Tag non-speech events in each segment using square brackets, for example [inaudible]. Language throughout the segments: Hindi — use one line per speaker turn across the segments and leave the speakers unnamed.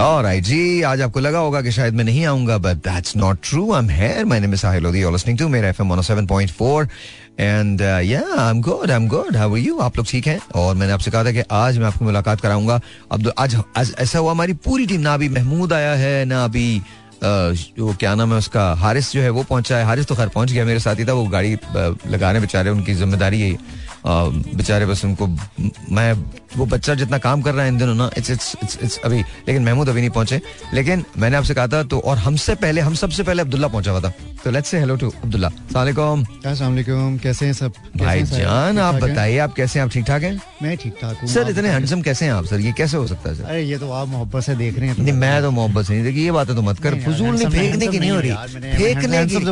ऑलराइट जी आज आपको लगा होगा कि शायद मैं नहीं आऊंगा but that's not true I am here my name is Sahil Lodhi you listening to मेरा एफएम 107.4 एंड या I am good I am good how are you आप लोग ठीक हैं और मैंने आपसे कहा था कि आज मैं आपको मुलाकात कराऊंगा अब तो आज, आज ऐसा हुआ हमारी पूरी टीम ना अभी महमूद आया है ना अभी वो क्या नाम है उसका हारिस जो है वो पहुंचा है हारिस तो खैर पहुंच गया मेरे साथ ही था वो गाड़ी uh, लगाने बेचारे उनकी जिम्मेदारी है बेचारे बस उनको मैं वो बच्चा जितना काम कर रहा है इन दिनों ना इट्स इट्स इट्स इट्स अभी लेकिन महमूद अभी नहीं पहुंचे लेकिन मैंने आपसे कहा था तो और हमसे पहले हम सबसे पहले अब्दुल्ला पहुंचा हुआ था तो let's say hello to Abdullah सलाम
अस्सलाम कैसे हैं सब
भाई जान आप बताइए आप कैसे हैं आप ठीक ठाक हैं
मैं ठीक ठाक हूँ
सर इतने हैंडसम कैसे हैं आप सर ये कैसे हो सकता है सर
अरे ये तो आप मोहब्बत से देख रहे हैं
नहीं मैं तो मोहब्बत से नहीं देखिए ये बातें तो मत कर फजूल नहीं फेंकने की नहीं हो रही फेंकने की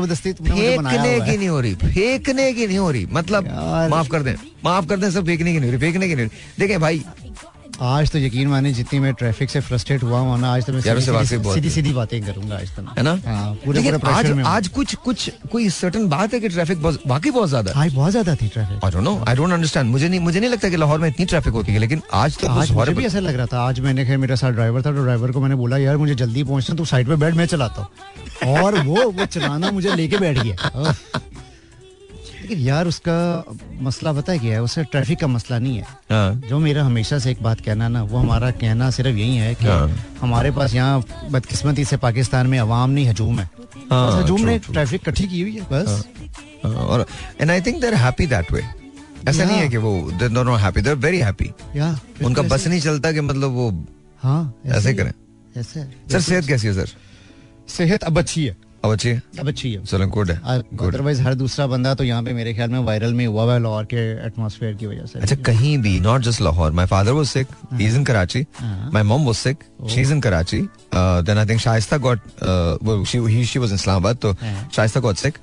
फेंकने की नहीं हो रही फेंकने की नहीं हो रही मतलब माफ कर दें माफ कर दें सब फेंकने की नहीं हो रही फेंकने की नहीं हो रही देखें भाई
आज तो यकीन माने जितनी मैं ट्रैफिक से फ्रस्ट्रेट हुआ हूँ ना आज तो मैं सीधी सीधी बातें करूंगा आज तो
है ना हाँ, पूरे पूरे आज आज कुछ कुछ कोई सर्टन बात है कि ट्रैफिक वाकई बहुत ज्यादा
आज बहुत ज्यादा थी traffic
I don't know I don't understand मुझे नहीं मुझे नहीं लगता कि लाहौर में इतनी ट्रैफिक होती है लेकिन आज तो
आज मुझे भी ऐसा लग रहा था आज मैंने खैर मेरे साथ ड्राइवर था तो ड्राइवर को मैंने बोला यार मुझे जल्दी पहुंचना तू साइड पे बैठ मैं चलाता हूँ और वो वो चलाना मुझे लेके बैठ गया लेकिन यार उसका मसला पता है क्या है उसका ट्रैफिक का मसला नहीं है जो मेरा हमेशा से एक बात कहना ना वो हमारा कहना सिर्फ यही है
हाँ।
कि हमारे पास यहाँ बदकिस्मती से पाकिस्तान में अवाम नहीं हजूम है
हाँ,
अच्छा, हजूम ने ट्रैफिक इकट्ठी की हुई है बस
और and I think they're happy that way ऐसा नहीं है कि वो they're not happy they're very happy उनका बस नहीं चलता कि मतलब वो
हाँ
ऐसे करें सर सेहत कैसी है सर
सेहत अब अच्छी है
अब अच्छी है
अब अच्छी है
चलो गुड है
अदरवाइज हर दूसरा बंदा तो यहाँ पे मेरे ख्याल में वायरल में हुआ है लाहौर के एटमॉस्फेयर की वजह से
अच्छा कहीं भी not just Lahore my father was sick he is in Karachi my mom was sick she is in Karachi then I think Shaista got she he she was in Islamabad तो शाइस्ता गॉट सिक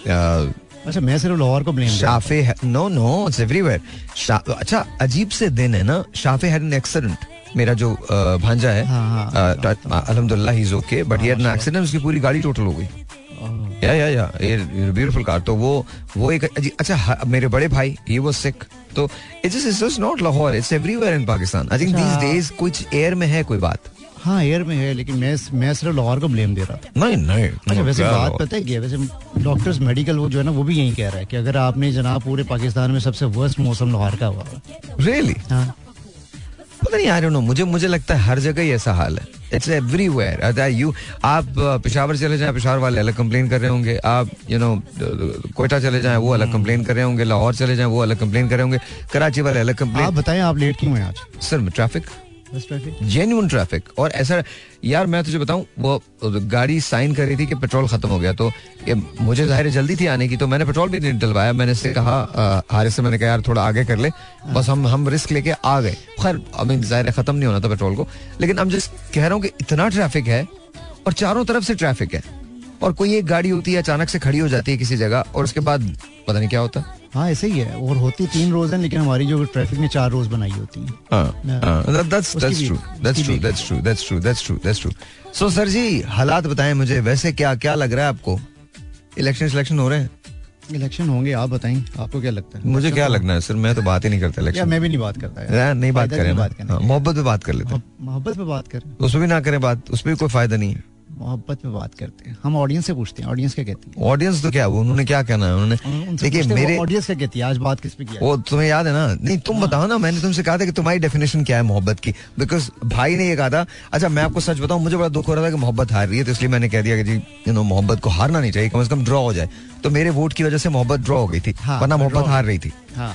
Uh,
अच्छा मैं सिर्फ लाहौर को blame
Shafay no no it's everywhere अच्छा अजीब से दिन है ना शाफे हैड एन एक्सीडेंट मेरा जो uh, भांजा है uh, तो, अलहमदुल्ला ही ओके बट ये एक्सीडेंट उसकी पूरी गाड़ी टोटल हो गई या या या ये ब्यूटीफुल कार तो वो वो एक अच्छा मेरे बड़े भाई ये वो सिख तो it's it's just not Lahore it's everywhere in Pakistan I think
अच्छा।
दीस डेज कुछ एयर में है कोई बात
हाँ एयर में है लेकिन मैं मैं सिर्फ लाहौर को ब्लेम दे रहा था
नहीं नहीं Oh,
अच्छा वैसे बात पता है क्या वैसे डॉक्टर्स मेडिकल वो जो है ना वो भी यही कह रहा है कि अगर आपने जनाब पूरे पाकिस्तान में सबसे वर्स्ट मौसम लाहौर का हुआ
रियली
हाँ
पता नहीं आई डोंट नो मुझे मुझे लगता है हर जगह ही ऐसा हाल है इट्स एवरीवेयर यू आप uh, पिशावर चले जाएं पिशावर वाले अलग कंप्लेन कर रहे होंगे आप यू नो कोयटा चले जाएं वो
Hmm.
अलग कंप्लेन कर रहे होंगे लाहौर चले जाएं वो अलग कंप्लेन कर रहे होंगे कराची वाले अलग कंप्लेन
आप बताएं आप लेट क्यों हैं आज
सर ट्रैफिक जेन्यून ट्रैफिक और ऐसा यार मैं तुझे बताऊं वो गाड़ी साइन कर रही थी कि पेट्रोल खत्म हो गया तो मुझे जाहिर जल्दी थी आने की तो मैंने पेट्रोल भी नहीं डलवाया मैंने इससे कहा हारिस से मैंने कहा यार थोड़ा आगे कर ले बस हम हम रिस्क लेके आ गए खैर अभी जाहिर खत्म नहीं होना था पेट्रोल को लेकिन हम जिस कह रहा हूँ कि इतना ट्रैफिक है और चारों तरफ से ट्रैफिक है और कोई एक गाड़ी होती है अचानक से खड़ी हो जाती है किसी जगह और उसके बाद पता नहीं क्या होता
हाँ ऐसे ही है और होती तीन रोज है लेकिन हमारी जो ट्रैफिक ने चार रोज बनाई होती
Uh, है सो सर जी हालात बताएं मुझे वैसे क्या क्या लग रहा है आपको इलेक्शन इलेक्शन हो रहे हैं
इलेक्शन होंगे आप बताएं आपको क्या लगता है
मुझे क्या लगना है सर मैं अच्छा, तो बात ही नहीं करता इलेक्शन
मैं भी नहीं बात हाँ। करता
यार नहीं बात करें बात करें मोहब्बत पे बात कर लेते
मोहब्बत पे बात करें
उस पर भी ना करें बात उस पर भी कोई फायदा नहीं है
मोहब्बत में बात करते हैं हम ऑडियंस से पूछते हैं ऑडियंस क्या कहती
है ऑडियंस तो क्या वो उन्होंने क्या कहना है उन्होंने देखिए मेरे
ऑडियंस क्या कहती है आज बात किस पे की
वो तुम्हें याद है ना नहीं तुम हाँ। बताओ ना मैंने तुमसे कहा था कि तुम्हारी डेफिनेशन क्या है मोहब्बत की बिकॉज भाई ने ये कहा था अच्छा मैं आपको सच बताऊं मुझे बड़ा दुख हो रहा था कि मोहब्बत हार रही है तो इसलिए मैंने कह दिया कि जी यू नो मोहब्बत को हारना नहीं चाहिए कम से कम ड्रॉ हो जाए तो मेरे वोट की वजह से मोहब्बत ड्रॉ हो गई थी वरना मोहब्बत हार रही थी
हाँ।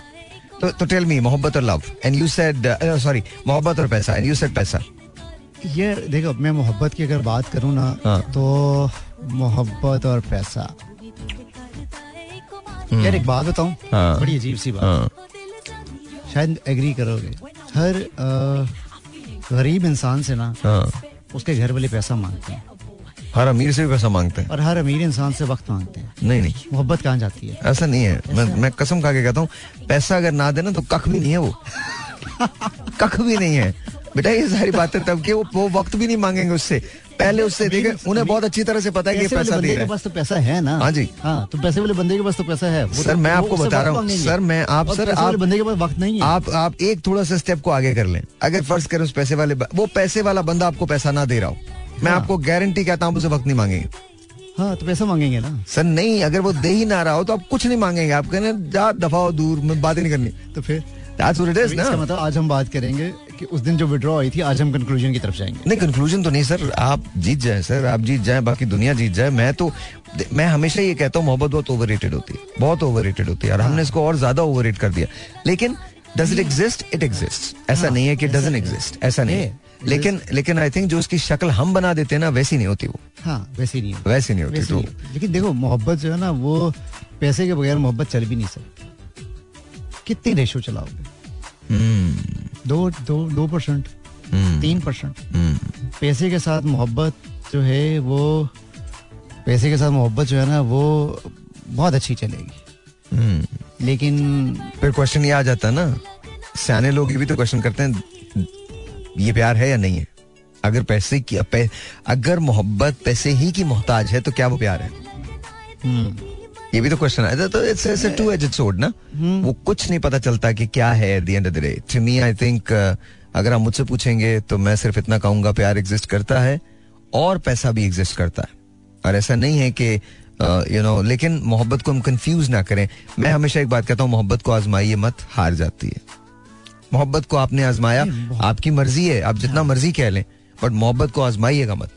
तो तो टेल मी मोहब्बत और love and you said sorry uh, मोहब्बत और पैसा एंड यू सेड पैसा
ये देखो मैं मोहब्बत की अगर बात करूँ ना
हाँ।
तो मोहब्बत और पैसा
हम्म।
यार एक बात बताऊं
हाँ।
बड़ी अजीब सी बात शायद एग्री करोगे हर गरीब इंसान से ना
हाँ।
उसके घर वाले पैसा मांगते हैं
हर अमीर से भी पैसा मांगते हैं
और हर अमीर इंसान से वक्त मांगते हैं
नहीं नहीं
मोहब्बत कहाँ जाती है
ऐसा नहीं है मैं मैं कसम खा के कहता हूँ पैसा अगर ना देना तो कख भी नहीं है वो कख भी नहीं है बेटा ये सारी बातें तब के वो, वो वक्त भी नहीं मांगेंगे उससे पहले उससे देखे उन्हें बहुत अच्छी तरह से पता है कि
पैसे वाले
पैसा
बंदे
दे
के
रहा है
पास तो पैसा है ना
हाँ जी।
हाँ तो पैसे वाले बंदे के पास तो पैसा है वो
सर
तो-
मैं
वो
आपको
उससे
बता
बात
रहा हूँ
मांगेंगे।
सर मैं आप
और
सर
पैसे वाले
आप
बंदे के पास वक्त नहीं है
आप आप एक थोड़ा सा स्टेप को आगे कर लें अगर फर्ज करें उस पैसे वाले ब- वो पैसे वाला बंदा आपको पैसा ना दे रहा हो मैं आपको गारंटी कहता हूँ उसे वक्त नहीं मांगेंगे
हाँ तो पैसा मांगेंगे ना
सर नहीं अगर वो दे ही ना रहा हो तो आप कुछ नहीं मांगेंगे आप कहने जा दफाओ दूर मैं बातें नहीं करनी
तो फिर
That's what it is
इसका
ना
मतलब आज हम बात करेंगे कि उस दिन जो विड्रॉ आई थी आज हम कंक्लूजन की तरफ जाएंगे
नहीं कंक्लूजन तो नहीं सर आप जीत जाए सर आप जीत जाए बाकी दुनिया जीत जाए मैं तो मैं हमेशा ये कहता हूँ मोहब्बत बहुत ओवर होती है बहुत ओवर होती है और हमने इसको और ज्यादा ओवर कर दिया लेकिन does it exist it exist हाँ। ऐसा नहीं है कि डजन एग्जिस्ट ऐसा नहीं है लेकिन लेकिन आई थिंक जो उसकी शक्ल हम बना देते हैं ना वैसी नहीं होती वो
हाँ वैसे ही नहीं होता।
वैसी नहीं होती
वैसे
तो
नहीं होता। लेकिन देखो मोहब्बत जो है ना वो पैसे के बगैर मोहब्बत चल भी नहीं सकती कितनी रेशो चलाओगे
हम्म,
दो दो दो परसेंट
हम्म,
तीन परसेंट
हम्म,
पैसे के साथ मोहब्बत जो है वो पैसे के साथ मोहब्बत जो है ना वो बहुत अच्छी चलेगी
हम्म।
Hmm. लेकिन
फिर क्वेश्चन ये आ जाता है ना सियाने लोग ये भी तो क्वेश्चन करते हैं ये प्यार है या नहीं है अगर पैसे की पै, अगर मोहब्बत पैसे ही की मोहताज है तो क्या वो प्यार है
हम्म,
ये भी तो क्वेश्चन आया था, तो it's it's two edged sword ना वो कुछ नहीं पता चलता कि क्या है at the end of the day to me I think uh, अगर आप मुझसे पूछेंगे तो मैं सिर्फ इतना कहूंगा प्यार एग्जिस्ट करता है और पैसा भी एग्जिस्ट करता है और ऐसा नहीं है कि यू नो लेकिन मोहब्बत को हम कंफ्यूज ना करें मैं हमेशा एक बात कहता हूँ मोहब्बत को आजमाइए मत हार जाती है मोहब्बत को आपने आजमाया आपकी मर्जी है आप जितना मर्जी कह लें बट मोहब्बत को आजमाइएगा मत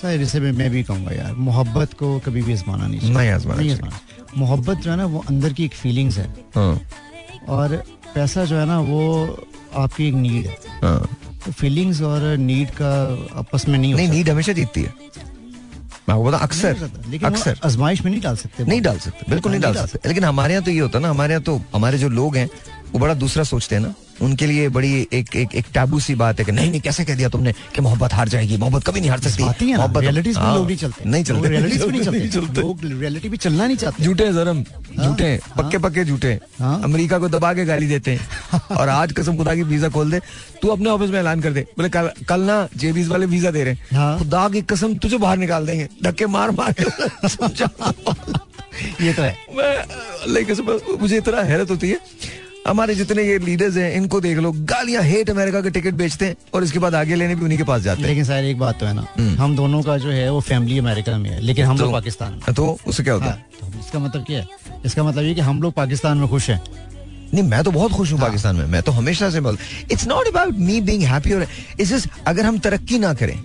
शायद इसे मैं मैं भी कहूंगा यार मोहब्बत को कभी भी आजमाना नहीं चाहिए
नहीं आजमाना
नहीं
चाहिए।
आजमाना। मोहब्बत जो है ना वो अंदर की एक फीलिंग्स है
हाँ
और पैसा जो है ना वो आपकी एक नीड है
हाँ
तो फीलिंग्स और नीड का आपस में नहीं हो
नहीं
सकता।
नीड हमेशा जीतती है मैं आपको बताऊं,
नहीं
अक्सर
हो सकता। लेकिन वो
अक्सर
आजमाइश में नहीं डाल सकते
नहीं डाल सकते बिल्कुल नहीं
नहीं
डाल
डाल
सकते लेकिन हमारे यहाँ तो ये होता है ना हमारे यहाँ तो हमारे जो लोग हैं वो बड़ा दूसरा सोचते हैं ना उनके लिए बड़ी एक एक एक टैबू सी बात है कि नहीं नहीं कैसे कह दिया तुमने कि मोहब्बत हार जाएगी मोहब्बत कभी नहीं हार सकती
आती है ना
मोहब्बत
रियलिटीज में
हाँ,
लोग नहीं चलते
[laughs] नहीं चलते
रियलिटीज में नहीं चलते लोग रियलिटी में चलना नहीं चाहते
झूठे हैं सर हम झूठे हैं पक्के पक्के झूठे हैं
हाँ।
अमेरिका को दबा के गाली देते हैं
[laughs]
और आज कसम खुदा की वीजा खोल दे तू अपने ऑफिस में ऐलान कर दे बोले कल कल ना जेबीज वाले वीजा दे रहे हैं
हाँ।
खुदा की कसम तुझे बाहर निकाल देंगे धक्के मार मार के समझा। [laughs]
ये तो है
मैं अल्लाह की कसम मुझे इतना हैरत होती है हमारे जितने ये लीडर्स हैं इनको देख लो गालियां हेट अमेरिका के टिकट बेचते हैं और इसके बाद आगे लेने भी उन्हीं के पास जाते हैं
लेकिन सर एक बात तो है ना हम दोनों का जो है वो फैमिली अमेरिका में है लेकिन हम लोग पाकिस्तान में
हम्म। तो उससे क्या होता
हाँ,
है
तो इसका मतलब क्या है इसका मतलब ये कि हम लोग पाकिस्तान में खुश हैं
नहीं मैं तो बहुत खुश हूँ पाकिस्तान में मैं तो हमेशा से बोल it's not about me being happy और इट्स जस्ट अगर हम तरक्की ना करें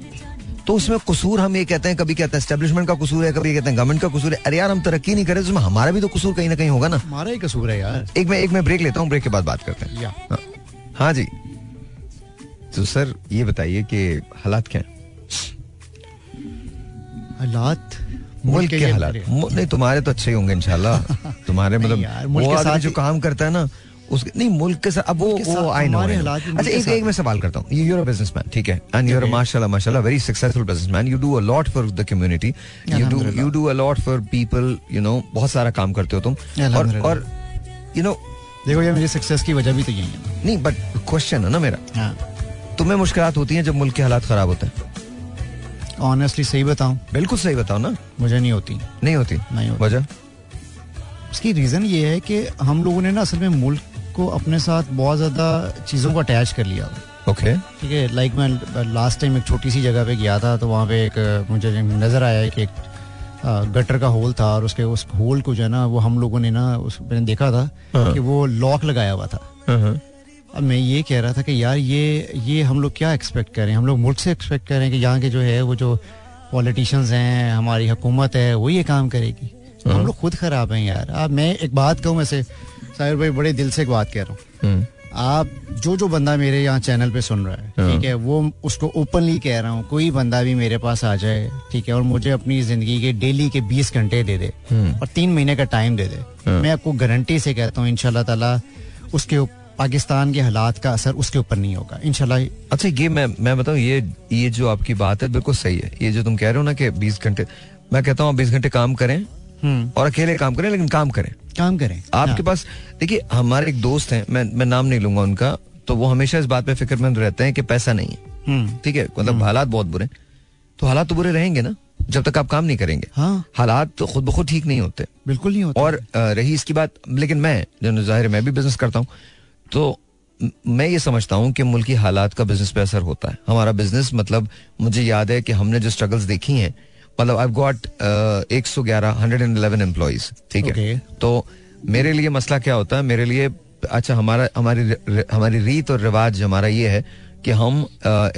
तो उसमें कसूर हम ये कहते हैं कभी कहते हैं स्टेब्लिशमेंट का कसूर है कभी कहते हैं गवर्नमेंट का कसूर है अरे यार हम तरक्की नहीं करें तो उसमें हमारा भी तो कसूर कहीं ना कहीं होगा ना
हमारा ही कसूर है यार
एक मैं एक मैं ब्रेक लेता हूँ ब्रेक के बाद बात करते हैं
या
हाँ, हाँ जी तो सर ये बताइए कि हालात क्या हैं
हाँ। हालात
मुल्क के
ये
हालात
बुरे हैं।
मु- नहीं तुम्हारे तो अच्छे ही होंगे इंशाल्लाह तुम्हारे
[laughs] नहीं
मतलब
यार, मुल्क
वो
के
आदमी
साथ
जो
ही-
काम करता है ना उसके नहीं मुल्क के साथ अब वो
मुल्क के
वो
साथ-
आई नो
हमारे हालात भी
अच्छा
मुल्क के
एक एक
साथ
मैं सवाल करता हूँ यू आर बिजनेसमैन ठीक है एंड यू आर माशाल्लाह माशाल्लाह very successful businessman you do a lot for the community you do
अल्हम्दुलिल्लाह।
You do a lot for people you know बहुत सारा काम करते हो तुम और
अल्हम्दुलिल्लाह।
और यू नो
देखो ये मेरी सक्सेस की वजह भी तो यही है ना।
नहीं बट क्वेश्चन है ना मेरा
हाँ
तुम्हें मुश्किलात होती हैं जब मुल्क के हालात खराब होते हैं
ऑनेस्टली सही बताऊं
बिल्कुल सही बताओ ना
मुझे नहीं होती
नहीं होती
नहीं होती।
वजह
उसकी रीज़न ये है कि हम लोगों ने ना असल में मुल्क को अपने साथ बहुत ज़्यादा चीज़ों को अटैच कर लिया हुआ है।
ओके
ठीक है लाइक मैं लास्ट टाइम एक छोटी सी जगह पे गया था तो वहाँ पे एक अ, मुझे एक नज़र आया कि एक अ, गटर का होल था और उसके उस होल को जो है ना वो हम लोगों ने ना उस मैंने देखा था
हाँ।
कि वो लॉक लगाया हुआ था
हम्म,
अब मैं ये कह रहा था कि यार ये ये हम लोग क्या एक्सपेक्ट करें हम लोग मुल्क से एक्सपेक्ट करें कि यहाँ के जो है वो जो पॉलिटिशियंस हैं हमारी हुकूमत है वो ये काम करेगी हम लोग खुद खराब हैं यार आप मैं एक बात कहूँ वैसे साहिर भाई बड़े दिल से एक बात कह रहा हूँ
हम्म।
आप जो जो बंदा मेरे यहाँ चैनल पे सुन रहा है
हाँ।
ठीक है वो उसको ओपनली कह रहा हूँ कोई बंदा भी मेरे पास आ जाए ठीक है और मुझे अपनी जिंदगी के डेली के बीस घंटे दे दे
हम्म।
और तीन महीने का टाइम दे
हाँ।
दे मैं आपको गारंटी से कहता हूँ इनशाला ताला उसके उप- पाकिस्तान के हालात का असर उसके ऊपर नहीं होगा इनशाला
अच्छा ये मैं मैं बताऊं ये ये जो आपकी बात है बिल्कुल सही है ये जो तुम कह रहे हो ना कि 20 घंटे मैं कहता हूँ आप 20 घंटे काम करें और अकेले काम करें लेकिन काम करें
काम करें
आपके पास देखिए हमारे एक दोस्त हैं मैं मैं नाम नहीं लूंगा उनका तो वो हमेशा इस बात पे फिक्रमंद रहते हैं कि पैसा नहीं है
हम्म
ठीक है मतलब हालात बहुत बुरे हैं। तो तो हालात तो बुरे रहेंगे ना जब तक आप काम नहीं करेंगे
हाँ
हालात तो खुद ब खुद ठीक नहीं होते
बिल्कुल नहीं होता
और अ, रही इसकी बात लेकिन मैं जो जाहिर है मैं भी बिजनेस करता हूँ तो म- मैं ये समझता हूँ कि मुल्की हालात का बिजनेस पे असर होता है हमारा बिजनेस मतलब मुझे याद है कि हमने जो स्ट्रगल्स देखी हैं मतलब आई गॉट एक सौ ग्यारह हंड्रेड एंड इलेवन एम्प्लॉयज ठीक है
Okay.
तो मेरे लिए मसला क्या होता है मेरे लिए अच्छा हमारा हमारी र- र- हमारी रीत और रिवाज हमारा ये है कि हम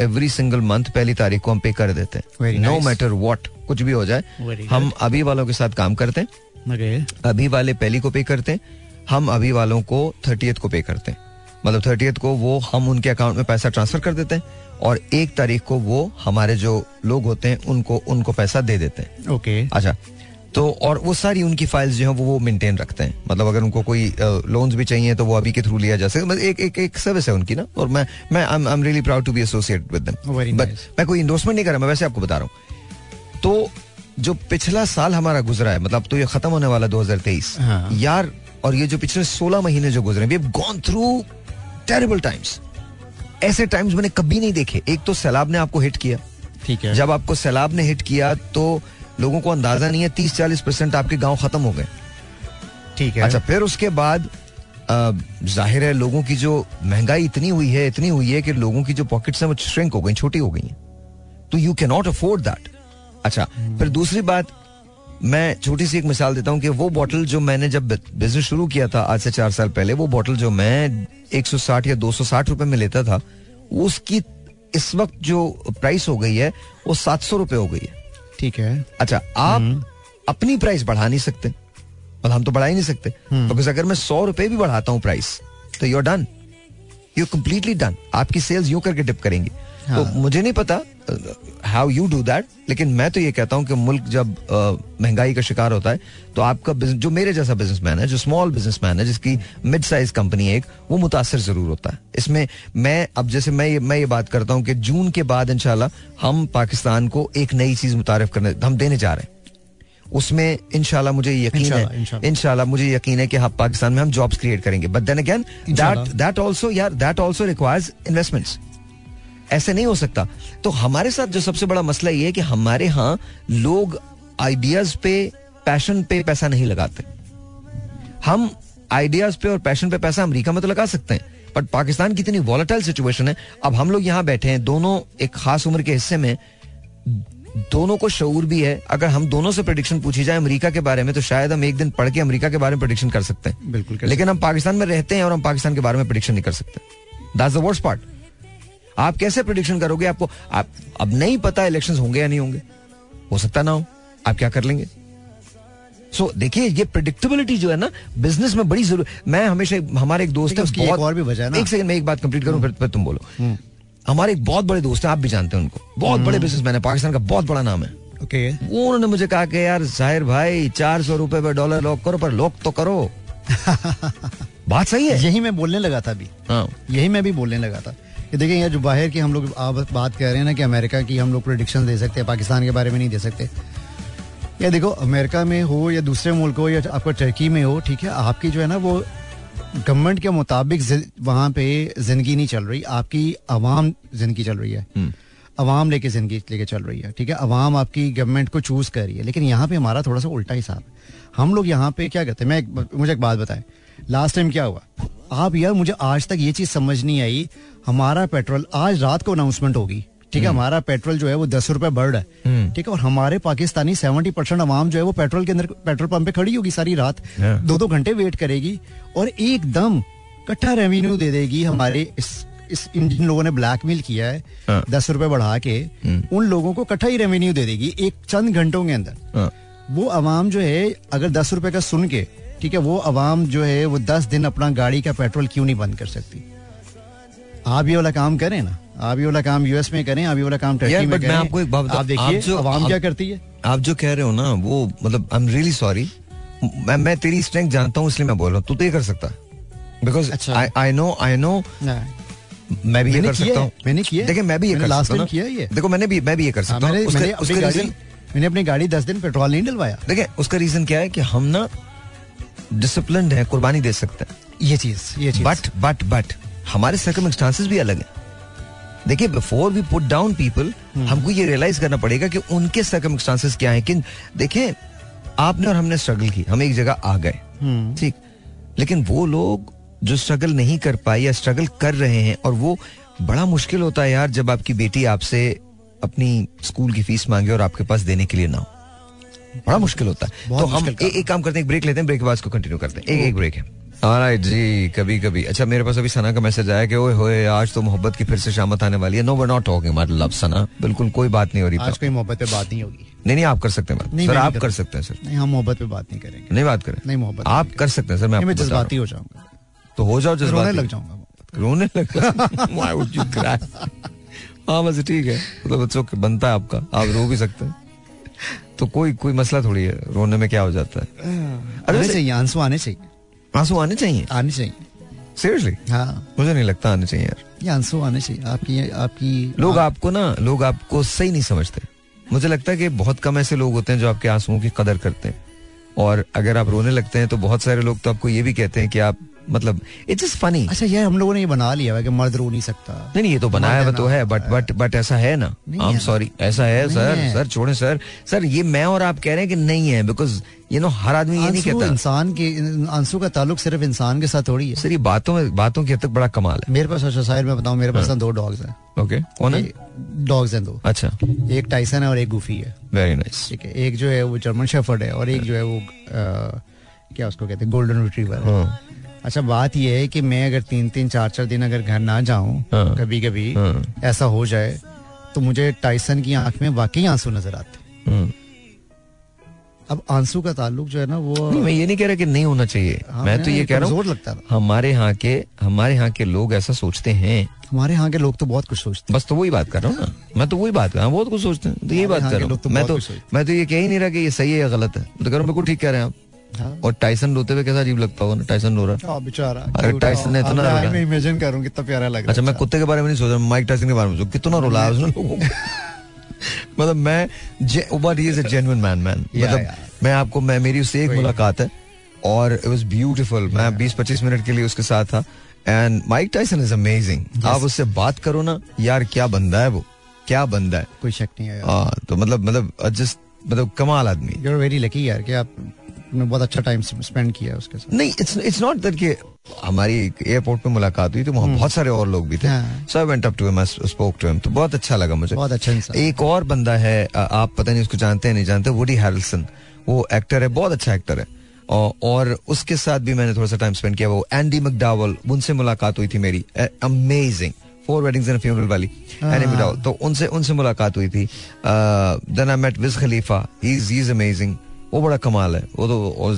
एवरी सिंगल मंथ पहली तारीख को हम पे कर देते हैं
Very
no
nice.
Matter what कुछ भी हो जाए
Very
हम अभी वालों के साथ काम करते हैं
Okay.
अभी वाले पहली को पे करते हैं हम अभी वालों को थर्टीएथ को पे करते हैं मतलब थर्टीएथ को वो हम उनके अकाउंट में पैसा ट्रांसफर कर देते हैं और एक तारीख को वो हमारे जो लोग होते हैं उनको उनको पैसा दे देते हैं
ओके
अच्छा तो और वो सारी उनकी फाइल्स जो हैं वो वो मेंटेन रखते हैं मतलब अगर उनको कोई लोन्स भी चाहिए तो वो अभी के थ्रू लिया जा सकता है मतलब एक एक एक सर्विस है उनकी ना और मैं मैं I am really proud to be associate with
Very
them but
nice.
मैं कोई इंडोर्समेंट नहीं कर रहा मैं वैसे आपको बता रहा हूँ तो जो पिछला साल हमारा गुजरा है मतलब तो ये खत्म होने वाला 2023
हाँ।
यार और ये जो पिछले 16 महीने जो गुजरे we have gone through terrible times ऐसे टाइम्स मैंने कभी नहीं देखे एक तो सैलाब ने आपको हिट किया
ठीक है
जब आपको सैलाब ने हिट किया तो लोगों को अंदाजा नहीं है तीस चालीस परसेंट आपके गांव खत्म हो गए
ठीक है
अच्छा फिर उसके बाद अ, जाहिर है लोगों की जो महंगाई इतनी हुई है इतनी हुई है कि लोगों की जो पॉकेट्स हैं वो श्रिंक हो गई छोटी हो गई हैं तो you can not afford that अच्छा
हम्म।
फिर दूसरी बात मैं छोटी सी एक मिसाल देता हूँ कि वो बॉटल जो मैंने जब बिजनेस शुरू किया था आज से चार साल पहले वो बॉटल जो मैं 160 या 260 रुपए में लेता था उसकी इस वक्त जो प्राइस हो गई है वो 700 रुपए हो गई है
ठीक है
अच्छा आप अपनी प्राइस बढ़ा नहीं सकते मतलब हम तो बढ़ा ही नहीं सकते बिकॉज अगर मैं सौ रुपए भी बढ़ाता हूँ प्राइस तो you're done you completely done आपकी सेल्स यूं करके डिप करेंगी तो
हाँ।
मुझे नहीं पता uh, how you do that लेकिन मैं तो ये कहता हूँ कि मुल्क जब अ, महंगाई का शिकार होता है तो आपका business- जो मेरे जैसा बिजनेसमैन है जो स्मॉल बिजनेसमैन है जिसकी मिड साइज कंपनी है एक वो मुतासर जरूर होता है इसमें मैं अब जैसे मैं ये मैं ये बात करता हूँ कि जून के बाद इंशाल्लाह हम पाकिस्तान को एक नई चीज मुतारफ करने हम देने जा रहे हैं उसमें इंशाल्लाह मुझे यकीन
इंशाल्लाह,
है
इंशाल्लाह।
इंशाल्लाह मुझे यकीन है कि हम पाकिस्तान में हम जॉब्स क्रिएट करेंगे बट देन अगेन दैट
इंशाल्लाह।
दैट आल्सो यार दैट आल्सो रिक्वायर्स इन्वेस्टमेंट्स ऐसे नहीं हो सकता तो हमारे साथ जो सबसे बड़ा मसला ये है कि हमारे यहाँ लोग आइडियाज पे पैशन पे पैसा नहीं लगाते हम आइडियाज पे और पैशन पे पैसा अमेरिका में तो लगा सकते हैं बट पाकिस्तान की इतनी वॉलेटाइल सिचुएशन है अब हम लोग यहाँ बैठे हैं दोनों एक खास उम्र के हिस्से में दोनों को शऊर भी है अगर हम दोनों से प्रडिक्शन पूछी जाए अमेरिका के बारे में तो शायद हम एक दिन पढ़ के अमेरिका के बारे में प्रडिक्शन कर सकते हैं
बिल्कुल कर
लेकिन हम पाकिस्तान में रहते हैं और हम पाकिस्तान के बारे में प्रडिक्शन नहीं कर सकते दैट्स द वर्स्ट पार्ट आप कैसे प्रडिक्शन करोगे आपको आप अब नहीं पता इलेक्शंस होंगे या नहीं होंगे हो सकता ना हो आप क्या कर लेंगे सो देखिए ये प्रिडिक्टेबिलिटी जो है ना बिजनेस में बड़ी जरूर मैं हमेशा हमारे एक दोस्त
लेकिन
है
उसकी एक और भी वजह है ना। हम्म।
एक सेकंड मैं एक बात कंप्लीट करूं फिर फिर तुम बोलो हमारे एक बहुत बड़े दोस्त हैं आप भी जानते हैं उनको बहुत बड़े बिजनेसमैन है पाकिस्तान का बहुत बड़ा नाम है
ओके
वो उन्होंने मुझे कहा कि यार जाहिर भाई चार सौ रुपए पे डॉलर लॉक करो पर लॉक तो
[laughs]
करो बात सही है
यही मैं बोलने लगा था अभी
हाँ
यही मैं भी बोलने लगा था कि देखिए यार जो बाहर की हम लोग आप बात कर रहे हैं ना कि अमेरिका की हम लोग प्रोडिक्शन दे सकते हैं पाकिस्तान के बारे में नहीं दे सकते या देखो अमेरिका में हो या दूसरे मुल्क हो या आपका टर्की में हो ठीक है आपकी जो है ना वो गवर्नमेंट के मुताबिक जि- वहाँ पे जिंदगी नहीं चल रही आपकी आवाम जिंदगी चल रही है आवाम लेके जिंदगी लेके चल रही है ठीक है आवाम आपकी गवर्नमेंट को चूज कर रही है लेकिन यहाँ पे हमारा थोड़ा सा उल्टा हिसाब है हम लोग यहाँ पे क्या कहते हैं मैं एक- मुझे एक बात बताएं लास्ट टाइम क्या हुआ आप यार मुझे आज तक ये चीज समझ नहीं आई हमारा पेट्रोल आज रात को अनाउंसमेंट होगी ठीक
हम्म।
है हमारा पेट्रोल जो है वो दस रुपए बढ़ रहा है ठीक है और हमारे पाकिस्तानी सेवेंटी परसेंट आवाम जो है वो पेट्रोल के अंदर पेट्रोल पंप पे खड़ी होगी सारी रात
Yeah.
दो दो घंटे वेट करेगी और एकदम कट्ठा रेवेन्यू दे देगी हमारे इस इस इन जिन लोगों ने ब्लैकमेल किया है
हाँ। हम्म।
दस रुपए बढ़ा के उन लोगों को कट्ठा ही रेवेन्यू दे देगी एक चंद घंटों के अंदर
हाँ।
वो आवाम जो है अगर दस रुपए का सुन के ठीक है वो आवाम जो है वो दस दिन अपना गाड़ी का पेट्रोल क्यों नहीं बंद कर सकती आप ये वाला काम करें ना आप ये वाला काम यूएस में करें आप ये वाला काम
यार,
टर्की में
but मैं
करें
आपको एक बात बता-
आप
आप जो-
देखिए आवाम
आप-
क्या करती है
आप जो कह रहे हो ना वो मतलब आई एम रियली सॉरी मैं मैं तेरी स्ट्रेंथ जानता हूँ इसलिए मैं बोल रहा हूँ तू तो ये कर सकता है बिकॉज
अच्छा।
आई नो आई नो
हाँ,
मैं भी ये
मैंने
कर
किया
सकता
है,
हूँ
मैंने किया है।
देखिए मैं भी ये
मैंने
कर
last
सकता हूँ
time किया ये।
ना। देखो मैंने भी मैं भी ये कर
हाँ,
सकता हूँ
मैंने
उसका-
मैंने
उसका
अपनी गाड़ी
reason-
मैंने अपनी गाड़ी दस दिन पेट्रोल नहीं डलवाया
देखिए उसका रीजन क्या है कि हम ना डिसिप्लिन है कुर्बानी दे सकते हैं
ये चीज ये चीज
बट बट बट हमारे सर्कमस्टांसेस भी अलग है देखिए before we put down people
hmm.
हमको ये रियलाइज करना पड़ेगा कि उनके सर्कमस्टांसेस क्या हैं कि देखें आपने और हमने स्ट्रगल की हम एक जगह आ गए
हम्म,
ठीक लेकिन वो लोग जो स्ट्रगल नहीं कर पाए या स्ट्रगल कर रहे हैं और वो बड़ा मुश्किल होता है यार जब आपकी बेटी आपसे अपनी स्कूल की फीस मांगे और आपके पास देने के लिए ना हो बड़ा मुश्किल होता है
बहुत
तो हम
मुश्किल काम
ए, एक काम करते हैं एक ब्रेक लेते हैं ब्रेक के बाद इसको कंटिन्यू करते हैं एक एक ब्रेक है ऑलराइट जी कभी कभी अच्छा मेरे पास अभी सना का मैसेज आया कि ओए होए आज तो मोहब्बत की फिर से शामत आने वाली है no we're not talking about love Sana बिल्कुल कोई बात नहीं हो रही
आज कोई मोहब्बत पे बात नहीं होगी
नहीं नहीं आप कर सकते हैं बात
नहीं,
सर
मैं
आप
नहीं
कर
कर
सकते हैं सर
नहीं हम मोहब्बत पे बात नहीं करेंगे
नहीं बात करें
नहीं मोहब्बत
आप कर सकते हैं सर मैं
नहीं, मैं
आपको बता रहा
जज्बाती हो जाऊंगा
हूं। तो हो जाओ
रोने लग
जज्बाती
जाऊंगा मोहब्बत
रोने लगा [laughs] Why would you cry? हाँ बस ठीक है मतलब बच्चों के बनता है आपका आप रो भी सकते हैं तो कोई कोई मसला थोड़ी है रोने में क्या हो जाता है अरे
आने
वैसे
चाहिए आंसू आने चाहिए
आंसू आने चाहिए
आने चाहिए
सीरियसली
हाँ
मुझे नहीं लगता आने चाहिए यार
ये आंसू आने चाहिए आपकी आपकी
लोग
हाँ।
आपको ना लोग आपको सही नहीं समझते मुझे लगता है कि बहुत कम ऐसे लोग होते हैं जो आपके आंसुओं की कदर करते हैं और अगर आप रोने लगते हैं तो बहुत सारे लोग तो आपको ये भी कहते हैं कि आप मतलब इट्स जस्ट फनी
अच्छा यार हम लोगों ने ये बना लिया हुआ है कि मर्द रो नहीं सकता
नहीं नहीं ये तो बनाया हुआ तो है बट बट बट ऐसा है ना
नहीं
आई एम
है।
सॉरी ऐसा है
नहीं
सर
है।
सर छोड़े सर सर ये मैं और आप कह रहे हैं कि नहीं है बिकॉज यू नो हर आदमी ये नहीं
आंसू
कहता
इंसान के इन- आंसू का ताल्लुक सिर्फ इंसान के साथ थोड़ी है
सर ये बातों में बातों की हद तक बड़ा कमाल
मेरे पास अच्छा शायर मैं बताऊं मेरे पास ना दो डॉग्स हैं
है ओके हाँ। कौन है
डॉग्स हैं दो
अच्छा
एक टाइसन है और एक गुफी है
वेरी नाइस
ठीक है एक जो है वो जर्मन शेफर्ड है और एक जो है वो अ, क्या उसको कहते हैं गोल्डन रिट्रीवर
हाँ।
है अच्छा बात यह है कि मैं अगर तीन तीन चार चार दिन अगर घर ना जाऊं
हाँ।
कभी कभी
हाँ।
ऐसा हो जाए तो मुझे टाइसन की आंख में वाकई आंसू नजर आते हैं।
नहीं
अब आंसू का ताल्लुक जो है ना वो
मैं ये नहीं कह रहा कि नहीं होना चाहिए
हाँ,
मैं तो
मैं-
ये कह रहा हूँ
कमजोर लगता है ना।
हमारे यहाँ के हमारे यहाँ के लोग ऐसा सोचते हैं
हमारे यहाँ के लोग तो बहुत कुछ सोचते
बस तो वही बात कर रहा हूँ ना मैं तो वही बात कर रहा हूँ बहुत कुछ सोचते हैं तो यही बात कर
हमारे यहाँ के
रहा हूँ
लोग तो
मैं
बहुत
तो
कुछ सोचते
मैं तो ये कह ही नहीं रहा कि ये सही है या गलत है मैं तो कह रहा हूँ बिल्कुल ठीक कह रहे हैं आप
हाँ।
और टाइसन रोते हुए कैसा अजीब लगता होगा ना टाइसन रो रहा है
हैं। आ, बेचारा
अरे
क्यूट
टाइसन
है।
ने
अब
इतना
मैं-
रोया।
मैं इमेजिन करूं कितना प्यारा लग रहा
अच्छा
है
मैं कुत्ते के बारे में नहीं सोच रहा माइक टाइसन के बारे में सोच कितना रोला है उसने लोगों को [laughs] मतलब मैं but he is a genuine man man
Yeah,
मतलब
yeah.
मैं आपको मैं मेरी उससे एक
Great.
मुलाकात है और इट वाज ब्यूटीफुल मैं 20 25 मिनट के लिए उसके साथ था and Mike Tyson is amazing आप उससे बात करो ना यार क्या बंदा है वो क्या बंदा है
कोई शक नहीं है
हाँ, तो मतलब मतलब जस्ट मतलब कमाल आदमी
यू आर वेरी लकी यार कि आपने बहुत अच्छा टाइम स्पेंड किया है उसके साथ
नहीं इट्स इट्स नॉट दैट कि हमारी एक एयरपोर्ट पे मुलाकात हुई तो वहाँ
Hmm.
बहुत सारे और लोग भी थे
हाँ।
So I went up to him spoke to him तो बहुत अच्छा लगा मुझे
बहुत अच्छा इंसान
एक और बंदा है अ, आप पता नहीं उसको जानते हैं नहीं जानते वुडी हैरल्सन वो एक्टर है बहुत अच्छा एक्टर है औ- और उसके साथ भी मैंने थोड़ा सा टाइम स्पेंड किया वो एंडी मकडावल उनसे मुलाकात हुई थी मेरी amazing four weddings and funeral वाली एंडी मकडावल तो उनसे उनसे मुलाकात हुई थी then I met Wiz Khalifa he is amazing वो बड़ा कमाल है वो तो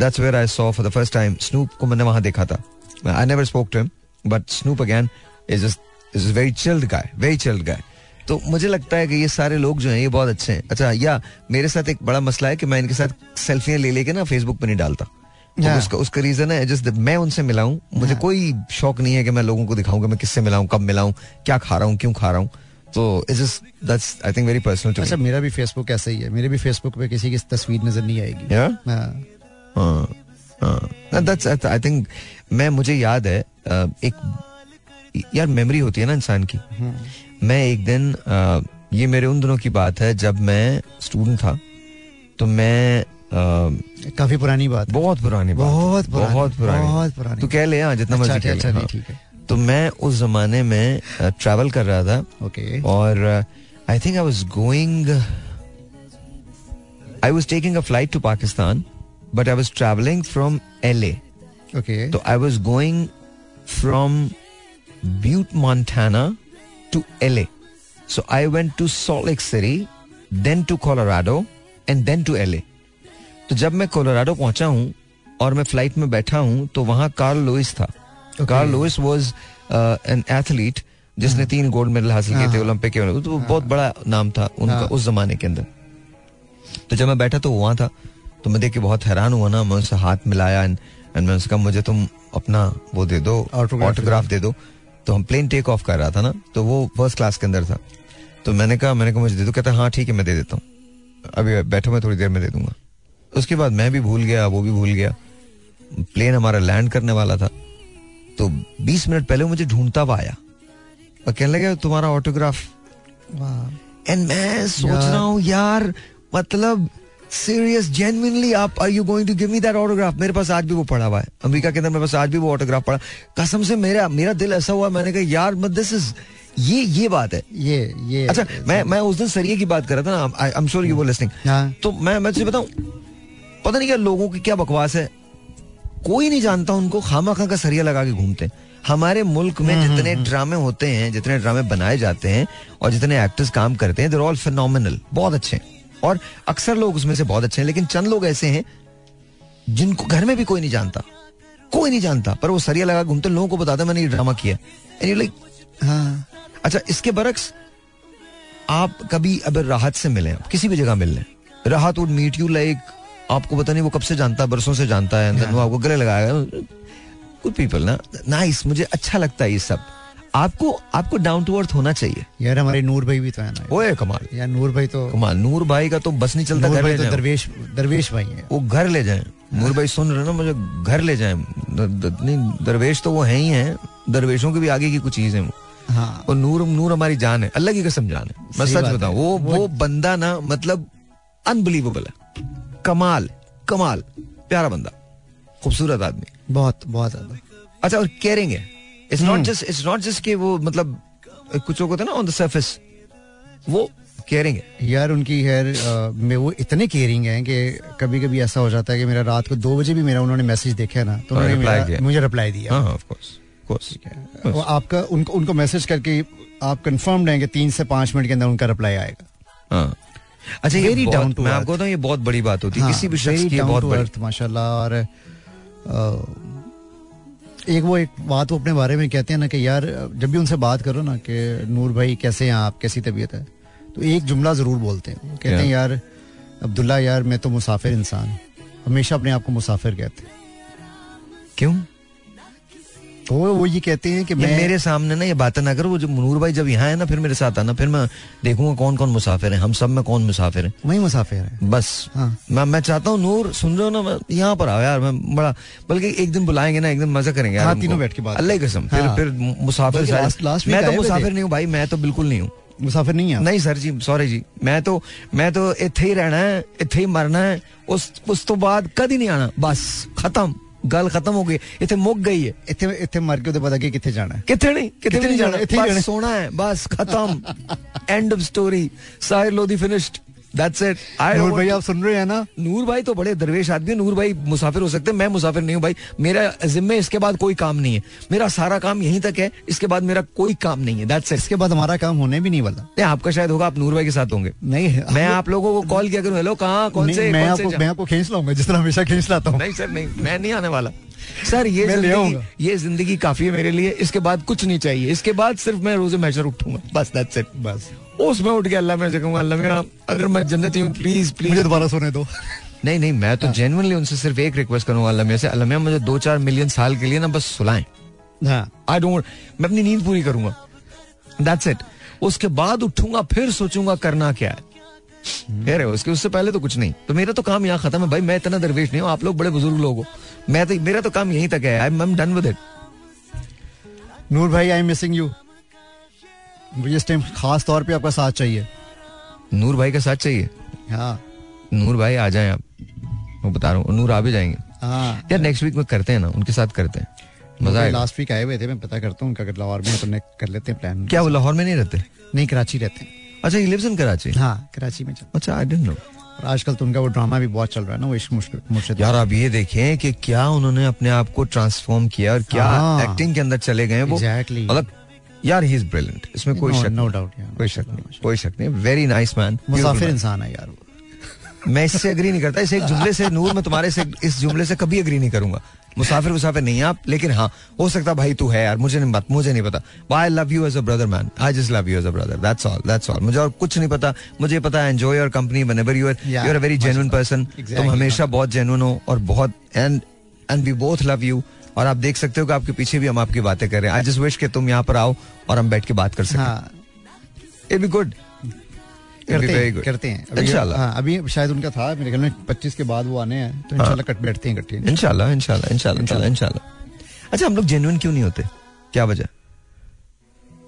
that's where I saw for the first time Snoop को मैंने वहां देखा था I never spoke to him but Snoop again is is very chilled guy very chilled guy तो मुझे लगता है कि ये सारे लोग जो हैं ये बहुत अच्छे हैं अच्छा या मेरे साथ एक बड़ा मसला है कि मैं इनके साथ सेल्फियां ले लेके ना फेसबुक पे नहीं डालता तो
हाँ।
उसका उसका रीजन है जस्ट मैं उनसे मिला हूं मुझे कोई शौक नहीं है कि मैं लोगों को दिखाऊं कि मैं किससे मिला हूं कब मिला हूं क्या खा रहा हूं क्यों खा रहा हूं तो it's just that's I think very personal to
अच्छा मेरा भी फेसबुक ऐसा ही है मेरे भी फेसबुक पे किसी की तस्वीर नजर नहीं आएगी
या
हाँ,
दैट्स आई थिंक मैं मुझे याद है अ, एक यार मेमोरी होती है ना इंसान की
हम्म।
मैं एक दिन अ, ये मेरे उन दिनों की बात है जब मैं स्टूडेंट था तो मैं अ,
काफी पुरानी बात है।
बहुत पुरानी बात है।
बहुत पुरानी,
बहुत पुरानी
बहुत पुरानी
तू कह ले हाँ जितना
अच्छा,
मर्जी कह
अच्छा,
ले
नहीं,
हाँ।
ठीक है।
तो मैं उस जमाने में ट्रैवल कर रहा था
ओके
और I think I was going I was taking a flight to Pakistan but I was travelling from LA
okay
तो I was going from Butte Montana to LA so I went to Salt Lake City then to Colorado and then to LA तो जब मैं कोलोराडो पहुंचा हूं और मैं फ्लाइट में बैठा हूं तो वहां कार्ल लुइस था Carl Lewis was an athlete uh, जिसने तीन गोल्ड मेडल हासिल किए थे ओलंपिक के तो वो बहुत बड़ा नाम था उनका उस जमाने के अंदर तो जब मैं बैठा तो वो वहां था तो मैं देख के बहुत हैरान हुआ ना मैं उससे हाथ मिलाया एंड एंड मैं उससे कहा मुझे तुम अपना वो दे दो
Autograph
ऑटोग्राफ दे दो तो हम प्लेन टेक ऑफ कर रहा था ना तो वो फर्स्ट क्लास के अंदर था तो मैंने कहा मैंने कहा मुझे दे दो कहता हाँ ठीक है मैं दे देता हूँ अभी बैठो मैं थोड़ी देर में दे दूंगा उसके बाद मैं भी भूल गया वो भी भूल गया प्लेन हमारा लैंड करने वाला था तो 20 मिनट पहले वो मुझे ढूंढता हुआ आया और कहने लगे तुम्हारा ऑटोग्राफ तो-
वाह
एंड मैं सोच
यार।
रहा हूँ यार मतलब सीरियस जेन्युइनली आप are you going to give me that autograph मेरे पास आज भी वो पड़ा हुआ है अमेरिका के अंदर मेरे पास आज भी वो ऑटोग्राफ पड़ा कसम से मेरा मेरा दिल ऐसा हुआ मैंने कहा यार मत दिस इज ये ये बात है
ये ये
अच्छा मैं मैं उस दिन सरिये की बात कर रहा था ना I am sure you were
हाँ।
लिसनिंग तो मैं मैं तुझे बताऊं पता नहीं क्या लोगों की क्या बकवास है कोई नहीं जानता उनको खामा खा का सरिया लगा के घूमते हैं हमारे मुल्क में जितने ड्रामे होते हैं जितने ड्रामे बनाए जाते हैं और जितने एक्टर्स काम करते हैं देर ऑल फिनोमिनल बहुत अच्छे हैं और अक्सर लोग उसमें से बहुत अच्छे हैं लेकिन चंद लोग ऐसे हैं जिनको घर में भी कोई नहीं जानता कोई नहीं जानता पर वो सरिया लगा के घूमते हैं, लोगों को बताते हैं, मैंने ये ड्रामा किया एंड लाइक
हाँ
अच्छा इसके बरक्स आप कभी अगर राहत से मिले आप किसी भी जगह मिल लें Rahat would meet you like आपको पता नहीं वो कब से जानता है बरसों से जानता है and then वो आपको गले लगाएगा गुड पीपल ना नाइस मुझे अच्छा लगता है ये सब आपको आपको डाउन टू अर्थ होना चाहिए
यार हमारे नूर भाई भी तो है ना
ओए कमाल
यार नूर भाई तो
कमाल नूर भाई का तो बस नहीं चलता
नूर
घर ले
भाई तो
जाए
दरवेश दरवेश भाई है
वो घर ले जाए नूर भाई सुन रहे हो ना मुझे घर ले जाए नहीं दरवेश तो वो है ही हैं दरवेशों के भी आगे की कुछ चीज है वो
हाँ
और नूर नूर हमारी जान है अल्लाह की कसम जान है मैं
सही
सच
बात
बताऊं
है।
वो वो बंदा ना मतलब अनबिलीवेबल है कमाल कमाल प्यारा बंदा खूबसूरत आदमी
बहुत बहुत ज्यादा
अच्छा और केयरिंग है it's
hmm.
Not just it's not just कि वो मतलब कुछ लोग होते हैं ना ऑन द सरफेस वो केयरिंग है
यार उनकी खैर अ, में वो इतने केयरिंग हैं कि कभी कभी ऐसा हो जाता है कि मेरा रात को दो बजे भी मेरा उन्होंने मैसेज देखा है ना तो
और
उन्होंने
हाँ, reply
मेरा-
किया।
मुझे रिप्लाई दिया
हाँ ऑफ कोर्स कोर्स
और आपका उनको उनको मैसेज करके आप कंफर्म रहेंगे तीन से पांच मिनट के अंदर उनका रिप्लाई आएगा
हाँ अच्छा ये
Very down
बहुत,
to
मैं
earth. हाँ,
आपको बताऊं ये बहुत बड़ी बात होती है किसी भी हाँ, शख्स की ये बहुत बड़ी
अर्थ माशाल्लाह और अ, एक वो एक बात वो अपने बारे में कहते हैं ना कि यार जब भी उनसे बात करो ना कि नूर भाई कैसे हैं आप कैसी तबीयत है तो एक जुमला ज़रूर बोलते हैं वो कहते हैं यार अब्दुल्ला यार मैं तो मुसाफिर इंसान हूं। हमेशा अपने आप को मुसाफिर कहते हैं
क्यों
तो वो वो ये कहते हैं कि
ये
मैं
मेरे सामने ना ये बातें ना करो वो जब नूर भाई जब यहाँ है ना फिर मेरे साथ आना फिर मैं देखूंगा कौन कौन मुसाफिर है हम सब में कौन मुसाफिर है
वही मुसाफिर है
बस
हाँ।
मैं मैं चाहता हूँ नूर सुन रहे हो ना मैं यहाँ पर आओ यार मैं बड़ा बल्कि एक दिन बुलाएंगे ना एक दिन मजा करेंगे यार
हाँ,
हमको।
तीनों बैठ के बात
अल्लाह की कसम फिर
हाँ।
फिर मुसाफिर
बल्कि
शायद-
last- last week
मैं तो
आए हुए
मुसाफिर
थे। हाँ।
नहीं हूँ भाई मैं तो बिल्कुल नहीं हूँ
मुसाफिर नहीं है आप?
नहीं सर जी सॉरी जी मैं तो मैं तो इथे ही रहना है इथे ही मरना है उस उस तो बाद कदी नहीं आना बस खत्म गल खत्म हो गई इथे मुक गई है
इतने इतने मर के उधर पता कि कितने जाना है
कितने नहीं कितने
कितने
नहीं जाना
जाना, इतने ही
बस
जाना।
सोना है बस खत्म end of story Sahir Lodhi finished that's it I
Noor भाई आप सुन रहे हैं ना
नूर भाई तो बड़े दरवेश आदमी हैं, नूर भाई मुसाफिर हो सकते हैं मैं मुसाफिर नहीं हूँ भाई मेरा जिम्मे इसके बाद कोई काम नहीं है मेरा सारा काम यहीं तक है इसके बाद मेरा कोई काम नहीं है दैट्स इट
इसके बाद हमारा काम होने भी नहीं वाला
नहीं आपका शायद होगा आप नूर भाई के साथ होंगे
नहीं
मैं आप लोगों को कॉल किया करूं हेलो कहाँ कौन
नहीं,
से
मैं
कौन से
आपको मैं
जा-"
आपको खींच लाऊंगा जिस तरह हमेशा खींच लाता हूँ
नहीं सर नहीं मैं नहीं आने वाला सर ये
मैं ले आऊंगा।
जिंदगी ये जिंदगी काफी है मेरे लिए इसके बाद कुछ नहीं चाहिए इसके बाद सिर्फ मैं रोजे मैचर उठूंगा बस दैट्स इट
बस
उसमें उठ के अल्लाह में से कहूंगा अल्लाह मेरा अगर मैं जन्नती हूँ प्लीज
मुझे
प्लीज
दोबारा सोने दो
नहीं नहीं मैं तो जेनुअनली उनसे सिर्फ एक रिक्वेस्ट करूंगा अल्लाह मियां से अल्लाह मियां मुझे दो चार मिलियन साल के लिए ना बस सुलाएं
हाँ
आई डोंट मैं अपनी नींद पूरी करूंगा दैट्स इट उसके बाद उठूंगा फिर सोचूंगा करना क्या है कह रहे हो उसके उससे पहले तो कुछ नहीं तो मेरा तो काम यहाँ खत्म है भाई मैं इतना दरवेश नहीं हूँ आप लोग बड़े बुजुर्ग लोग हो मैं तो मेरा तो काम यहीं तक है I am done with it
Noor भाई आई एम मिसिंग यू मुझे इस टाइम खास तौर पे आपका साथ चाहिए
नूर भाई का साथ चाहिए
हाँ
नूर भाई आ जाए आप मैं बता रहा हूँ नूर आ भी जाएंगे
हाँ
यार नेक्स्ट वीक में करते हैं ना उनके साथ करते हैं मजा आएगा
लास्ट वीक आए हुए थे मैं पता करता हूँ उनका अगर लाहौर में है तो ने कर लेते हैं प्लान
क्या वो लाहौर में नहीं रहते
नहीं कराची रहते हैं
अच्छा ही लिव्स इन कराची
हाँ कराची में चल
अच्छा आई डेंट नो
और आजकल तो उनका वो ड्रामा भी बहुत चल रहा है ना वो इश्क मुश्किल मुर्शिद
यार आप ये देखें कि क्या उन्होंने अपने आप को ट्रांसफॉर्म किया और क्या
हाँ।
एक्टिंग के अंदर चले गए वो
Exactly.
मतलब यार ही इज ब्रिलियंट इसमें कोई
No-
शक
no
नहीं।
doubt, yeah.
कोई शक नहीं कोई शक नहीं वेरी नाइस मैन
मुसाफिर इंसान है यार वो।
मैं इससे अग्री नहीं करता इस एक जुमले से नूर मैं तुम्हारे से इस जुमले से कभी अग्री नहीं करूंगा मुसाफिर मुसाफिर नहीं हैं आप लेकिन हाँ हो सकता है भाई तू है यार मुझे नहीं पता मुझे नहीं पता I love you as a brother man I just love you as a brother that's all that's all मुझे और कुछ नहीं पता मुझे ये पता है enjoy your company one ever you're
Yeah,
you're a very genuine person
Exactly.
तुम हमेशा बहुत जेन्यून हो और बहुत and and we both love you और आप देख सकते हो कि आपके पीछे भी हम आपकी बातें कर रहे हैं आई जस्ट विश कि तुम यहाँ पर आओ और हम बैठ के बात कर सकें
हाँ
इट बी गुड
करते हैं करते हैं अभी-
इंशाल्लाह
हाँ, अभी शायद उनका था मेरे ख्याल में पच्चीस के बाद वो आने हैं
हाँ।
तो इंशाल्लाह कट बैठते हैं इकट्ठे
इंशाल्लाह इंशाल्लाह इंशाल्लाह इंशाल्लाह इंशाल्लाह अच्छा हम लोग जेन्युइन क्यों नहीं होते क्या वजह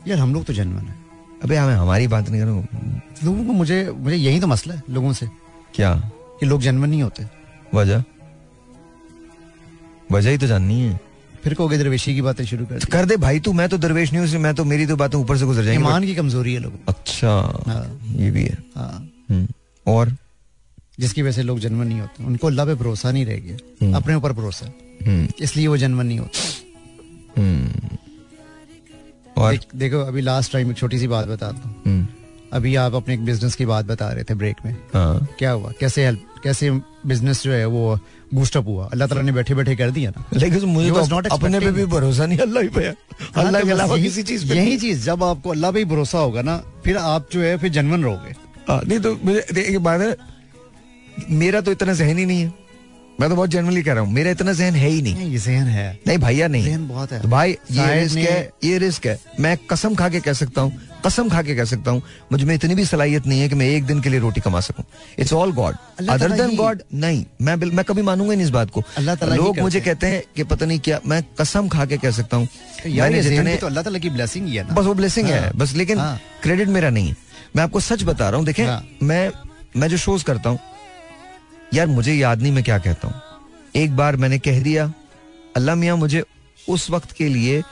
यार हम लोग तो जेनवन है
अबे हमें हमारी बात नहीं करो
लोगों को मुझे मुझे यही तो मसला है लोगों से
क्या
कि लोग जेनवन नहीं होते
वजह वजह ही तो जाननी है
फिर कहोगे दरवेशी की बातें शुरू कर दी।
कर दे भाई तू मैं तो दरवेश नहीं हूँ मैं तो मेरी तो बातें ऊपर से गुजर जाएंगी
ईमान की कमजोरी है लोगों को।
अच्छा
हाँ।
ये भी है
हाँ
हम्म, और
जिसकी वजह से लोग जन्म नहीं होते उनको अल्लाह पे भरोसा नहीं रह गया
हम्म।
अपने ऊपर भरोसा है।
हम्म,
इसलिए वो जन्म नहीं होते
हम्म, और
देख- देखो अभी लास्ट टाइम एक छोटी सी बात बताता हूँ
हम्म,
अभी आप अपने एक बिजनेस की बात बता रहे थे ब्रेक में
हाँ
क्या हुआ कैसे हेल्प कैसे बिजनेस जो है वो बूस्टअप हुआ अल्लाह ताला ने बैठे बैठे कर दिया ना
लेकिन मुझे
He
तो
was not
अप- अपने पे
expecting
भी भरोसा नहीं अल्लाह ही पे है।
हाँ,
अल्लाह
तो
के
बस
अलावा
यही-
किसी चीज पे
यही चीज जब आपको अल्लाह पे ही भरोसा होगा ना फिर आप जो है फिर जनवन रहोगे
हाँ, नहीं तो मुझे देख, एक बात है मेरा तो इतना जहन ही नहीं है मैं तो बहुत जनरली कह रहा हूँ मेरा इतना जहन है ही नहीं
नहीं, ये जहन है
नहीं भैया नहीं है।
जहन बहुत है
तो भाई ये
साहिब
रिस्क
ने-
है ये रिस्क है मैं कसम खा के कह सकता हूँ कसम खा के कह सकता हूँ मुझ में इतनी भी सलाहियत नहीं है कि मैं एक दिन के लिए रोटी कमा सकूं इट्स ऑल गॉड
अल्लाह
अदर
ताला
देन
ही-
गॉड नहीं मैं बिल- मैं कभी मानूंगा ही नहीं इस बात को
अल्लाह ताला ही
लोग
करते
मुझे
हैं।
कहते हैं कि पता नहीं क्या मैं कसम खा के कह सकता हूँ
तो यार
मैंने
ये जहन
जितने-
भी तो अल्लाह ताला की ब्लेसिंग ही है ना
बस वो ब्लेसिंग
हाँ।
है बस लेकिन
हाँ।
क्रेडिट मेरा नहीं है मैं आपको सच बता रहा हूँ देखें
हाँ।
मैं मैं जो शोज करता हूँ यार मुझे याद नहीं मैं क्या कहता हूँ एक बार मैंने कह दिया अल्लाह मियाँ मुझे उस वक्त के लिए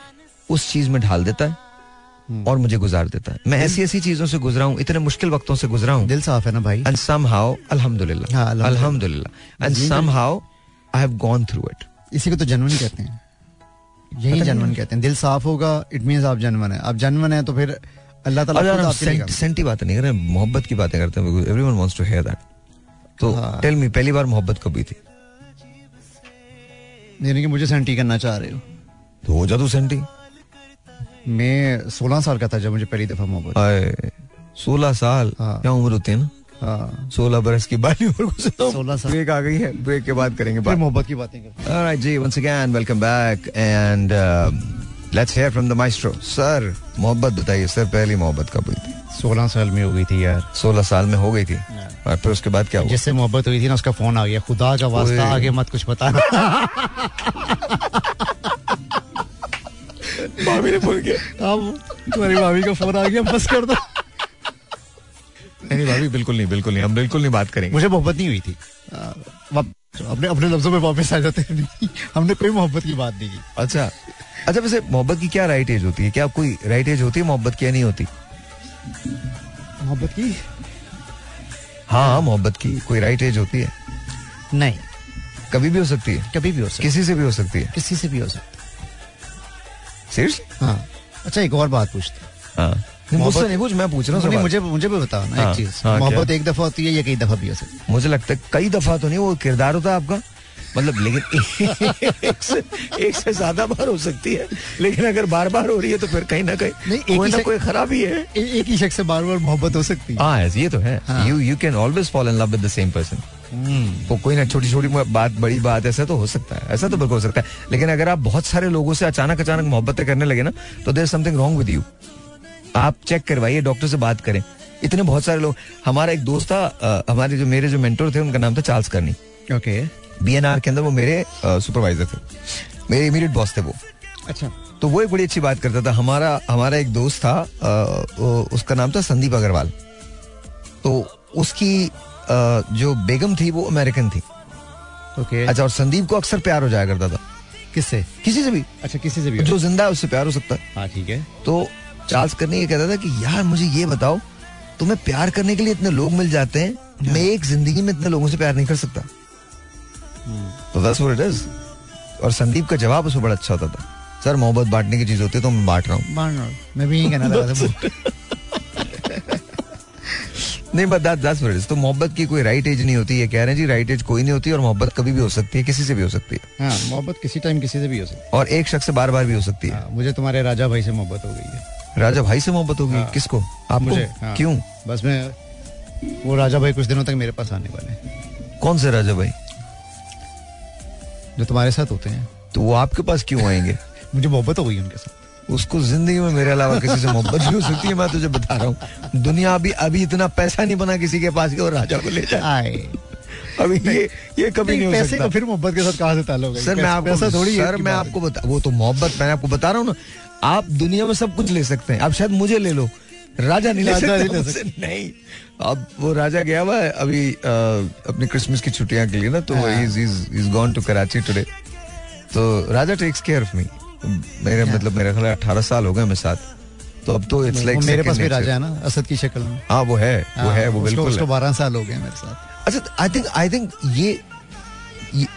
उस चीज में ढाल देता है
हम्म।
और मुझे गुजार देता है मैं ऐसी ऐसी चीजों से गुजरा हूँ इतने मुश्किल वक्तों से गुजरा हूँ
दिल साफ है ना भाई
एंड सम हाउ
हाँ,
अलहमदुल्ला
अल्हम्दुलिल्लाह।
अलहमदुल्ला and somehow I have gone through it
इसी को तो जनवन कहते हैं यही
पता नहीं।
जनवन कहते हैं दिल साफ होगा इट मींस आप जनवन है आप जनवन है तो फिर अल्लाह ताला
अब यार
खुद
हम
आपके लिए
सेंट,
काम-
सेंटी बातें नहीं कर रहे हैं, मोहब्बत की बातें करते हैं everyone wants to hear that तो
हाँ।
टेल मी पहली बार मोहब्बत कब हुई थी
यानी कि मुझे सेंटी करना चाह रहे हो
तो हो जा तू सेंटी
मैं सोलह साल का था जब मुझे पहली दफा मोहब्बत
आए सोलह साल
हाँ।
क्या उम्र होती है ना
हाँ
सोलह बरस की बाली उम्र को
16 साल।
ब्रेक आ गई है ब्रेक के बाद करेंगे
फिर
बात
मोहब्बत की बातें करते
Alright, जी once again welcome back and uh, let's hear from the maestro sir मोहब्बत बताइए सर पहली मोहब्बत कब हुई थी
सोलह साल में हो गई थी यार
सोलह साल में हो गई थी और फिर उसके बाद क्या हुआ
जिससे मोहब्बत हुई थी ना उसका फोन आ गया खुदा का वास्ता
ओए।
आगे मत कुछ बताना
भाभी ने फोन किया
अब तुम्हारी भाभी का फोन आ गया बस कर दो
नहीं भाभी बिल्कुल नहीं बिल्कुल नहीं हम बिल्कुल नहीं बात करेंगे
मुझे मोहब्बत नहीं हुई थी आ, वाप- अपने अपने लफ्जों में वापस आ जाते हैं हमने कोई मोहब्बत की बात नहीं की
अच्छा अच्छा वैसे मोहब्बत की क्या राइट एज होती है क्या कोई राइट एज होती है मोहब्बत की या नहीं होती
मोहब्बत की
हाँ हाँ मोहब्बत की कोई राइट एज होती है
नहीं
कभी भी हो सकती है
कभी भी हो सकता
किसी से भी हो सकती है
किसी से भी हो सकता
सीरियसली
हाँ अच्छा एक और बात पूछते हैं।
हाँ नहीं, मुझसे
मोहब्बत-
नहीं पूछ मैं पूछ रहा हूँ
नहीं,
सवाल।
मुझे मुझे भी बताना
हाँ,
एक चीज
हाँ,
मोहब्बत
क्या?
एक दफा होती है या कई दफा भी हो सकती है
मुझे लगता है कई दफा तो नहीं वो किरदार होता है आपका मतलब लेकिन [laughs] एक से एक से ज्यादा बार हो सकती है लेकिन अगर बार बार हो रही है तो फिर कहीं ना
नहीं,
कहीं
एक
कोई
ही
ना
से-
कोई खराबी है
ए- एक ही शख्स से बार बार मोहब्बत हो सकती है
हाँ ऐसे- ये तो है you you can always fall in love with the same person
हम्म,
वो कोई ना छोटी छोटी बात बड़ी बात ऐसा तो हो सकता है ऐसा तो बिल्कुल हो सकता है लेकिन अगर आप बहुत सारे लोगों से अचानक अचानक मोहब्बतें करने लगे ना तो there something wrong with you आप चेक करवाइए डॉक्टर से बात करें इतने बहुत सारे लोग हमारा एक दोस्त था अ, हमारे जो मेरे जो मेंटोर थे उनका नाम था चार्ल्स करनी
ओके
बीएनआर के अंदर वो मेरे सुपरवाइजर थे मेरे इमीडिएट बॉस थे वो
अच्छा
तो वो एक बड़ी अच्छी बात करता था हमारा हमारा एक दोस्त था अ, वो- उसका नाम था संदीप अग्रवाल तो उसकी अ, जो बेगम थी वो अमेरिकन थी
ओके
अच्छा और संदीप को अक्सर प्यार हो जाया करता था
किससे
किसी से भी
अच्छा किसी से भी हो
जो जिंदा है उससे प्यार हो सकता है
हाँ ठीक है
तो चार्ल्स करने ये कहता था कि यार मुझे ये बताओ तुम्हें प्यार करने के लिए इतने लोग मिल जाते हैं मैं एक जिंदगी में इतने लोगों से प्यार नहीं कर सकता
Hmm.
तो दस इट इज और संदीप का जवाब उसमें बड़ा अच्छा होता था सर मोहब्बत बांटने की चीज होती है तो मैं बांट रहा हूँ
मान लो, मैं भी यही कहना लगा था
नहीं बट दैट दैट्स व्हाट तो मोहब्बत की कोई राइट एज नहीं होती है कह रहे हैं जी राइट एज कोई नहीं होती और मोहब्बत कभी भी हो सकती है किसी से भी हो सकती है
हाँ मोहब्बत किसी टाइम किसी से भी हो सकती
और एक शख्स से बार बार भी हो सकती
है
है
हाँ, मुझे तुम्हारे राजा भाई से मोहब्बत हो गई है
राजा भाई से मोहब्बत होगी
हाँ।
किसको आपको
मुझे हाँ।
क्यों
बस मैं वो राजा भाई कुछ दिनों तक मेरे पास आने वाले हैं
कौन से राजा भाई
जो तुम्हारे साथ होते हैं
तो वो आपके पास क्यों आएंगे
मुझे मोहब्बत हो गई उनके साथ
उसको जिंदगी में मेरे अलावा किसी से मोहब्बत नहीं हो सकती है मैं तुझे बता रहा हूँ दुनिया अभी अभी इतना पैसा नहीं बना किसी के पास कि वो राजा को ले जाए
आए
अभी ये ये कभी नहीं हो
पैसे का
सकता
फिर मोहब्बत के साथ कहाँ से ताल्लुक है
सर मैं
पैसा
आपको
थोड़ी है
सर
कि
मैं
बात-
आपको बता वो तो मोहब्बत मैंने आपको बता रहा हूँ ना आप दुनिया में सब कुछ ले सकते हैं आप शायद मुझे ले लो राजा नहीं ले
राजा
सकता [laughs]
नहीं ले
मुझसे। नहीं अब वो राजा गया हुआ है अभी अ, अपनी क्रिसमस की छुट्टियां के लिए ना तो
हाँ।
Is is gone to Karachi today तो Raja takes care of me मेरे मतलब मेरे ख्याल अठारह साल हो गए मेरे साथ तो अब तो इट्स लाइक
अच्छा। वो मेरे पास भी राजा है ना असद की शक्ल में
हाँ वो है वो है वो
उसको-
बिल्कुल
उसको
है।
बारह साल हो गए मेरे साथ
अच्छा आई थिंक आई थिंक ये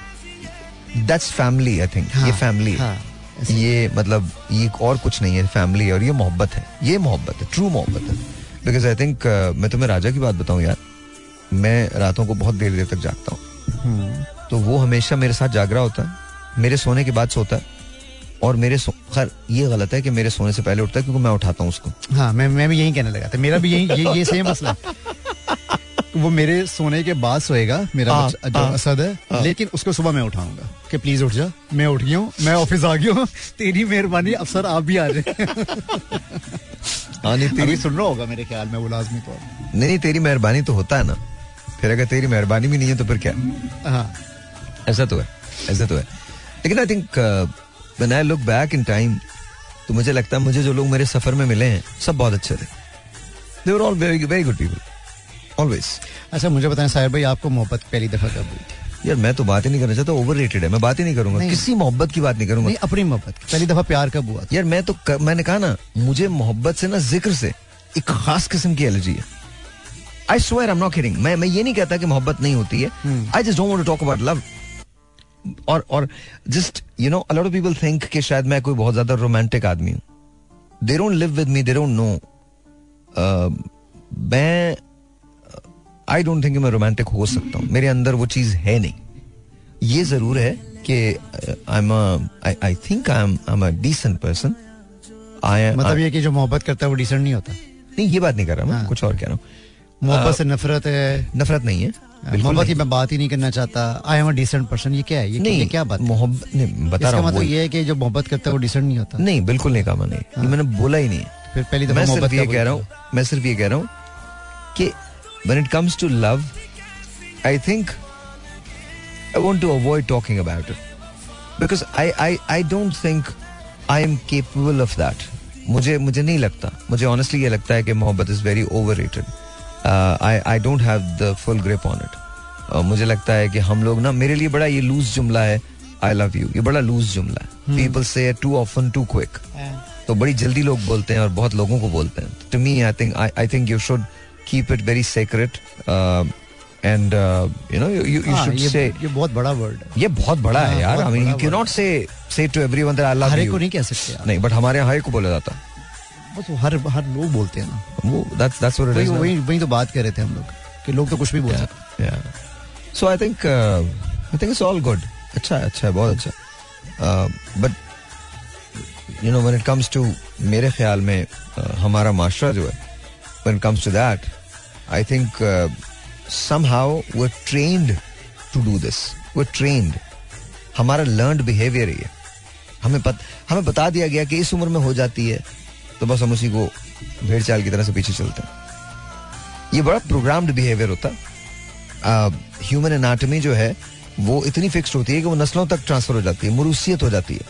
दैट्स फैमिली आई थिंक ये
हाँ,
फैमिली
हाँ, ऐसे।
ये मतलब ये और कुछ नहीं है फैमिली और ये मोहब्बत है ये मोहब्बत है ट्रू मोहब्बत है बिकॉज आई थिंक uh, मैं तुम्हें राजा की बात बताऊं यार मैं रातों को बहुत देर देर तक जागता हूँ तो वो हमेशा मेरे साथ जाग रहा होता है मेरे सोने के बाद सोता है और मेरे सो- खैर ये गलत है कि मेरे सोने से पहले उठता है क्योंकि मैं उठाता हूँ उसको
हाँ मैं मैं भी यही कहने लगा था मेरा भी यही ये, ये सेम मसला है। वो मेरे सोने के बाद सोएगा मेरा
हाँ,
बच्चा- जो
हाँ,
असद है लेकिन उसको सुबह मैं उठाऊंगा कि प्लीज उठ जा मैं उठ गया हूँ मैं ऑफिस आ गया हूँ तेरी मेहरबानी अफसर आप भी आ जाए
हाँ,
अभी सुन रहा होगा मेरे ख्याल में वो लाजमी तो। तौर पर।
नहीं नहीं तेरी मेहरबानी तो होता है ना फिर अगर तेरी मेहरबानी भी नहीं है तो फिर क्या
हाँ
ऐसा तो है ऐसा तो है लेकिन uh, I think when I look back in time तो मुझे लगता है मुझे जो लोग मेरे सफर में मिले हैं सब बहुत अच्छे थे they were all very very good people always
अच्छा मुझे बताएं साहिर भाई आपको मोहब्बत पहली दफा कब हुई थी?
यार मैं तो बात ही नहीं करना चाहता ओवर है मैं बात ही नहीं करूंगा
नहीं।
किसी मोहब्बत की बात नहीं करूंगा
नहीं अपनी मोहब्बत की। पहली दफा प्यार कब हुआ था
यार मैं तो क- मैंने कहा ना मुझे मोहब्बत से ना जिक्र से एक खास किस्म की एलर्जी है I swear I am not kidding मैं मैं ये नहीं कहता कि मोहब्बत नहीं होती है
Hmm.
I just don't want to talk about love और और just you know a lot of people think कि शायद मैं कोई बहुत ज्यादा रोमांटिक आदमी हूं they don't live with me they don't know Uh, मैं आई डोंट थिंक मैं रोमांटिक हो सकता हूँ मेरे अंदर वो चीज है नहीं ये जरूर है कि uh, I am I think I am I am a decent person I
मतलब ये कि जो मोहब्बत करता है वो डिसेंट नहीं होता
नहीं ये बात नहीं कर रहा मैं
हाँ।
कुछ और कह रहा हूँ
मोहब्बत से नफरत है
नफरत नहीं है बिल्कुल
मोहब्बत की
नहीं।
मैं बात ही नहीं करना चाहता I am a decent person ये क्या है ये ये
नहीं
क्या बात है?
मोहब्बत नहीं बता रहा
इसका
हूँ
मतलब
वही।
ये है कि जो मोहब्बत करता है वो डिसेंट नहीं होता
नहीं बिल्कुल नहीं कहा मैंने ये मैंने बोला ही नहीं है
हाँ। तो फिर पहली दफा
मैं सिर्फ
मोहब्बत
ये
कब
कह रहा
हुई?
हूँ मैं सिर्फ ये कह रहा हूँ कि when it comes to love i think i want to avoid talking about it because i i i don't think i am capable of that मुझे मुझे नहीं लगता मुझे honestly ये लगता है कि मोहब्बत is very overrated uh, i i don't have the full grip on it uh, मुझे लगता है कि हम लोग ना मेरे लिए बड़ा ये लूज जुमला है आई लव यू ये बड़ा लूज जुमला
Hmm.
है people say too often too quick तो बड़ी जल्दी लोग बोलते हैं और बहुत लोगों को बोलते हैं to me I think I think you should keep it very secret uh, and you know you you
हाँ,
शुड से
ये ये बहुत बड़ा वर्ड है
ये बहुत बड़ा है
हाँ,
यार
बहुत
आई मीन
बड़ा
you can not say say to everyone that I love
हर एक
यू
को नहीं कह सकते आप।
नहीं बट हमारे यहाँ हर एक को बोला जाता है
बस वो तो हर हर लोग बोलते हैं ना
वो दैट्स दैट्स व्हाट
वही
इट इज
वही वही तो बात कर रहे थे हम लोग कि लोग तो कुछ भी बोल सकते
या so I think I think it's all good अच्छा है अच्छा है बहुत अच्छा but you know when it comes to मेरे ख्याल में uh, हमारा माशरा जो है when comes to that I think somehow we trained to do this we trained हमारा लर्नड बिहेवियर ये हमें पत, हमें बता दिया गया कि इस उम्र में हो जाती है तो बस हम उसी को भेड़ चाल की तरह से पीछे चलते हैं ये बड़ा प्रोग्राम्ड बिहेवियर होता है ह्यूमन एनाटमी जो है वो इतनी फिक्स्ड होती है कि वो नस्लों तक ट्रांसफर हो जाती है मुरूसियत हो जाती है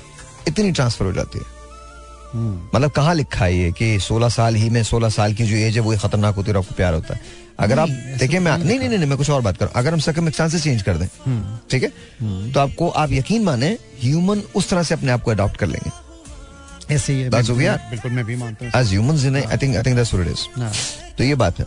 इतनी ट्रांसफर हो जाती है
हम्म।
मतलब कहाँ लिखा है ये कि 16 साल ही में 16 साल की जो एज है वो ही खतरनाक होती है और आपको प्यार होता है अगर आप देखिए मैं नहीं हम्म। नहीं नहीं नहीं, मैं कुछ और बात करूँ अगर हम सकम इकसान से चेंज कर दें ठीक है तो आपको आप यकीन माने ह्यूमन उस तरह से अपने आप को अडॉप्ट कर लेंगे
हैं ऐसे ही है
That's
बिल्कुल
what we
मैं- बिल्कुल मैं भी मानता हूँ
as human I think I think that's what it is
हाँ।
तो ये बात है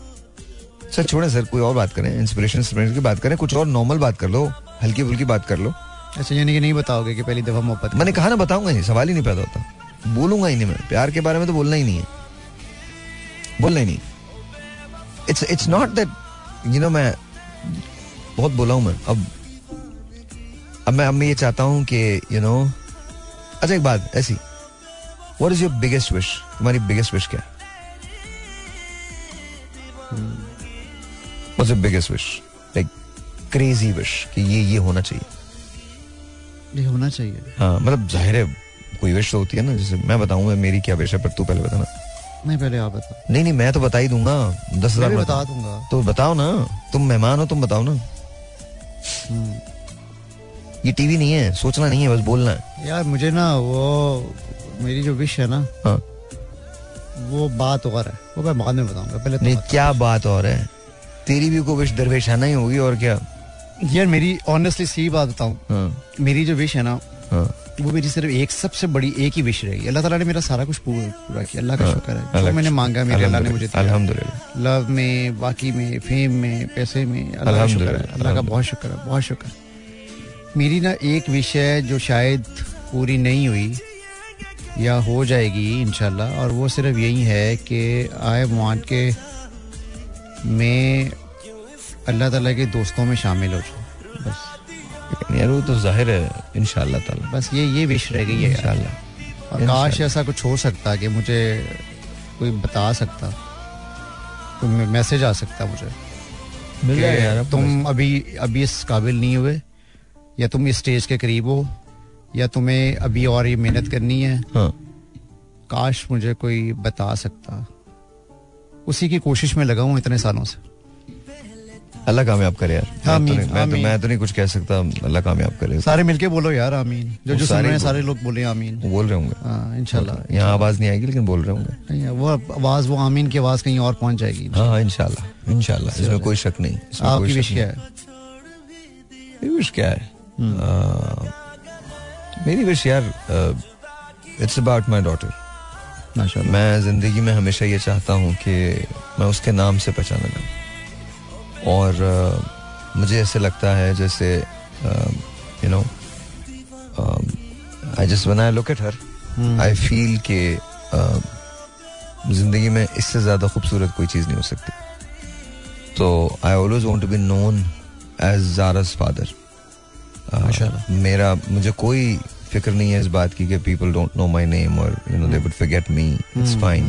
सर छोड़े सर कोई और बात करें इंस्पिरेशन की बात करें कुछ और नॉर्मल बात कर लो हल्की फुल्की बात कर लो
अच्छा यानी कि नहीं बताओगे कि पहली दफा मोहब्बत
मैंने कहा ना बताऊंगा नहीं सवाल ही नहीं पैदा होता बोलूंगा ही नहीं मैं प्यार के बारे में तो बोलना ही नहीं है बोलना ही नहीं it's it's not that you know मैं बहुत बोला हूं मैं अब अब मैं अब मैं ये चाहता हूं कि यू नो अच्छा एक बात ऐसी what is your biggest wish तुम्हारी बिगेस्ट विश क्या है what's your biggest wish like crazy wish कि ये ये होना चाहिए
ये होना चाहिए
हाँ मतलब जाहिर है कोई विश तो होती है ना जैसे मैं बताऊंगा मेरी क्या विश है पर तू पहले बताना
नहीं पहले आप बताओ
नहीं नहीं मैं तो बता ही दूंगा दस
मैं
हजार
भी
मत-
बता दूंगा
तो बताओ ना तुम मेहमान हो तुम बताओ ना
हम्म।
ये टीवी नहीं है सोचना नहीं है बस बोलना है
यार मुझे ना वो मेरी जो विश है ना
हाँ
वो बात और है वो मैं बाद में बताऊंगा पहले तो तुम
नहीं क्या बात और है तेरी भी को विश दरवेशाना ही होगी और क्या
बताओ। यार मेरी ऑनेस्टली सी बात बताऊं
हाँ
मेरी जो विश है ना
हाँ
वो मेरी सिर्फ एक सबसे बड़ी एक ही विश रहेगी अल्लाह ताला ने मेरा सारा कुछ पूरा पूरा किया अल्लाह का
हाँ,
शुक्र है जो
अल्लाह-
मैंने मांगा मेरे अल्लाह ने मुझे दिया
अल्हम्दुलिल्लाह
लव में बाकी में फेम में पैसे में अल्लाह का शुक्र है
अल्हम्दुलिल्लाह,
अल्लाह का बहुत शुक्र है बहुत शुक्र मेरी ना एक विश है जो शायद पूरी नहीं हुई या हो जाएगी इंशाल्लाह और वो सिर्फ यही है कि आई वांट के मैं अल्लाह ताला के दोस्तों में शामिल हो जाऊँ बस
लेकिन यार वो तो जाहिर है इंशाल्लाह ताला
बस ये ये विश रह गई है यार।
इंशाल्लाह
और काश ऐसा कुछ हो सकता कि मुझे कोई बता सकता कोई मैसेज आ सकता मुझे
मिल जाएगा
कि
यार अब
तुम अभी अभी इस काबिल नहीं हुए या तुम इस स्टेज के करीब हो या तुम्हें अभी और ये मेहनत करनी है
हाँ
काश मुझे कोई बता सकता उसी की कोशिश में लगा हूँ इतने सालों से
अल्लाह कामयाब करे यार मैं तो
आमीन,
नहीं- मैं तो
आमीन।
मैं तो नहीं कुछ कह सकता अल्लाह कामयाब करे
सारे मिलके बोलो यार आमीन जो
वो
जो सुन
सारे
रहे हैं
बोलो।
सारे लोग बोले आमीन
वो बोल रहे होंगे
हाँ इंशाल्लाह
यहाँ आवाज नहीं आएगी लेकिन बोल रहे होंगे
नहीं, वो आवाज वो आमीन की आवाज कहीं और पहुंच जाएगी
हाँ हाँ इंशाल्लाह इंशाल्लाह इसमें कोई शक नहीं इसमें कोई
आपकी
शक
विश
नहीं।
क्या हम्म। है
मेरी विश क्या है अ, मेरी विश यार इट्स अबाउट माय डॉटर
माशाल्लाह
अच्छा, मैं जिंदगी में हमेशा ये चाहता हूँ कि मैं उसके नाम से पहचाना जाऊँ और अ, मुझे ऐसे लगता है जैसे you know I just one I look at her I feel कि अ, जिंदगी में इससे ज़्यादा खूबसूरत कोई चीज़ नहीं हो सकती तो I always want to be known as Zara's father
माशाल्लाह।
Uh, मेरा मुझे कोई फिक्र नहीं है इस बात की कि people don't know my name और you know they would forget me it's fine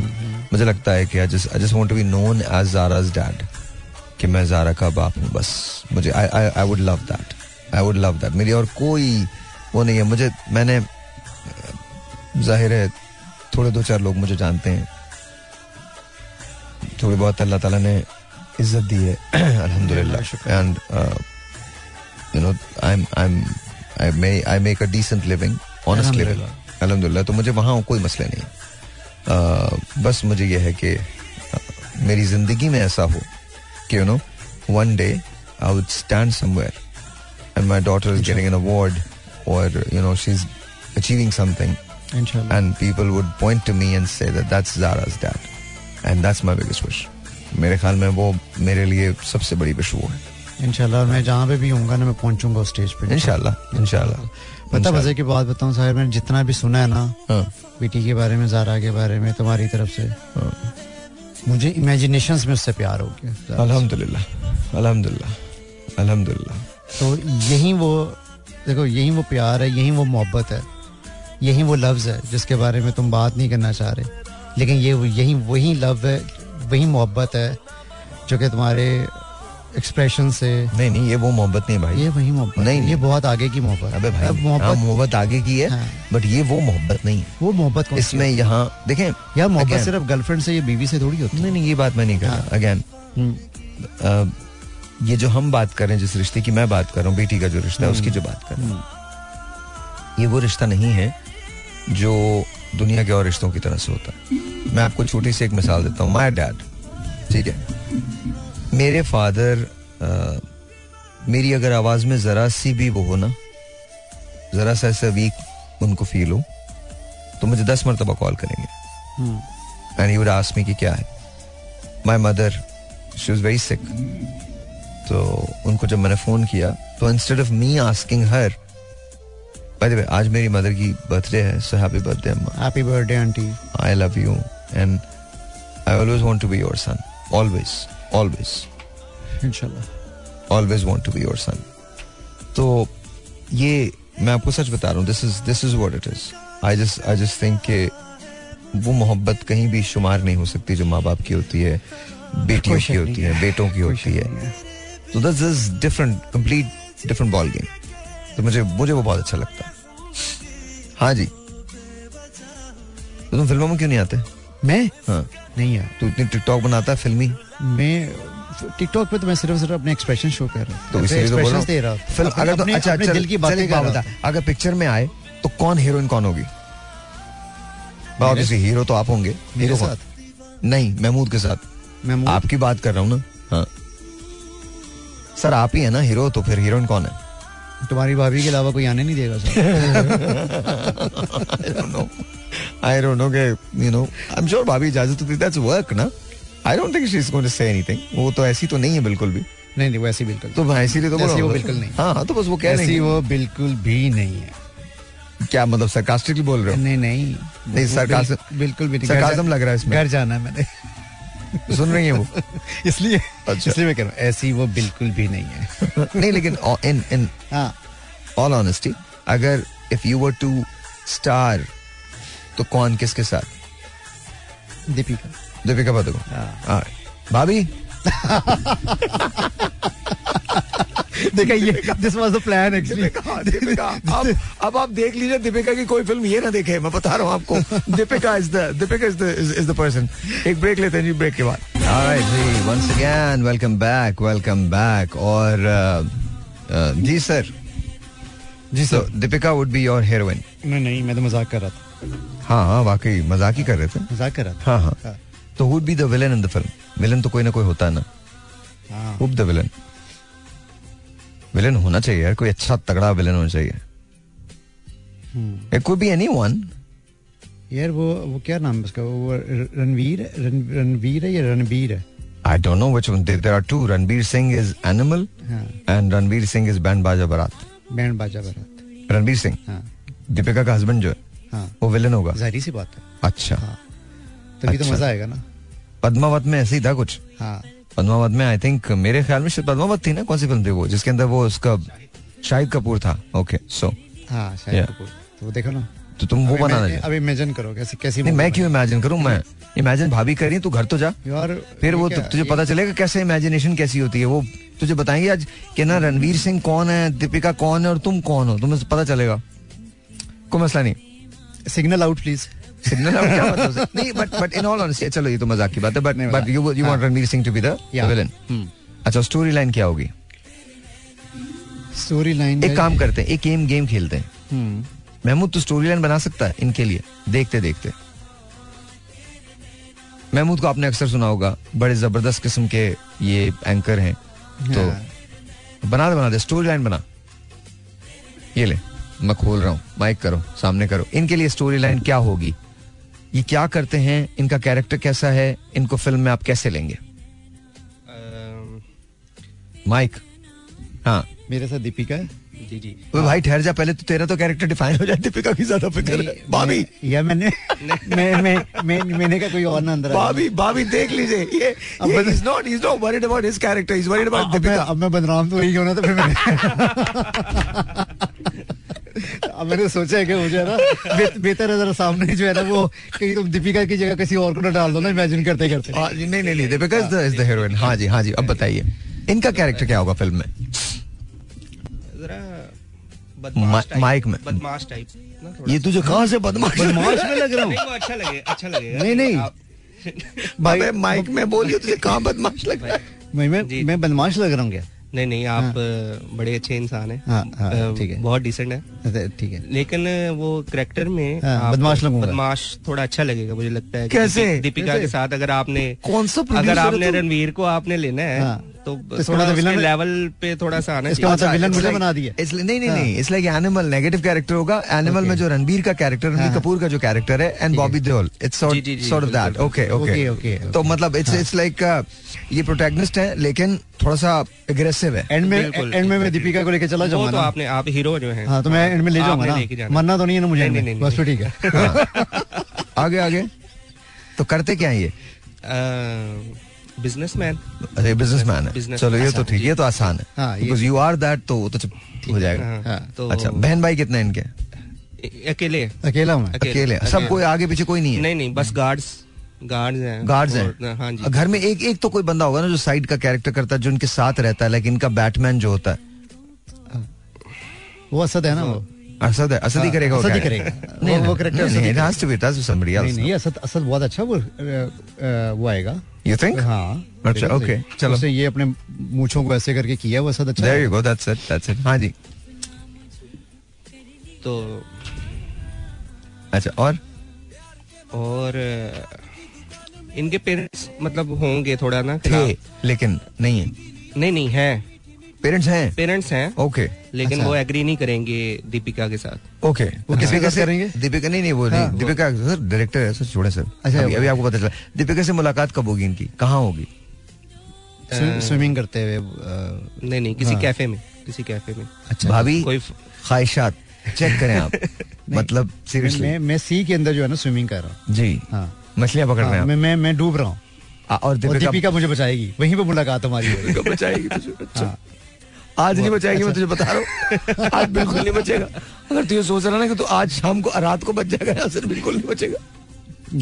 मुझे लगता है कि I just I just want to be known as Zara's dad कि मैं जारा का बाप हूँ बस मुझे I I I would love that I would love that मेरी और कोई वो नहीं है मुझे मैंने जाहिर है थोड़े दो चार लोग मुझे जानते हैं थोड़ी बहुत अल्लाह ताला ने इज्जत दी है [clears throat] अल्हम्दुलिल्लाह uh,
शुक्र।
And you know I am I am I may I make a decent living honest living अल्हम्दुलिल्लाह तो मुझे वहाँ कोई मसले नहीं है। अ, बस मुझे यह है कि अ, मेरी जिंदगी में ऐसा हो कि you know one day I would stand somewhere and my daughter is getting an award और you know she is achieving something
इंशाल्लाह
and people would point to me and say that that's Zara's dad and that's my biggest wish मेरे ख्याल में वो मेरे लिए सबसे बड़ी विश वो है
इंशाल्लाह और मैं जहाँ पे भी होऊंगा ना मैं पहुंचूंगा उस स्टेज पे
इंशाल्लाह इंशाल्लाह
पता मजे की बात बताऊं साहिर मैंने जितना भी सुना है ना
हाँ,
बेटी के बारे में जारा के बारे में तुम्हारी तरफ से
हाँ।
मुझे इमेजिनेशन में उससे प्यार हो गया जारा से।
अल्हम्दुलिल्लाह अल्हम्दुलिल्लाह अल्हम्दुलिल्लाह
तो यही वो देखो यही वो प्यार है यही वो मोहब्बत है यही वो लफ्ज़ है जिसके बारे में तुम बात नहीं करना चाह रहे लेकिन ये वो- यही वही लव है वही मोहब्बत है जो कि तुम्हारे एक्सप्रेशन से
नहीं नहीं ये वो मोहब्बत नहीं भाई
ये वही मोहब्बत
नहीं,
ये
नहीं।
बहुत आगे की मोहब्बत
अबे
अब
भाई हाँ,
मोहब्बत
मोहब्बत आगे की है
हाँ।
बट ये वो मोहब्बत नहीं है
वो मोहब्बत कौन सी
इसमें यहाँ देखें
यार मोहब्बत
again-
सिर्फ गर्लफ्रेंड से या बीवी से थोड़ी होती
नहीं नहीं ये बात मैं नहीं कर
हाँ।
रहा अगेन हम्म। ये जो हम बात कर रहे हैं जिस रिश्ते की मैं बात कर रहा हूँ बेटी का जो रिश्ता है उसकी जो बात कर रहा हूँ ये वो रिश्ता नहीं है जो दुनिया के और रिश्तों की तरह से होता है मैं आपको छोटी सी एक मिसाल देता हूँ माई डैड ठीक है मेरे फादर मेरी अगर आवाज़ में ज़रा सी भी वो हो ना ज़रा सा ऐसा वीक उनको फील हो तो मुझे दस मरतबा कॉल करेंगे
हम्म,
and he would ask me कि क्या है my mother she was very sick तो उनको जब मैंने फोन किया तो instead of me asking her by the way आज मेरी मदर की बर्थडे है सो हैप्पी बर्थडे अम्मा
happy birthday aunty
I love you and I always want to be your son always always
इंशाल्लाह
always want to be your son तो ये मैं आपको सच बता रहा हूँ this is this is what it is I just I just think कि वो मोहब्बत कहीं भी शुमार नहीं हो सकती जो माँ बाप की होती है बेटियों
कोई शक
की होती
नहीं
है बेटों की
कोई
होती
शक
है
नहीं है।
तो this is different complete different ball game तो मुझे मुझे वो बहुत अच्छा लगता है हाँ जी तो तुम फिल्मों में क्यों नहीं आते
मैं
हाँ
नहीं यार
तू इतनी टिकटॉक बनाता है फिल्मी
मैं टिकटॉक पे तो मैं सिर्फ सिर्फ अपने एक्सप्रेशन शो कर रहा हूँ
तो इसीलिए तो बोल रहा
एक्सप्रेशन
हूँ।
दे रहा हूँ
फिल्म
अपने-
अगर तो
अपने-
अच्छा
अपने
चल-
दिल की
चल
बातें
एक
कर
बात
रहा
बता अगर पिक्चर में आए तो कौन हीरोइन कौन होगी
हूँ।
ऑब्वियसली हीरो तो आप होंगे
मेरे
हीरो कौन? नहीं महमूद के साथ
महमूद
आपकी बात कर रहा हूँ ना हाँ सर आप ही है ना हीरो तो फिर हीरोइन कौन है [laughs]
तुम्हारी भाभी के अलावा कोई आने नहीं देगा sir
I don't know. I don't know. कि, You know, I'm sure भाभी इजाजत होती that's work ना. I don't think she's going to say anything. वो तो ऐसी तो नहीं है बिल्कुल भी.
नहीं नहीं वैसे बिल्कुल
तो भाई इसीलिए तो बोल
ऐसी
रहा हूँ
वो
ना।
बिल्कुल नहीं।
हाँ हाँ, तो बस वो कह रही
ऐसी
है
वो बिल्कुल भी नहीं है
क्या मतलब sarcastically बोल रहे
नहीं नहीं
नहीं,
वो
sarcasm-
बिल- बिल्कुल भी नहीं
sarcasm
घर जा-
लग रहा है इसमें।
घर जाना है मैंने [laughs]
हो सुन रही है वो
इसलिए
अच्छा।
इसलिए मैं कह रहा हूँ ऐसी वो बिल्कुल भी नहीं
[laughs]
है
नहीं लेकिन इन इन
हाँ
ऑल ऑनेस्टी अगर if you were to star तो कौन किसके साथ
दीपिका
दीपिका पादुकोण Alright. भाभी
देखा ये [laughs] this was the plan actually
Deepika अब अब आप देख लीजिए दीपिका की कोई फिल्म ये ना देखे मैं बता रहा हूँ आपको Deepika is the Deepika is the is the person एक ब्रेक लेते हैं जी ब्रेक के बाद ऑलराइट जी once again welcome back welcome back और uh, uh, जी सर
जी
so Deepika would be your heroine
नहीं नहीं मैं तो मजाक कर रहा था
हाँ हाँ वाकई मजाक ही कर रहे थे
मजाक कर रहा था
हाँ हाँ
हाँ।
तो who'd be the villain in the film villain तो कोई ना कोई होता है ना
हाँ
हुड द विलन विलन होना चाहिए यार कोई अच्छा तगड़ा विलन होना चाहिए
हम्म।
इट कुड बी एनीवन
यार वो वो क्या नाम है उसका वो र- रणवीर है? रण- रणवीर है या रणबीर है
I don't know which one. There, there are two. Ranbir Singh is Animal,
हाँ
and Ranbir Singh is Band Baja Barat.
Band बाजा बारात
रणबीर सिंह
हाँ
दीपिका का हस्बैंड जो है
हाँ
वो विलन होगा
जाहिर सी बात है
अच्छा
हाँ तभी तो
अच्छा।
मजा आएगा ना
पद्मावत में ऐसे ही था कुछ
हाँ
पद्मावत में आई थिंक मेरे ख्याल में शायद पद्मावत थी ना कौन सी फिल्म थी वो जिसके अंदर वो उसका शाहिद कपूर था ओके सो
हाँ शायद
Yeah.
कपूर। तो वो देखो ना
तो तुम वो
अब
बनाना
इमे-
चाहिए
अब इमेजिन करो कैसी कैसी
नहीं
movie
मैं क्यों इमेजिन करूं मैं इमेजिन भाभी कर रही है, तू घर तो जा
बनेगी। यार
फिर
ये
वो
क्या-
तु- तुझे
ये-
पता चलेगा कैसे इमेजिनेशन कैसी होती है वो तुझे बताएंगे आज कि ना रणवीर सिंह कौन है दीपिका कौन है और तुम कौन हो तुम्हें पता चलेगा कोई मसला नहीं
signal out please
signal out क्या मतलब से? नहीं but but in all honesty चलो ये तो मजाक की बात है बट
नहीं,
बट
मजाक। हाँ।
You you want Ranveer Singh to be the
Yeah. Hmm.
Villain अच्छा स्टोरी लाइन क्या होगी
स्टोरी लाइन
एक काम करते हैं एक गेम गेम खेलते हैं
Hmm.
महमूद तो स्टोरी लाइन बना सकता है इनके लिए देखते देखते महमूद को आपने अक्सर सुना होगा बड़े जबरदस्त किस्म के ये एंकर हैं तो बना दे बना दे स्टोरी लाइन बना ये ले मैं खोल रहा हूँ माइक करो सामने करो इनके लिए स्टोरी लाइन क्या होगी ये क्या करते हैं इनका कैरेक्टर कैसा है इनको फिल्म में आप कैसे लेंगे
Um,
माइक हाँ
मेरे साथ दीपिका है
जी जी
वो भाई ठहर जा पहले तो तेरा तो कैरेक्टर डिफाइन हो जाए [laughs] दीपिका की ज्यादा फिक्र है। भाभी
मैं- या मैंने मैं मैं मैं मैंने का कोई और ना अंदर आया।
भाभी भाभी देख लीजिए ये
अब
ये
बता-
he's not he's not worried about his character he's worried about
अब मैं
Deepika.
अब मैं बदनाम तो वही क्यों ना तो फिर मैंने अब मैंने सोचा है कि मुझे ना बे- बेहतर है जरा सामने जो है ना वो कहीं तुम दीपिका की जगह किसी और को ना डाल दो ना इमेजिन करते करते
हाँ, जी, नहीं नहीं नहीं Deepika is the is the heroine हाँ जी हाँ जी अब बताइए इनका कैरेक्टर क्या होगा फिल्म में
जरा बदमाश
मा-
टाइप-
माइक में।
बदमाश टाइप ना थोड़ा।
ये तुझे कहाँ से बदमाश
बदमाश तो में लग रहा हूँ
नहीं, वो अच्छा लगे अच्छा लगेगा
नहीं, नहीं।
आप-
[laughs] भाई माइक में बोलियो तुझे कहाँ बदमाश लग रहा है
मैं मैं
जी।
मैं बदमाश लग रहा हूँ क्या
नहीं नहीं आप अ, बड़े अच्छे इंसान हैं
हाँ, हाँ,
अ,
ठीक है।
बहुत डिसेंट है
अच्छा, ठीक है
लेकिन अ, वो करेक्टर में
हाँ,
आप-
बदमाश लगूंगा।
बदमाश थोड़ा अच्छा लगेगा मुझे लगता है कि
कैसे?
दीपि- दीपिका
कैसे?
के साथ अगर आपने
कौन सा producer
अगर
है
आपने
तू?
रणवीर को आपने लेना है
हाँ।
तो
तो इसका
थोड़ा
मतलब
उसके
villain-
लेवल पे थोड़ा सा आना
इसका
चाहिए
मतलब
तो
villain मुझे बना दिया।
इसलिए नहीं नहीं नहीं इसलिए एनिमल नेगेटिव कैरेक्टर होगा एनिमल में जो रणबीर का कैरेक्टर रणबीर कपूर का जो कैरेक्टर हाँ। है एंड बॉबी देओल इट्स
जी, जी, जी,
सॉर्ट ऑफ दैट
बिल्कुल,
ओके
Okay,
ओके
okay,
तो मतलब इट्स इट्स लाइक uh, ये प्रोटैगनिस्ट है लेकिन थोड़ा सा एग्रेसिव है
एंड में
बिल्कुल,
एंड में मैं दीपिका को लेके चला
वो
जाऊंगा
तो
ना।
आपने आप हीरो जो हैं
हाँ तो मैं एंड में ले जाऊंगा
आपने
ना
लेके जाना।
मरना तो नहीं है ना मुझे
नहीं,
end में।
नहीं, नहीं,
बस फिर ठीक है
हाँ। आगे आगे तो करते क्या है ये
बिजनेसमैन
अरे बिजनेसमैन है
Business-
चलो ये तो
आसान,
ठीक है ये तो आसान है
हाँ, ये-
बिकॉज यू आर दैट तो वो तो चुप हो जाएगा
हाँ, तो
अच्छा बहन भाई कितने हैं इनके
ए- अकेले
अकेला हूँ मैं
अकेले,
अकेले हैं। सब
अकेले।
कोई आगे पीछे कोई नहीं है
नहीं नहीं बस गार्ड्स गार्ड्स हैं
गार्ड्स
और- हाँ
हैं
जी
घर में एक एक तो कोई बंदा होगा ना जो साइड का कैरेक्टर करता है जो इनके साथ रहता है लेकिन इनका बैटमैन जो होता है
वो असद है ना वो
असद है असद ही
हाँ,
करेगा वो
असद ही
character।
करेगा।
नहीं,
वो- वो
नहीं,
character
नहीं,
असद ही
it has to be- it has to be somebody else,
नहीं नहीं असद असद बहुत अच्छा वो अ, अ, वो आएगा
no? You think?
हाँ
अच्छा,
बिल्कुल
okay,
सही।
चलो।
उसने ये अपने मूछों को ऐसे करके किया वो असद अच्छा
There
है।
you go, that's it, that's it. हाँ जी
तो
अच्छा और
और अ, इनके पेरेंट्स मतलब होंगे थोड़ा ना
थे
खिलाफ।
लेकिन नहीं है
नहीं नहीं हैं
पेरेंट्स हैं
पेरेंट्स हैं
ओके
लेकिन
अच्छा।
वो एग्री नहीं करेंगे दीपिका के साथ
ओके
वो किस
दीपिका
वजह से
से
करेंगे?
दीपिका नहीं नहीं वो
हाँ,
नहीं
वो-
दीपिका सर डायरेक्टर है सर छोड़े सर
अच्छा,
अभी,
वो-
अभी आपको पता चला दीपिका से मुलाकात कब होगी इनकी कहाँ होगी uh,
स्विम- स्विमिंग करते हुए अ,
नहीं नहीं किसी
हाँ।
कैफे में किसी कैफे में
अच्छा
भाभी
कोई फ-
ख्वाहिशात चेक करें
[laughs]
आप मतलब सीरियसली
मैं मैं सी के अंदर जो है ना स्विमिंग कर रहा हूँ
जी
हाँ
मछलियां पकड़ रहे
हाँ,
हैं
मैं मैं मैं डूब रहा हूँ
आप। और
और
दीपिका
दीपिका मुझे बचाएगी वहीं पे मुलाकात हमारी हो रही है।
दीपिका बचाएगी तुझे अच्छा।
हाँ। अच्छा।
आज नहीं बचाएगी मैं तुझे बता रहा हूँ आज बिल्कुल नहीं बचेगा अगर तुझे सोच रहा ना कि तू आज शाम को रात को बच जाएगा असर बिल्कुल नहीं बचेगा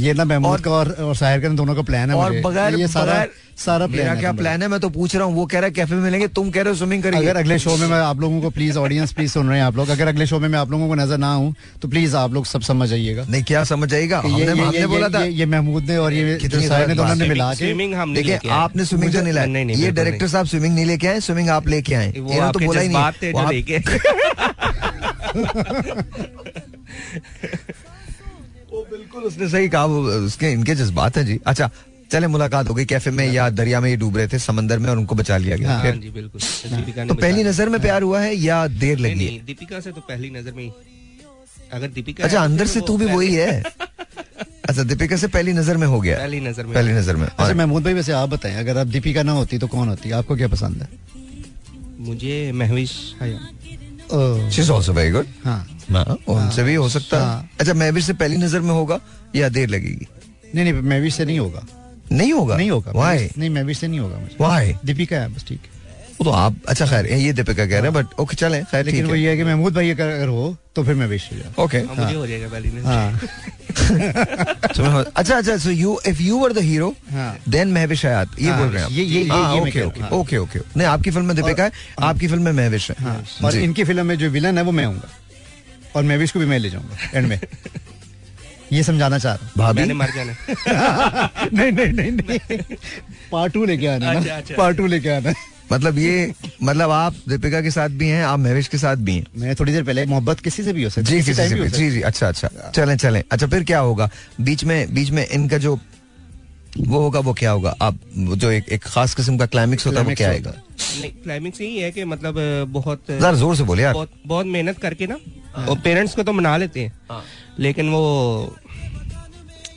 ये ना महमूद का और और साहिर का ना दोनों का प्लान है
और
मुझे। तो
बगैर
ये सारा
बगैर-
सारा प्लान
मेरा
है
क्या
तुम
प्लान है मैं तो पूछ रहा हूँ वो कह रहा है कैफे में मिलेंगे तुम कह रहे हो स्विमिंग
लोग।
करेंगे
अगर अगले शो में मैं आप लोगों को प्लीज ऑडियंस प्लीज सुन रहे हैं आप लोग अगर अगले शो में मैं आप लोगों को नजर ना हूँ तो प्लीज आप लोग सब समझ आइएगा
नहीं क्या समझ आएगा
कि ये-
हमने
ये-
हमने
ये-
बोला
ये-
था
ये- ये महमूद ने और ये
कितनी
ये साहिर ने
सारी
दोनों ने
बात-
मिला के
स्विमिंग हम नहीं
देखिए
लेके आए।
आपने स्विमिंग तो नहीं
नहीं,
लाया
नहीं,
ये
बिल्कुल
डायरेक्टर साहब स्विमिंग नहीं लेके आए स्विमिंग आप लेके आए
वो
इन्होंने तो
आपके
बोला ही
जज्बात
नहीं
थे
वो आप-
जो
हाँ।
लेके
[laughs] वो बिल्कुल उसने सही कहा वो उसके इनके जज्बात हैं जी अच्छा चले मुलाकात हो गई कैफे में या दरिया में ये डूब रहे थे समंदर में और उनको बचा लिया गया
हाँ,
फिर
हाँ जी बिल्कुल दीपिका ने
तो पहली
बताया।
नजर में प्यार हुआ है या देर
हाँ। नहीं
लगी है
नहीं दीपिका से तो पहली नजर में ही अगर दीपिका
अच्छा
है तो
अंदर
फिर
से
वो
तू भी
पहली-
वही है
[laughs]
अच्छा दीपिका से पहली नजर में हो गया
पहली नजर में
पहली नजर में
अच्छा महमूद भाई वैसे आप बताएं अगर आप दीपिका ना होती तो कौन होती आपको क्या पसंद है
मुझे महविश हाँ,
oh,
she is also very good
हाँ
उनसे भी हो सकता है
हाँ।
अच्छा महवीर से पहली नजर में होगा या देर लगेगी
नहीं नहीं मैं भी से नहीं होगा
नहीं होगा
नहीं होगा
व्हाई
नहीं मैं भी से नहीं होगा मुझे
व्हाई
दीपिका है बस ठीक है
वो तो आप अच्छा खैर ये दीपिका कह रहे हैं बट ओके चलें खैर
लेकिन
ठीक
वो
है
ये है कि महमूद भाई अगर अगर हो तो फिर मैं बेच जाऊँ
ओके [laughs]
हाँ, मुझे हो जाएगा पहली नजर
हाँ
अच्छा अच्छा so you if you were the hero
हाँ।
देन महविश हयात ये
हाँ,
बोल रहे हैं आप।
ये- ये- ये-
हाँ,
ये मैं
ओके
कह रहा
ओके
हूँ,
ओके ओके नहीं आपकी फिल्म में दीपिका है आपकी फिल्म में महविश है
हाँ, और
जी।
इनकी फिल्म में जो विलन है वो मैं हूँगा और मैं भी इसको भी मैं ले जाऊंगा एंड
[laughs]
में ये समझाना चाह रहा
भाभी
मैंने मर जाना है।
हूँ नहीं [laughs] नहीं नहीं नहीं पार्ट टू लेके आना
अच्छा,
ना
अच्छा,
पार्ट टू लेके आना
मतलब ये मतलब आप दीपिका के साथ भी हैं आप महविश के साथ भी हैं
मैं थोड़ी देर पहले मोहब्बत किसी से भी हो सकती
जी
है
किसी
time
से
भी
भी
हो
जी जी अच्छा अच्छा चलें चलें अच्छा फिर क्या होगा बीच में बीच में इनका जो वो होगा वो क्या होगा आप वो जो एक एक खास किस्म का क्लाइमेक्स होता है वो
Climax
क्या
होता
आएगा
नहीं क्लाइमेक्स यही है कि मतलब अ, बहुत
जरा जोर से बोले यार
बहुत बहुत मेहनत करके ना और पेरेंट्स को तो मना लेते हैं लेकिन वो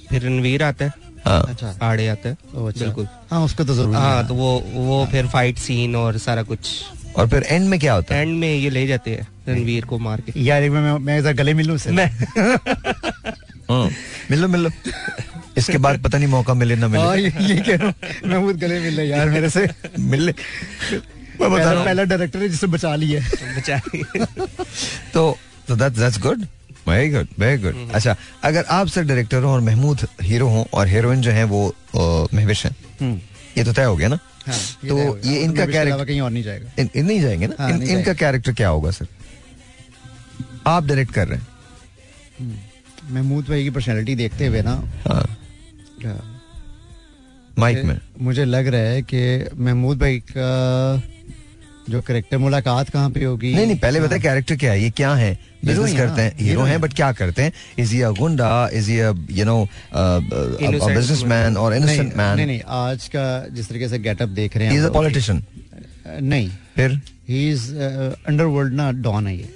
फिर रणवीर आता है
हाँ
सकता है। अच्छा
आड़े आता है
ओह, अच्छा।
बिल्कुल
हाँ उसको तो जरूर
हाँ तो वो वो फिर फाइट सीन और सारा कुछ
और फिर एंड में क्या होता है
एंड में ये ले जाते हैं रणवीर को मार के
यार एक बार मैं मैं इधर गले मिलूं उससे
मैं [laughs]
हाँ, मिल लो मिल लो इसके बाद पता नहीं मौका मिले ना
हाँ,
मिले
ये ये कह रहा हूँ महमूद गले मिल रहे यार मेरे से
मिल ले [laughs] मैं बता
पहला
रहा
पहला डायरेक्टर है जिसने बचा लिया है
बचा
हूँ तो तो that that's good very good very
हम्म।
गुड अच्छा अगर आप सर डायरेक्टर हो और महमूद हीरो हो और हीरोइन जो है वो अ, महविश है ये तो तय हो गया ना
हाँ,
तो
तय हो गया।
ये
तो
इनका
मैं इसके अलावा
character-
कहीं और नहीं जाएगा
इन, इन नहीं जाएंगे ना
हाँ,
इन,
नहीं
इनका
जाएंगे।
कैरेक्टर क्या होगा सर आप डायरेक्ट कर रहे हैं हम्म।
महमूद भाई की पर्सनैलिटी देखते हुए ना
हाँ,
हाँ,
माइक में
मुझे लग रहा है कि महमूद भाई का जो करेक्टर मुलाकात कहाँ पे होगी
नहीं नहीं पहले बताए कैरेक्टर क्या है ये क्या है बिजनेस
है
करते हैं
ना,
हीरो
हीरो
हैं
है।
बट क्या करते हैं is he a goonda is he a you know
Innocent
businessman और
नहीं,
इनोसेंट
नहीं
मैन
नहीं आज का जिस तरीके से गेटअप देख रहे हैं
इज अ
हम लोग,
पॉलिटिशियन
अ, नहीं
फिर
ही इज अंडरवर्ल्ड ना डॉन है ये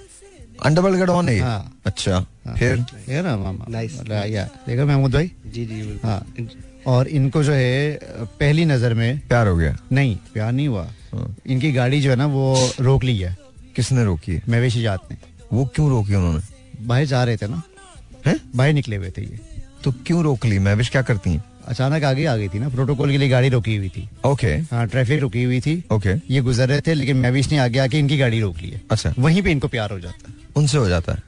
अंडरवर्ल्ड का डॉन है ये?
हाँ।
अच्छा
हाँ,
फिर
है ना मामा मतलब
Nice,
या देखा महमूद भाई
जी जी बिल्कुल।
हाँ और इनको जो है अ, पहली नजर में
प्यार हो गया
नहीं प्यार नहीं हुआ
हाँ।
इनकी गाड़ी जो है ना वो रोक ली है
किसने रोकी है
मवेशी जात ने
वो क्यों रोकी उन्होंने
बाहर जा रहे थे ना
हैं
बाहर निकले हुए थे ये
तो क्यों रोक ली महविश क्या करती हैं
अचानक आगे आ गई थी ना प्रोटोकॉल के लिए गाड़ी रोकी हुई थी
ओके
हाँ ट्रैफिक रुकी हुई थी
ओके
ये गुजर रहे थे लेकिन मैविश ने आगे आके इनकी गाड़ी रोक ली है
अच्छा
वहीं पे इनको प्यार हो जाता
उनसे हो जाता है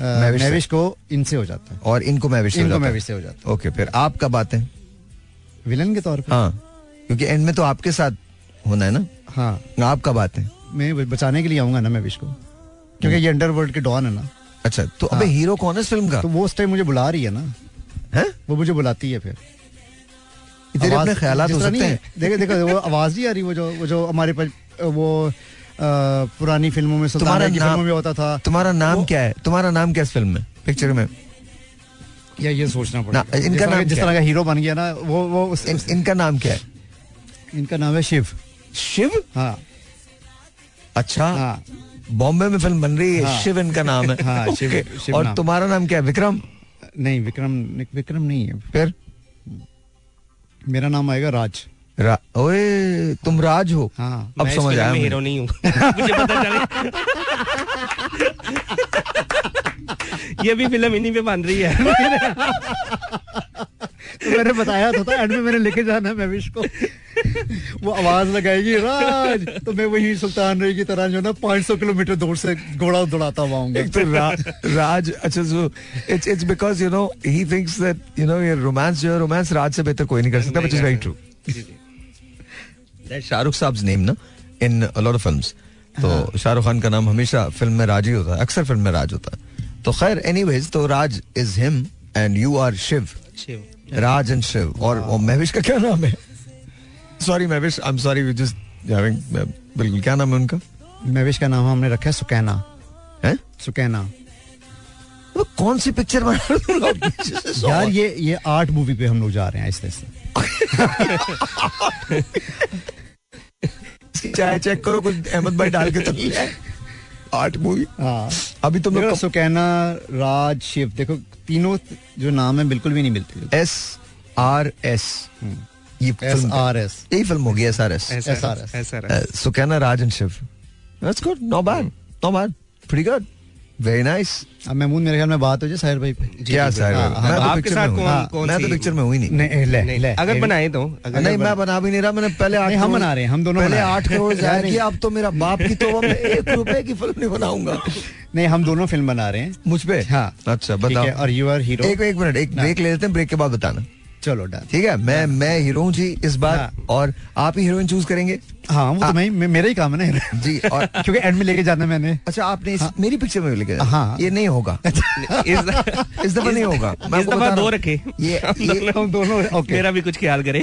है
मैविश से?
मैविश को इनसे हो जाता है
और इनको महविश से हो
इनको
जाता है।
मैविश से हो जाता
ओके फिर आप कब आते हैं
है विलन के तौर पर
हाँ क्योंकि एंड में तो आपके साथ होना है ना
हाँ
आप कब आते हैं
मैं ब- बचाने के लिए आऊंगा ना मैविश को क्योंकि ये अंडरवर्ल्ड के डॉन है ना
अच्छा तो अबे
हाँ।
हीरो कौन है इस फिल्म का
तो वो उस टाइम मुझे बुला रही है ना
हैं
वो मुझे बुलाती है फिर
तेरे
आवाज-
अपने ख्यालात
जिस
हो
तरह
सकते
नहीं
हैं
है। देखो देखो वो आवाज नहीं आ रही वो जो वो जो हमारे पास वो अ, पुरानी फिल्मों में
तुम्हारा
सुल्तान की
नाम-
फिल्मों में होता था
तुम्हारा नाम क्या है तुम्हारा नाम क्या है इस फिल्म में पिक्चर में
या ये सोचना पड़ेगा
इनका
जिस तरह
नाम
का- जिस
क्या
तरह का हीरो बन गया ना वो वो उस-
इन, इनका नाम क्या है
इनका नाम है शिव
शिव
हाँ
अच्छा
हाँ
बॉम्बे में फिल्म बन रही है
हाँ।
शिव इनका नाम है
[laughs] हाँ, शिव-
Okay.
शिव
और
नाम।
तुम्हारा नाम क्या है विक्रम
नहीं विक्रम विक्रम नहीं है
फिर
मेरा नाम आएगा राज
रा, ओए तुम राज हो
हाँ
अब
मैं इस
समझ
फिल्म
आया
में
मुझे।
हीरो नहीं हूँ मुझे पता चला ये भी फिल्म इन्हीं पे बन रही है
तो मैंने बताया तो था एंड में मैंने लेके जाना है महविश को वो आवाज लगाएगी राज तो मैं वही सुल्तान रही की तरह जो ना 500 किलोमीटर दूर से घोड़ा दौड़ाता हुआ आऊंगा
एक तो रा, राज अच्छा so it's it's because you know he thinks that you know ये रोमांस जो है रोमांस राज से बेहतर कोई नहीं कर सकता
नहीं
व्हिच इज
कर
वेरी
सकता।
ट्रू शाहरुख साहब नेम ना इन लॉट ऑफ फिल्म्स तो शाहरुख खान का नाम हमेशा फिल्म में राज ही होता है अक्सर फिल्म में राज होता है तो खैर एनीवेज तो Raj is him and you are Shiv
Shiv
Raj and Shiv और और महविश का क्या नाम है sorry Mahwish I am sorry we just बिल्कुल क्या नाम है उनका
महविश का नाम हमने रखा है सुकैना
हैं
सुकैना
वो कौन सी पिक्चर बना रहे हो तुम [laughs] लोग?
यार ये ये आर्ट मूवी पे हम लोग जा रहे हैं इससे इससे
इसकी चाय चेक करो कुछ अहमद भाई डाल के तो ले आए। आर्ट मूवी
हाँ
अभी तुम
देखो
लोग
सुकैना राज शिव देखो तीनों जो नाम है बिल्कुल भी नहीं मिलते
एस आर एस
Hmm.
ये
एस
फिल्म
आर एस
यही फिल्म होगी S R S
SRS.
SRS.
Sukaina Raj and Shiv that's good no bad
Hmm.
No bad pretty good very nice
अब महमूद मेरे ख्याल में बात हो जाए साहिर भाई पे।
क्या सर
हाँ, हाँ,
मैं तो
आपके
picture
साथ
में हूँ।
कौन-
हाँ,
कौन
मैं तो
सी-
पिक्चर में हुई नहीं
नहीं, ले,
नहीं,
ले,
अगर
ले।
बनाए तो अगर
नहीं मैं बना भी नहीं रहा मैंने पहले आठ
नहीं, हम
करोड़-
बना रहे हैं, हम दोनों
पहले
बना रहे हैं।
आठ करोड़ जाहिर
[laughs] यार,
किया अब तो मेरा बाप की तो अब मैं
[laughs]
एक रुपए की फिल्म नहीं बनाऊंगा
नहीं हम दोनों फिल्म बना रहे हैं
मुझ पे
हाँ
अच्छा
ठीक है,
बताओ
और यू आर हीरो
एक एक मिनट एक ब्रेक ले लेते हैं ब्रेक के बाद बताना
चलो डन
ठीक है मैं मैं हीरो हूँ जी इस बार
हाँ।
और आप ही हीरोइन चूज करेंगे
हाँ वो तो मैं मैं- मेरा ही काम है ना हीरो।
जी
[laughs]
और
क्योंकि एंड में लेके जाना है मैंने
अच्छा आपने इस, मेरी पिक्चर में भी लिखा है।
हाँ।
ये नहीं
[laughs]
होगा
इस
इस दफा नहीं होगा मैं
इस
आपको बता
दफा
रहा
दो
हूँ।
रखे
ये
[laughs]
ये-
हम दोनों ओके
मेरा भी कुछ ख्याल करे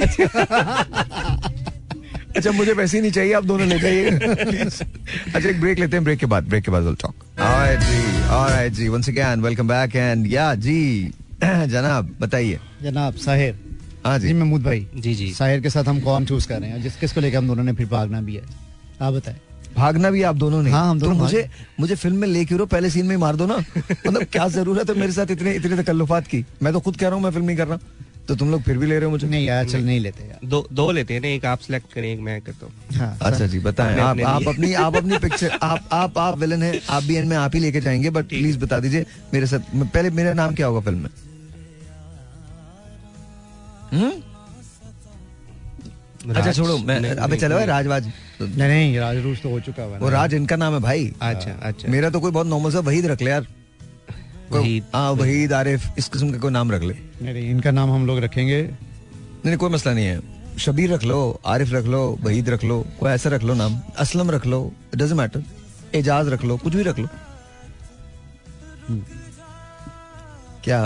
अच्छा मुझे पैसे ही नहीं चाहिए आप दोनों ले जाइएगा Please. [laughs] अच्छा एक ब्रेक लेते हैं ब्रेक के बाद ब्रेक के बाद टॉक ऑलराइट जी ऑलराइट जी once again welcome back and या जी [clears throat] जनाब बताइए
जनाब साहिर
हाँ जी
जी महमूद भाई
जी, जी।
साहिर के साथ हम कौन चूज कर रहे हैं जिस किसको लेकर हम दोनों ने फिर भागना भी है आप बताए
भागना भी आप दोनों ने
हाँ, हम दोनों
तो
भाग-
मुझे मुझे फिल्म में लेके रो पहले सीन में ही मार दो ना मतलब क्या जरूरत है मेरे साथ इतने इतने तकल्लुफात की मैं तो खुद कह रहा हूँ मैं फिल्म ही कर रहा हूँ तो तुम लोग फिर भी ले रहे हो मुझे
नहीं यार चल नहीं लेते यार
दो दो लेते हैं ना एक आप सिलेक्ट करें एक मैं करता हूँ
हाँ,
अच्छा जी बताएं
अपने-
आप
अपने
आप अपनी
लिए।
आप अपनी पिक्चर आप आप आप विलन हैं आप भी इनमें आप ही लेके जाएंगे बट प्लीज बता दीजिए मेरे साथ मैं- पहले मेरा नाम क्या होगा फिल्म में हम्म? अच्छा
राज-
छोड़ो मैं
नहीं,
अबे
नहीं,
चलो
नहीं।
ए, राजवाज
नहीं नहीं राजरूस तो हो चुका हुआ
वो राज इनका नाम है भाई
अच्छा अच्छा
मेरा तो कोई बहुत नॉर्मल सा वहीद रख ले यार कोई-
वहीद।
हाँ वहीद आरिफ इस किस्म का कोई नाम रख ले नहीं
नहीं इनका नाम हम लोग रखेंगे
नहीं कोई मसला नहीं है शबीर रख लो आरिफ रख लो वहीद रख लो कोई ऐसा रख लो नाम असलम रख लो डजेंट मैटर एजाज रख लो कुछ भी रख लो क्या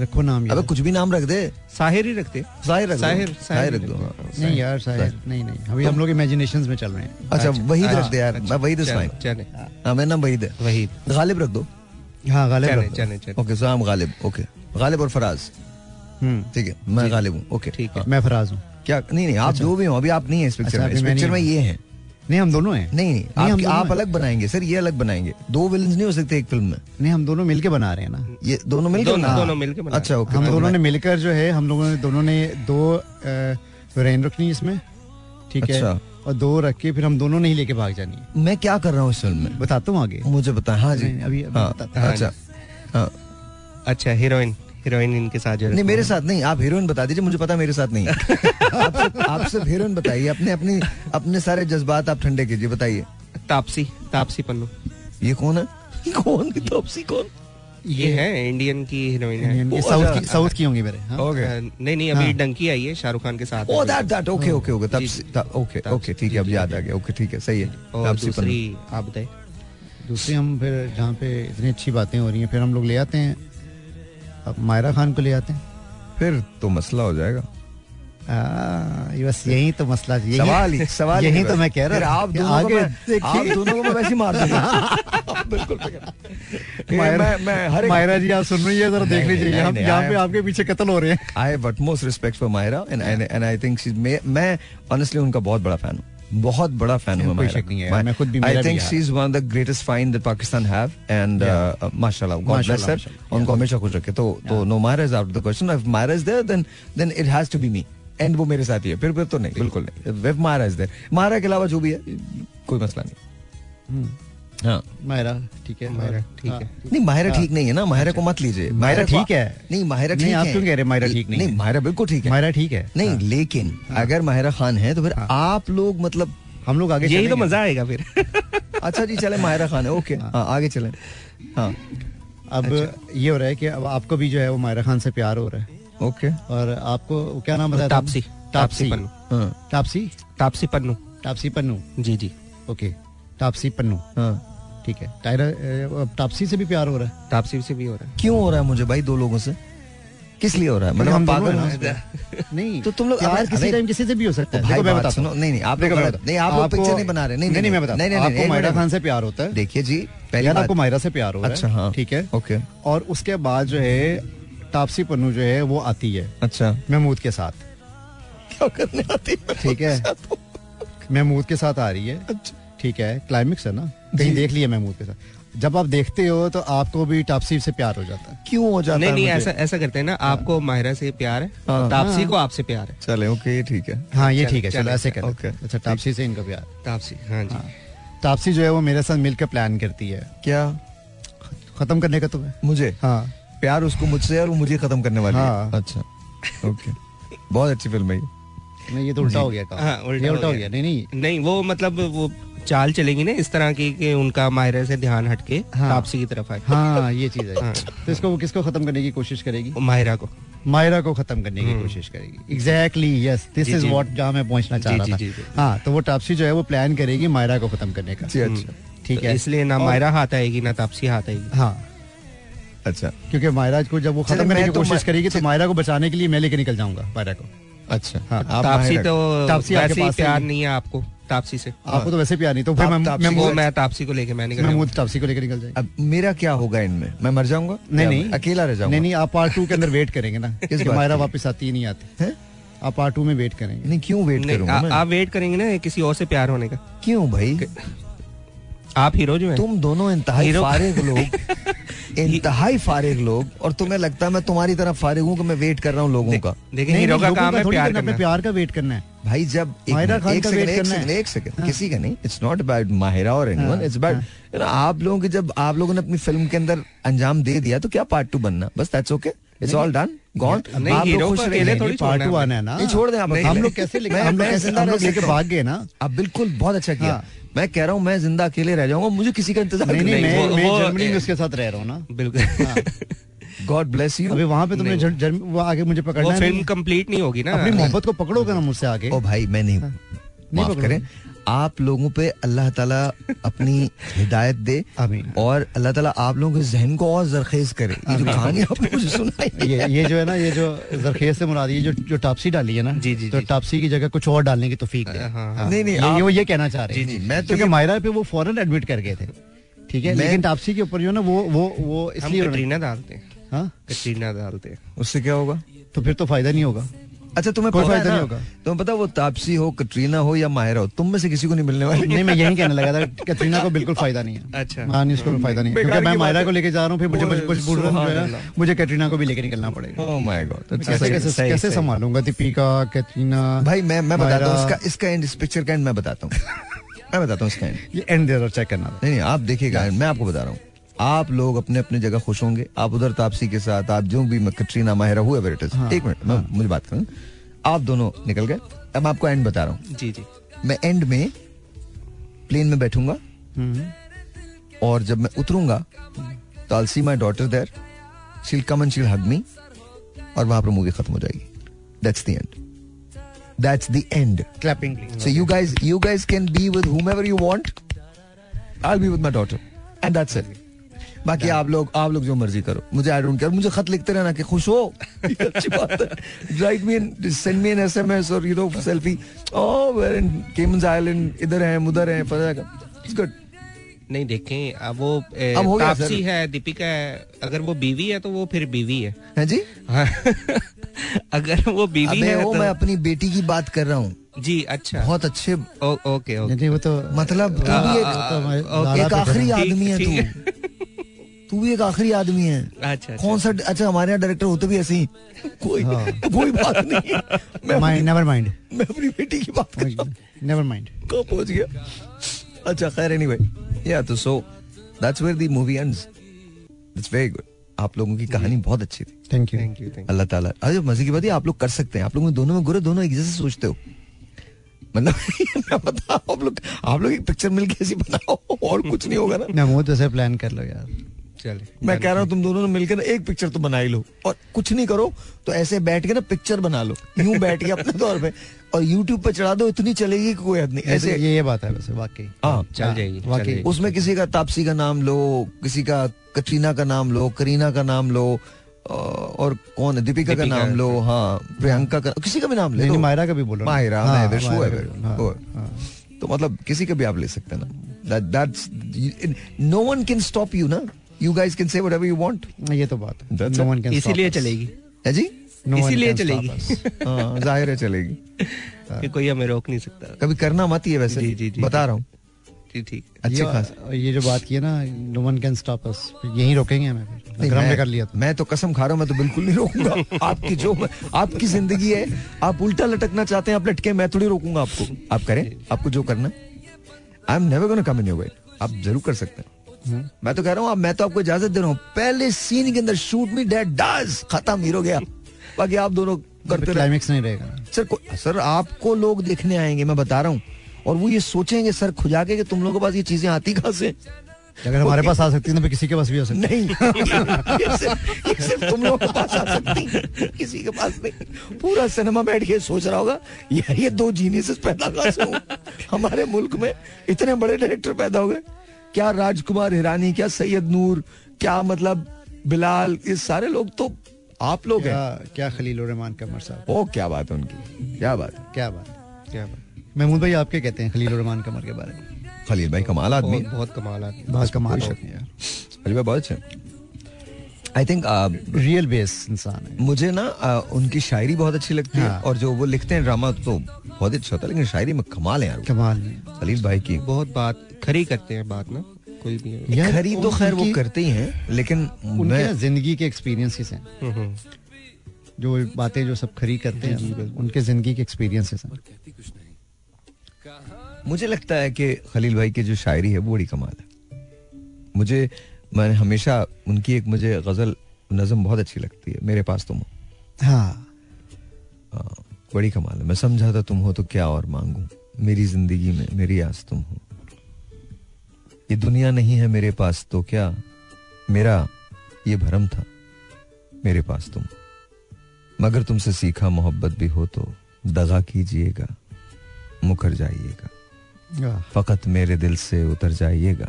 रखो नाम यार
अबे कुछ भी नाम रख दे
साहिर ही रखते हैं।
साहिर रख दो
साहिर-
साहिर
साहिर
रख दो हाँ।
नहीं यार साहिर नहीं नहीं अभी हम लोग इमेजिनेशंस में चल रहे हैं
अच्छा वहीद रख दे यार
अच्छा,
मैं वहीद इज
चले,
फाइन
चले
हाँ मेरा नाम वहीद है
वही
गालिब रख दो
हाँ गालिब
चले
रख दो।
चले चले
okay so Ghalib okay Ghalib और फराज
हम्म
ठीक है मैं गालिब हूँ ओके हाँ,
ठीक है
मैं फराज हूँ
क्या नहीं नहीं आप जो भी हो अभी आप नहीं है इस पिक्चर
अच्छा,
में इस
अभी मैं
पिक्चर में
नहीं
ये हैं
नहीं हम दोनों हैं
नहीं नहीं
हम
आप
दोनों
आप
हैं।
अलग बनाएंगे सर ये अलग बनाएंगे दो विलन नहीं हो सकते एक फिल्म में
नहीं हम दोनों मिलके बना रहे हैं ना
ये दोनों मिलकर
दोनों-
बना-
दोनों मिलके बना-
अच्छा ओके
हम
तो
दोनों
मैं-
ने मिलकर जो है हम लोगों ने दोनों ने दो अ, रेन रखनी है इसमें ठीक है
अच्छा।
और दो रख के फिर हम दोनों नहीं लेके भाग जानी है
मैं क्या कर रहा हूँ इस फिल्म में
बताता हूँ आगे
मुझे बताएं हाँ जी
नहीं, अभी- अभी
हाँ,
बताता हूँ।
अच्छा हाँ
अच्छा हीरोइन हीरोइन इनके साथ जो
नहीं
रखते
मेरे
हैं।
साथ नहीं आप हीरोइन बता दीजिए मुझे पता है मेरे साथ नहीं
[laughs]
आप सिर्फ- आप सिर्फ हीरोइन बताइए अपने अपने अपने सारे जज्बात आप ठंडे कीजिए बताइए
तापसी तापसी पन्नू
ये कौन है [laughs] कौन की तोपसी कौन
ये है इंडियन की हीरोइन है
ये
ओ,
साउथ
अच्छा।
की साउथ की होंगी मेरे हाँ?
ओके
अ, नहीं नहीं अभी
हाँ।
डंकी आई है शाहरुख खान के साथ
ओ
है।
That that okay okay okay
जी, जी।
तब तब- ओके
तब-
ओके ठीक है
जी,
अब
जी,
याद
जी।
आ गया ओके ठीक है सही है
और
तापसी
दूसरी
पन्नू।
आप बताए
दूसरी हम फिर जहाँ पे इतनी अच्छी बातें हो रही हैं फिर हम लोग ले आते हैं अब मायरा खान को ले आते हैं
फिर तो मसला हो जाएगा
आ, ये बस यही तो मसला यही [laughs]
सवाल ही सवाल ही
यही
है
तो
बस।
मैं कह रहा
फिर
हूँ
आप दोनों को
कि आगे
मैं- आप
देखिए।
दोनों को मैं वैसे ही मार दूंगा बिल्कुल मैं
मायरा
मैं हर एक
मायरा जी आप सुन रही है जरा
नहीं,
देख
नहीं,
लीजिए
नहीं,
यहाँ
नहीं,
यहाँ पे
I-
आपके पीछे कत्ल हो रहे हैं
I have utmost respect for Maira and and I think she मैं ऑनेस्टली उनका बहुत बड़ा फैन हूं बहुत बड़ा फैन हूं
कोई शक नहीं है, मैं खुद भी- मेरा
आई
भी
थिंक
है।
She is one of the greatest find that Pakistan have and माशाल्लाह गॉड ब्लेस
माशाल्लाह,
हर
माशाल्लाह,
उनको हमेशा खुश रखे तो तो no Maira is out of the question if Maira is there then then it has to be me and वो मेरे साथ ही है फिर फिर तो नहीं बिल्कुल नहीं if Maira is there Maira के अलावा जो भी है कोई मसला नहीं
हम्म।
हाँ
मायरा ठीक है
मायरा, ठीक है।
हाँ,
नहीं माहिरा ठीक नहीं है ना माहिरा को मत लीजिए माहिरा को-
ठीक है।
नहीं माहिरा
नहीं,
ठीक
आप
है।
क्यों कह रहे हैं माहिरा ठीक नहीं
नहीं
है? हाँ।
माहिरा बिल्कुल ठीक है
मायरा ठीक है
नहीं लेकिन अगर माहिरा खान है तो फिर
हाँ।
आप लोग
[laughs]
मतलब
हम लोग आगे
यही तो
चलेंगे।
मजा आएगा फिर
अच्छा जी चले माहिरा खान है ओके हाँ, आगे चले हाँ
अब
अच्छा।
ये हो रहा है कि अब आपको भी जो है वो मायरा खान से प्यार हो रहा है
ओके
और आपको क्या नाम बताया था?
तापसी।
तापसी
तापसी पन्नू।
हाँ,
तापसी
तापसी पन्नू
तापसी पन्नू
जी जी
ओके तापसी पन्नू
हाँ।
ठीक है टायरा अ, अब तापसी से भी प्यार हो रहा है
तापसी से भी हो रहा है
क्यों हो रहा है मुझे भाई दो लोगों से किस लिए हो रहा है मतलब हम
हम दोनों
पागल
हैं
हैं?
ना। नहीं
तो तुम लोग-
प्यार
अरे-
किसी
अरे-
टाइम किसी से भी हो सकता
तो
है
भाई
देखो मैं
बात
बताता
सुनो
हूँ।
नहीं नहीं आप लोग
देखो मैं
बताओ।
बताता हूँ।
नहीं आप लोग
आपको-
पिक्चर नहीं बना रहे नहीं
नहीं नहीं मैं बताता
नहीं
हूँ।
नहीं,
आपको
एक
मायरा
मिनट।
खान से प्यार होता है
देखिए जी पहले
यार आपको मायरा से प्यार हो रहा है
अच्छा, हाँ।
ठीक है
ओके।
और उसके बाद जो है तापसी पन्नू जो है वो आती है
अच्छा
महमूद के साथ
क्या करने आती है
ठीक है महमूद के साथ आ रही है ठीक है क्लाइमेक्स है ना कहीं देख लिया महमूद के साथ जब आप देखते हो तो आपको भी तापसी से प्यार हो जाता है
क्यों हो जाता
नहीं
है
नहीं
मुझे?
ऐसा ऐसा करते हैं ना आपको माहिरा से प्यार है और तापसी को आपसे प्यार है
चले ओके ये ठीक है
हाँ ये
चले-
ठीक है चलो
चले,
ऐसे कर
ओके।
अच्छा तापसी से इनका प्यार
तापसी हाँ जी
तापसी जो है वो मेरे साथ मिलकर प्लान करती है
क्या
खत्म करने का तुम्हें
मुझे
हाँ
प्यार उसको मुझसे है और वो मुझे खत्म करने वाली
हाँ।
है अच्छा ओके बहुत अच्छी फिल्म है ये।
नहीं ये तो उल्टा हो गया काम
हाँ,
ये उल्टा हो गया नहीं नहीं
नहीं वो मतलब वो चाल चलेगी ना इस तरह की कि उनका माहिरा से ध्यान हटके
हाँ।
तापसी की तरफ आए
हाँ ये चीज है
हाँ।
तो इसको वो किसको खत्म करने की कोशिश करेगी
माहिरा को
मायरा को खत्म करने की कोशिश करेगी एग्जैक्टली यस दिस
जी,
इज
जी।
व्हाट जहाँ मैं पहुंचना चाह
जी,
रहा
जी,
था
जी, जी।
हाँ तो वो तापसी जो है वो प्लान करेगी मायरा को खत्म करने का
जी अच्छा
ठीक
तो
है
इसलिए ना माहिरा हाथ आएगी ना तापसी हाथ आएगी
हाँ
अच्छा
क्योंकि मायरा को जब वो
चलो,
खत्म करने
मैं
की
तो
कोशिश
मा-
करेगी तो मायरा को बचाने के लिए मैं लेके निकल जाऊंगा मायरा को
अच्छा
हाँ,
आप
तापसी
माहिरा-
तो
तापसी आपके
वैसे ही
पास
प्यार
है।
नहीं है आपको तापसी से
आपको तो वैसे प्यार नहीं तो फिर
आप
मैं
तापसी
मैं-
को-
वो मैं तापसी को लेके मैं नहीं
मैं
कर
मुझ तापसी को लेकर निकल जाएंगे
अब मेरा क्या होगा इनमें मैं मर जाऊंगा
नहीं
क्या
नहीं
मैं अकेला रह जाऊंगा
नहीं नहीं आप पार्ट टू के अंदर वेट करेंगे ना
किस
कि
बात
मायरा
की?
वापस आती ही नहीं आती
हैं?
आप पार्ट टू में वेट करेंगे
नहीं क्यों वेट
नहीं,
करूंगा
आ-
मैं
आप वेट करेंगे ना किसी और से प्यार होने का
क्यों भाई
आप हीरो जो है
तुम दोनों इंतहाई
हीरो-
फारिग लोग इंतहाई फारिग लोग और तुम्हें लगता है मैं तुम्हारी तरह फारिग हूँ कि मैं वेट कर रहा हूँ लोगों का
देखिए हीरो का
लोगों
काम है
थोड़ी
प्यार
करना, अपने
करना
प्यार का वेट करना है
भाई जब एक
माहिरा
मिनट,
खान
एक
का
सेकंड
वेट
एक
करना
सेकंड
है। हाँ।
एक सेकंड किसी का नहीं इट्स नॉट अबाउट माहिरा और एनीवन इट्स अबाउट आप लोगों के जब आप लोगों ने अपनी फिल्म के अंदर अंजाम दे दिया तो क्या पार्ट टू बनना बस that's okay it's all done gone
नहीं, हीरो पर अकेले थोड़ी
पार्ट
छोड़ना
टू
है।
आना है ना
नहीं, छोड़ दें आप
हम
अकेले।
लोग कैसे लेके
मैं-
हम लोग
मैं
कैसे
जिंदा
हम
रह
लोग लेके
सकता हूं।
भाग गए ना
आप बिल्कुल बहुत अच्छा किया
हाँ।
मैं कह रहा हूँ मैं जिंदा अकेले रह जाऊंगा मुझे किसी का इंतजार
नहीं नहीं
नहीं,
मैं
वो-
मैं
वो-
जर्मनी में उसके साथ रह रहा हूँ ना
बिल्कुल
गॉड ब्लेस यू
अभी वहाँ पे तुमने जर- जर्म- वो आगे मुझे पकड़ना
वो
है
फिल्म
नहीं।
कंप्लीट नहीं होगी ना
अपनी मोहब्बत को पकड़ोगे ना मुझसे आगे
ओ भाई मैं नहीं माफ
हाँ। पकड़ो।
करें आप लोगों पे अल्लाह ताला अपनी हिदायत दे
आमीन।
और अल्लाह ताला आप लोगों के जहन को और जरखेज करे ये जो कहानी आपने मुझे सुनाई
ये ये जो है ना ये जो जरखेज से मुराद ये जो जो टापसी डाली है ना
जी, जी,
तो
जी।
टापसी की जगह कुछ और डालने की तौफीक दे
हाँ, हाँ।
नहीं, नहीं,
ये-
आप-
ये वो ये कहना चाह रहे
जी,
हैं
जी, मैं तो
क्योंकि
ये-
मायरा पे वो फॉरन एडमिट कर गए थे ठीक है
मैं-
लेकिन टापसी के ऊपर जो है ना वो वो वो
हम
इसलिए उन्होंने-
कटरीना डालते हैं
हाँ
कटरीना डालते हैं
उससे क्या होगा
तो फिर तो फायदा नहीं होगा
अच्छा तुम्हें
कोई
पता है
फायदा
ना,
नहीं होगा।
तुम्हें पता है वो तापसी हो कटरीना हो या माहिरा हो तुम में से किसी को नहीं मिलने वाली
नहीं मैं यही कहने लगा था कतरीना को बिल्कुल फायदा नहीं है
अच्छा।
हाँ नहीं उसको भी फायदा नहीं है
बेकार
क्योंकि मैं
की
मायरा
बात
को लेके जा रहा हूँ फिर मुझे
ओए,
मजबूरन जो है ना,
सुभान
मुझे कटरीना को भी लेके निकलना पड़ेगा
ओह माय गॉड
कैसे कैसे
अच्छा, सही,
कैसे
सही।
संभालूंगा दीपिका कटरीना
अच्छा, भाई मैं मैं बताता हूँ
मायरा।
इसका इसका एंड इस पिक्चर का एंड मैं बताता हूँ मैं बताता हूँ इसका एंड
ये एंड दे चेक करना
नहीं नहीं आप देखिएगा मैं आपको बता रहा हूँ आप लोग अपने अपने जगह खुश होंगे आप उधर तापसी के साथ आप जो भी मैं- कटरीना माहिरा हुए it is
हाँ।
एक मिनट मैं मुझे बात करूँ आप दोनों निकल गए अब मैं आपको एंड बता रहा हूँ
जी जी
मैं एंड में प्लेन में बैठूंगा
हम्म।
और जब मैं उतरूंगा तो आई सी माई डॉटर देर शील कम एंड शील हग मी और वहां पर मूवी खत्म हो जाएगी that's the end that's the end
clapping
So
हाँ।
you guys, you guys can be with whomever you want. I'll be with my daughter, and that's it. बाकी आप लोग आप लोग जो मर्जी करो मुझे आई डोंट केयर मुझे खत लिखते रहना कि खुश हो ये अच्छी बात है write me an send me an SMS और यू नो सेल्फी ओ वेयर इन केमन्स आइलैंड इधर हैं उधर हैं फर्क इट्स गुड
नहीं देखें अब वो ए,
अब हो गया,
तापसी है दीपिका है अगर वो बीवी है तो वो फिर बीवी है
हैं जी
हाँ। [laughs] अगर वो बीवी
अबे
है
वो
तो
मैं अपनी बेटी की बात कर रहा हूँ
जी अच्छा
बहुत अच्छे
ओ, ओके ओके
नहीं वो तो
मतलब तू भी एक-
वो तो हमारे
ओके,
दादा
एक
पे
आखिरी
करें।
आदमी है
ठीक
तू तू भी एक आखिरी आदमी है
अच्छा अच्छा
कौन सा अच्छा हमारे यहाँ डायरेक्टर होते भी ऐसे ही कोई कोई बात नहीं मैं
माइंड नेवर
[laughs]
माइंड
मैं अपनी बेटी की बात कर रहा हूँ
नेवर माइंड
कब पहुंच गया अच्छा खैर एनीवे या तो so that's where the movie ends it's very good आप लोगों की कहानी बहुत अच्छी थी
thank you
thank you thank
अल्लाह ताला अरे मजे की बात है आप लोग कर सकते हैं आप लोग में दोनों में गुरु दोनों एक जैसे सोचते हो मतलब [laughs] मैं बताओ आप लोग आप लोग एक पिक्चर मिलके ऐसी बनाओ और कुछ नहीं होगा ना
महमूद वैसे प्लान तो कर लो यार
यू चले
मैं कह रहा हूँ तुम दोनों ने मिलकर ना एक पिक्चर तो बना ही लो और कुछ नहीं करो तो ऐसे बैठ के ना पिक्चर बना लो यूं बैठ के अपने तौर पे और YouTube पे चढ़ा दो इतनी चलेगी कि कोई हद नहीं
ऐसे
ऐसे
तो ये ये बात है वैसे वाकई
हाँ
चल जाएगी चल
वाकई।
जाएगी।
उसमें किसी का तापसी का नाम लो किसी का कटरीना का नाम लो करीना का नाम लो अ, और कौन है दीपिका का
दीपिका।
नाम लो हाँ प्रियंका का किसी का भी नाम ले
नहीं
लो
नहीं, मायरा का भी बोलो ना।
मायरा
हाँ,
मायरा,
मायरा
whoever,
का भी बोलो, हाँ,
whoever.
हाँ।
तो मतलब किसी का भी आप ले सकते हैं ना that's no one can stop you ना you guys can say whatever you want
नहीं, ये तो बात है
That's
No
it.
one can stop
इसीलिए
us.
चलेगी
है
[laughs]
जी
No one
इसीलिए
can stop
चलेगी।
us.
हाँ, जाहिर है चलेगी
कि कोई हमें रोक नहीं सकता
कभी करना मत ये वैसे
जी, जी, जी।
बता रहा हूँ
जी ठीक है।
अच्छे
ये-
खास
ये जो बात की है ना no one can stop us यही रोकेंगे हमें
हाँ,
फिर। अगर हमने कर लिया तो
मैं तो कसम खा रहा हूँ मैं तो बिल्कुल नहीं रोकूंगा आपकी जो आपकी जिंदगी है आप उल्टा लटकना चाहते हैं आप लटके मैं थोड़ी रोकूंगा आपको आप करें आपको जो करना I am never gonna come in your way आप जरूर कर सकते
हम्म।
हैं मैं तो कह रहा हूँ आप मैं तो आपको इजाजत दे रहा हूँ पहले सीन के अंदर शूट मी डेट डज खत्म हीरो गया बाकी आप दोनों करते रहे
क्लाइमेक्स नहीं रहेगा ना।
सर को, सर आपको लोग देखने आएंगे मैं बता रहा हूँ और वो ये सोचेंगे सर खुजा के कि तुम लोगों के पास ये चीजें आती कहाँ से हैं?
अगर हमारे पास आ सकती है तो फिर किसी के पास भी आ सकती
नहीं [laughs] ये सिर्फ ये सिर्फ तुम लोगों के पास आ सकती है, किसी के पास नहीं पूरा सिनेमा बैठ के सोच रहा होगा यार ये दो जीनियस पैदा कहाँ से हुए? हमारे मुल्क में इतने बड़े डायरेक्टर पैदा हो गए क्या राजकुमार हिरानी क्या सैयद नूर क्या मतलब बिलाल ये सारे लोग तो आप लोग
क्या
हैं
क्या खलील रहमान कमर साहब
ओ क्या बात है उनकी क्या बात है
क्या बात है।
क्या बात
महमूद भाई आप क्या कहते हैं खलील रहमान कमर के बारे में
खलील भाई कमाल आदमी
बहुत बहुत कमाल आदमी
बहुत कमाल
कोई शक नहीं खलील भाई बहुत अच्छे आई थिंक
रियल बेस इंसान है
uh, मुझे ना अ, उनकी शायरी बहुत अच्छी लगती है
हाँ।
और जो वो लिखते हैं ड्रामा तो बहुत ही अच्छा होता है लेकिन शायरी में कमाल है यार वो।
कमाल है।
खलील भाई की
बहुत बात खरी करते हैं बात ना कोई भी हो।
यार,
खरी तो खैर वो
उनकी-
करते ही हैं लेकिन
उनके ना
मैं
जिंदगी के एक्सपीरियंसेस हैं
हम्म, हम्म।
जो बातें जो सब खरी करते हैं उनके जिंदगी के एक्सपीरियंसेस हैं
मुझे लगता है कि खलील भाई की जो शायरी है वो बड़ी कमाल है मुझे मैंने हमेशा उनकी एक मुझे गजल नज़म बहुत अच्छी लगती है मेरे पास तो तुम हो
हाँ
आ, बड़ी कमाल है मैं समझा था तुम हो तो क्या और मांगू मेरी जिंदगी में मेरी आस तुम हो ये दुनिया नहीं है मेरे पास तो क्या मेरा ये भरम था मेरे पास तुम मगर तुमसे सीखा मोहब्बत भी हो तो दगा कीजिएगा मुकर जाइएगा
वाह,
फकत मेरे दिल से उतर जाइएगा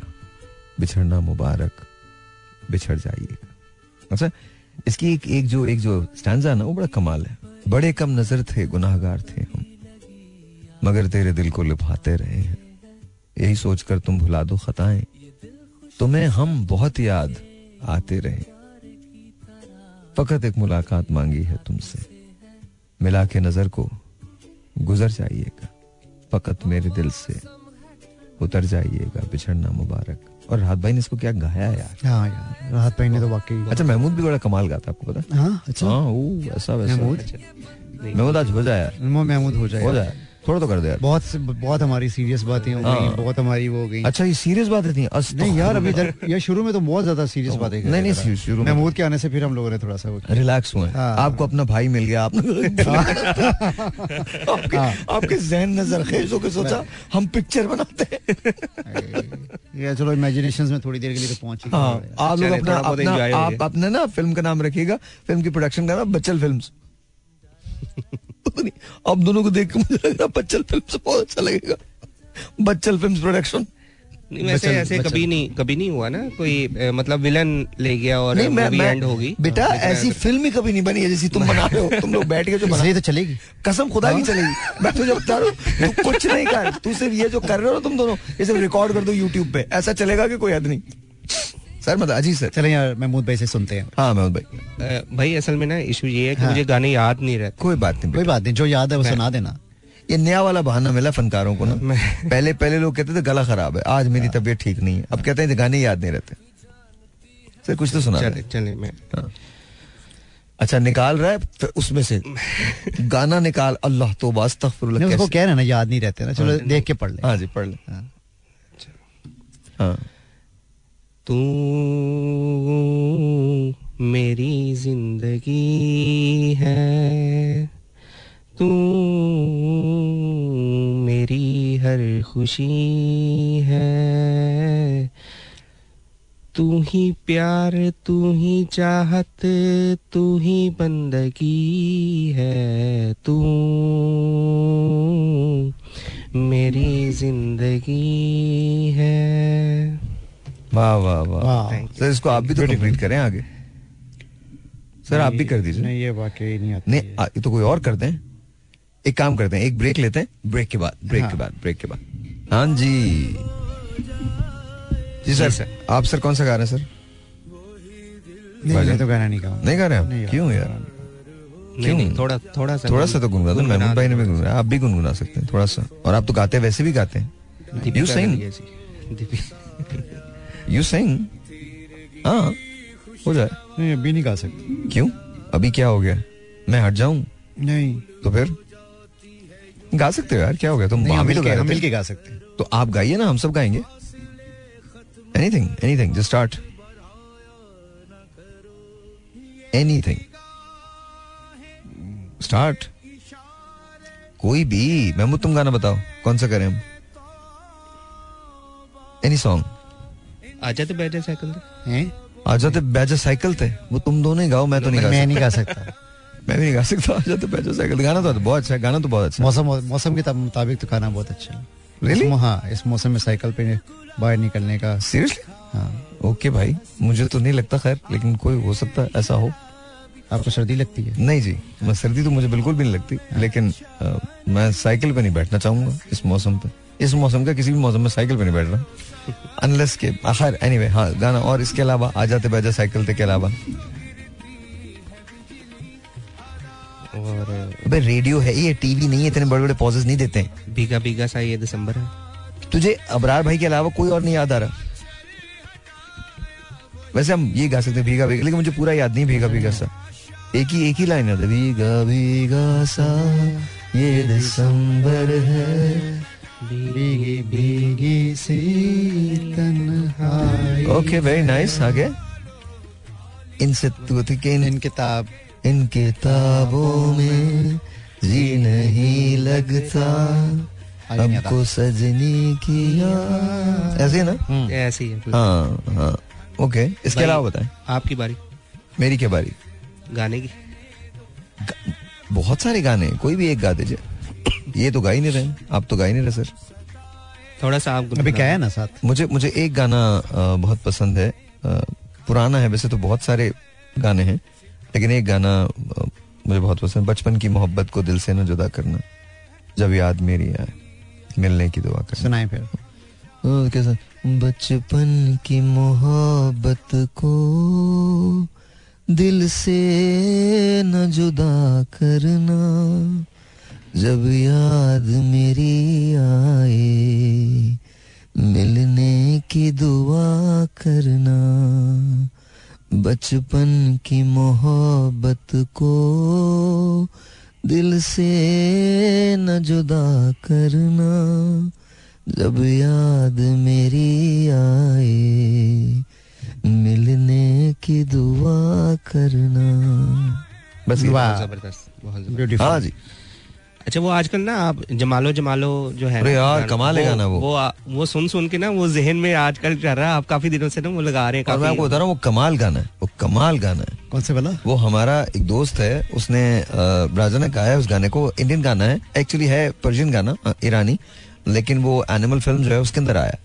बिछड़ना मुबारक बिछड़ जाइएगा अच्छा इसकी एक एक जो एक जो स्टैंजा ना वो बड़ा कमाल है बड़े कम नजर थे गुनाहगार थे हम मगर तेरे दिल को लिभाते रहे हैं यही सोचकर तुम भुला दो खताएं तुम्हें हम बहुत याद आते रहे फकत एक मुलाकात मांगी है तुमसे मिला के नजर को गुजर जाइएगा फकत मेरे दिल से उतर जाइएगा बिछड़ना मुबारक और राहत भाई ने इसको क्या गाया है यार
हाँ यार राहत भाई ने तो वाकई
अच्छा महमूद भी बड़ा कमाल गाता है, आपको पता है?
हाँ अच्छा
हाँ वो ऐसा वैसा
महमूद?
महमूद आज
अच्छा नहीं,
हो जाए यार
उनमें महमूद हो
हो
जाएगा
जाए थोड़ा तो कर दे यार
बहुत से- बहुत हमारी सीरियस बातें हो
हाँ।
गई बहुत हमारी वो हो गई
अच्छा ये सीरियस बातें थी अस
नहीं यार अभी इधर यार शुरू में तो बहुत ज्यादा सीरियस बातें
नहीं, नहीं, शुरू- शुरू में-
महमूद के आने से फिर हम लोगों ने थोड़ा सा वो किया।
रिलैक्स हुए हैं।
हाँ।
आपको अपना भाई मिल गया आप
[laughs]
आपके
हाँ।
आपके जहन ने जरखेज होकर सोचा हम पिक्चर बनाते हैं
ये चलो इमेजिनेशन में थोड़ी देर के लिए तो पहुंच ही गए।
हाँ, आप लोग
चले,
अपना
थोड़ा बहुत
अपना
enjoy हो
आप
गया।
अपने ना फिल्म का नाम रखिएगा फिल्म की प्रोडक्शन का नाम बच्चल फिल्म्स पता नहीं आप दोनों को देख के मुझे लग रहा है बच्चल फिल्म्स बहुत अच्छा लगेगा बच्चल फिल्म्स प्रोडक्शन
नहीं, वैसे
बचन-
ऐसे
बचन-
कभी नहीं कभी नहीं हुआ ना कोई अ, मतलब विलन ले गया और
नहीं मैं,
मूवी
मैं
एंड होगी हाँ,
बेटा
लेकिन
ऐसी फिल्म ही कभी नहीं बनी है जैसी तुम बना रहे
[laughs]
हो तुम लोग बैठ के जो बना
इसलिए तो चलेगी
कसम खुदा
हाँ?
की चलेगी मैं तुझे बता रहा हूँ तू कुछ नहीं कर तू सिर्फ ये जो कर रहे हो ना तुम दोनों ये सिर्फ रिकॉर्ड कर दो यूट्यूब पे ऐसा चलेगा कि कोई हद नहीं सर मतलब अजीब सर
चले यार महमूद भाई से सुनते हैं
हाँ महमूद भाई
अ, भाई असल में ना इशू ये है कि
हाँ।
मुझे गाने याद नहीं रहते
कोई बात नहीं
कोई
बेटा।
बात नहीं जो याद है वो सुना देना
ये नया वाला बहाना मिला फनकारों को ना
मैं-
पहले पहले लोग कहते थे गला खराब है आज मेरी तबीयत ठीक नहीं है अब कहते हैं गाने याद नहीं रहते सर कुछ तो सुना
चले चले मैं
हाँ। अच्छा निकाल रहा है फिर उसमें से गाना निकाल अल्लाह तो
नहीं उसको
वास्तफुल्ला
कह रहे हैं ना याद नहीं रहते ना चलो देख के पढ़ ले
हाँ जी पढ़ ले
अच्छा।
हाँ
तू मेरी जिंदगी है तू मेरी हर खुशी है तू ही प्यार तू ही चाहत तू ही बंदगी है तू मेरी जिंदगी है
वाह वाह वाह
वाह।
सर इसको आप भी तो कंप्लीट करें आगे सर आप भी कर दीजिए
नहीं ये वाकई नहीं आती
नहीं आ, ये तो कोई और कर दें एक काम करते हैं एक ब्रेक लेते हैं ब्रेक के बाद ब्रेक के
हाँ।
बाद ब्रेक के बाद हाँ जी जी सर, आप सर कौन सा गा रहे हैं सर
नहीं, मैं तो गाना नहीं गाऊंगा
नहीं गा रहे हैं
नहीं
आप
गा-
क्यों यार
नहीं नहीं थोड़ा थोड़ा सा
थोड़ा सा तो गुनगुना दो महमूद भाई ने भी गुनगुना आप भी गुनगुना सकते हैं थोड़ा सा और आप तो गाते वैसे भी गाते हैं यू सिंग यू सिंग हाँ हो जाए
नहीं अभी नहीं गा सकती
क्यों अभी क्या हो गया मैं हट जाऊं
नहीं
तो फिर गा सकते हो यार क्या हो गया तुम
नहीं,
वहां
हम
भी तो
मिलके
गा
हम
रहे
मिलके गा सकते हैं
थे। तो आप गाइए ना हम सब गाएंगे anything anything just start anything start कोई भी महमूद तुम गाना बताओ कौन सा करें हम एनी सॉन्ग
आ जाते बैठे साइकिल पे
हैं?
आ जाते बैजा साइकिल थे वो तुम दोनों ही गाओ मैं तो नहीं गा
मैं
सकता
नहीं गा सकता
[laughs] मैं भी नहीं गा सकता आ जाते बैजा साइकिल गाना तो बहुत अच्छा है, गाना तो बहुत अच्छा है।
मौसम मौसम के तब- मुताबिक तो खाना बहुत अच्छा है
Really?
इस मौ- हाँ इस मौसम में साइकिल पे बाहर निकलने का
सीरियसली
हाँ
ओके भाई मुझे तो नहीं लगता खैर लेकिन कोई हो सकता है ऐसा हो
आपको सर्दी लगती है
नहीं जी मैं सर्दी तो मुझे बिल्कुल भी नहीं लगती लेकिन अ, मैं साइकिल पे नहीं बैठना चाहूंगा इस मौसम पे इस मौसम का किसी भी मौसम में साइकिल पे नहीं बैठना अनलेस के आखिर एनीवे हाँ गाना और इसके अलावा आ जाते बैजा साइकिल के अलावा
और
अबे रेडियो है ये टीवी नहीं है इतने बड़े बड़े पॉजेस नहीं देते हैं
भीगा भीगा सा ये दिसंबर है
हम्म। तुझे अबरार भाई के अलावा कोई और नहीं याद आ रहा वैसे हम ये गा सकते हैं भीगा भीगा लेकिन मुझे पूरा याद नहीं भीगा भीगा सा एक ही एक ही लाइन याद है भीगा भीगा सा ये दिसंबर है
भीगी भीगी सी तन्हाई
ओके वेरी नाइस आगे इनसे तू थी कि इन
इन किताब
इन किताबों में जी नहीं लगता
आगे नहीं आता।
हमको सजनी की याद ऐसे ही ना
ये ऐसे ही है बिल्कुल।
हाँ हाँ ओके इसके
हम्म। भाई-
अलावा बताएं
आपकी बारी
मेरी क्या बारी
गाने की
ग- बहुत सारे गाने हैं, कोई भी एक गा दीजिए ये तो गा ही नहीं रहे आप तो गा ही नहीं रहे सर
थोड़ा सा आप
अभी
गुनगुनाओ।
क्या है ना साथ
मुझे मुझे एक गाना अ, बहुत पसंद है अ, पुराना है वैसे तो बहुत सारे गाने हैं लेकिन एक गाना अ, मुझे बहुत पसंद है, बचपन की मोहब्बत को दिल से न जुदा करना जब याद मेरी आए मिलने की दुआ करना
सुनाए फिर
और हाँ, कैसा बचपन की मोहब्बत को दिल से न जुदा करना जब याद मेरी आए मिलने की दुआ करना बचपन की मोहब्बत को दिल से न जुदा करना जब याद मेरी आए मिलने की दुआ करना बस ये।
वाह
जबरदस्त बहुत जबरदस्त।
हाँ
ब्यूटीफुल
जी
अच्छा वो आजकल ना आप जमालो जमालो जो है ना,
अरे यार,
गाना,
कमाल है गाना वो।
वो आ- वो सुन सुन के ना वो जहन में आजकल चल रहा है आप काफी दिनों से ना वो लगा रहे हैं
और मैं आपको
काफी
बता रहा हूँ वो कमाल गाना है वो कमाल गाना है
कौन से वाला
वो हमारा एक दोस्त है उसने अ, राजा ने गाया है उस गाने को इंडियन गाना है एक्चुअली है पर्शियन गाना अ, ईरानी लेकिन वो एनिमल फिल्म जो है उसके अंदर आया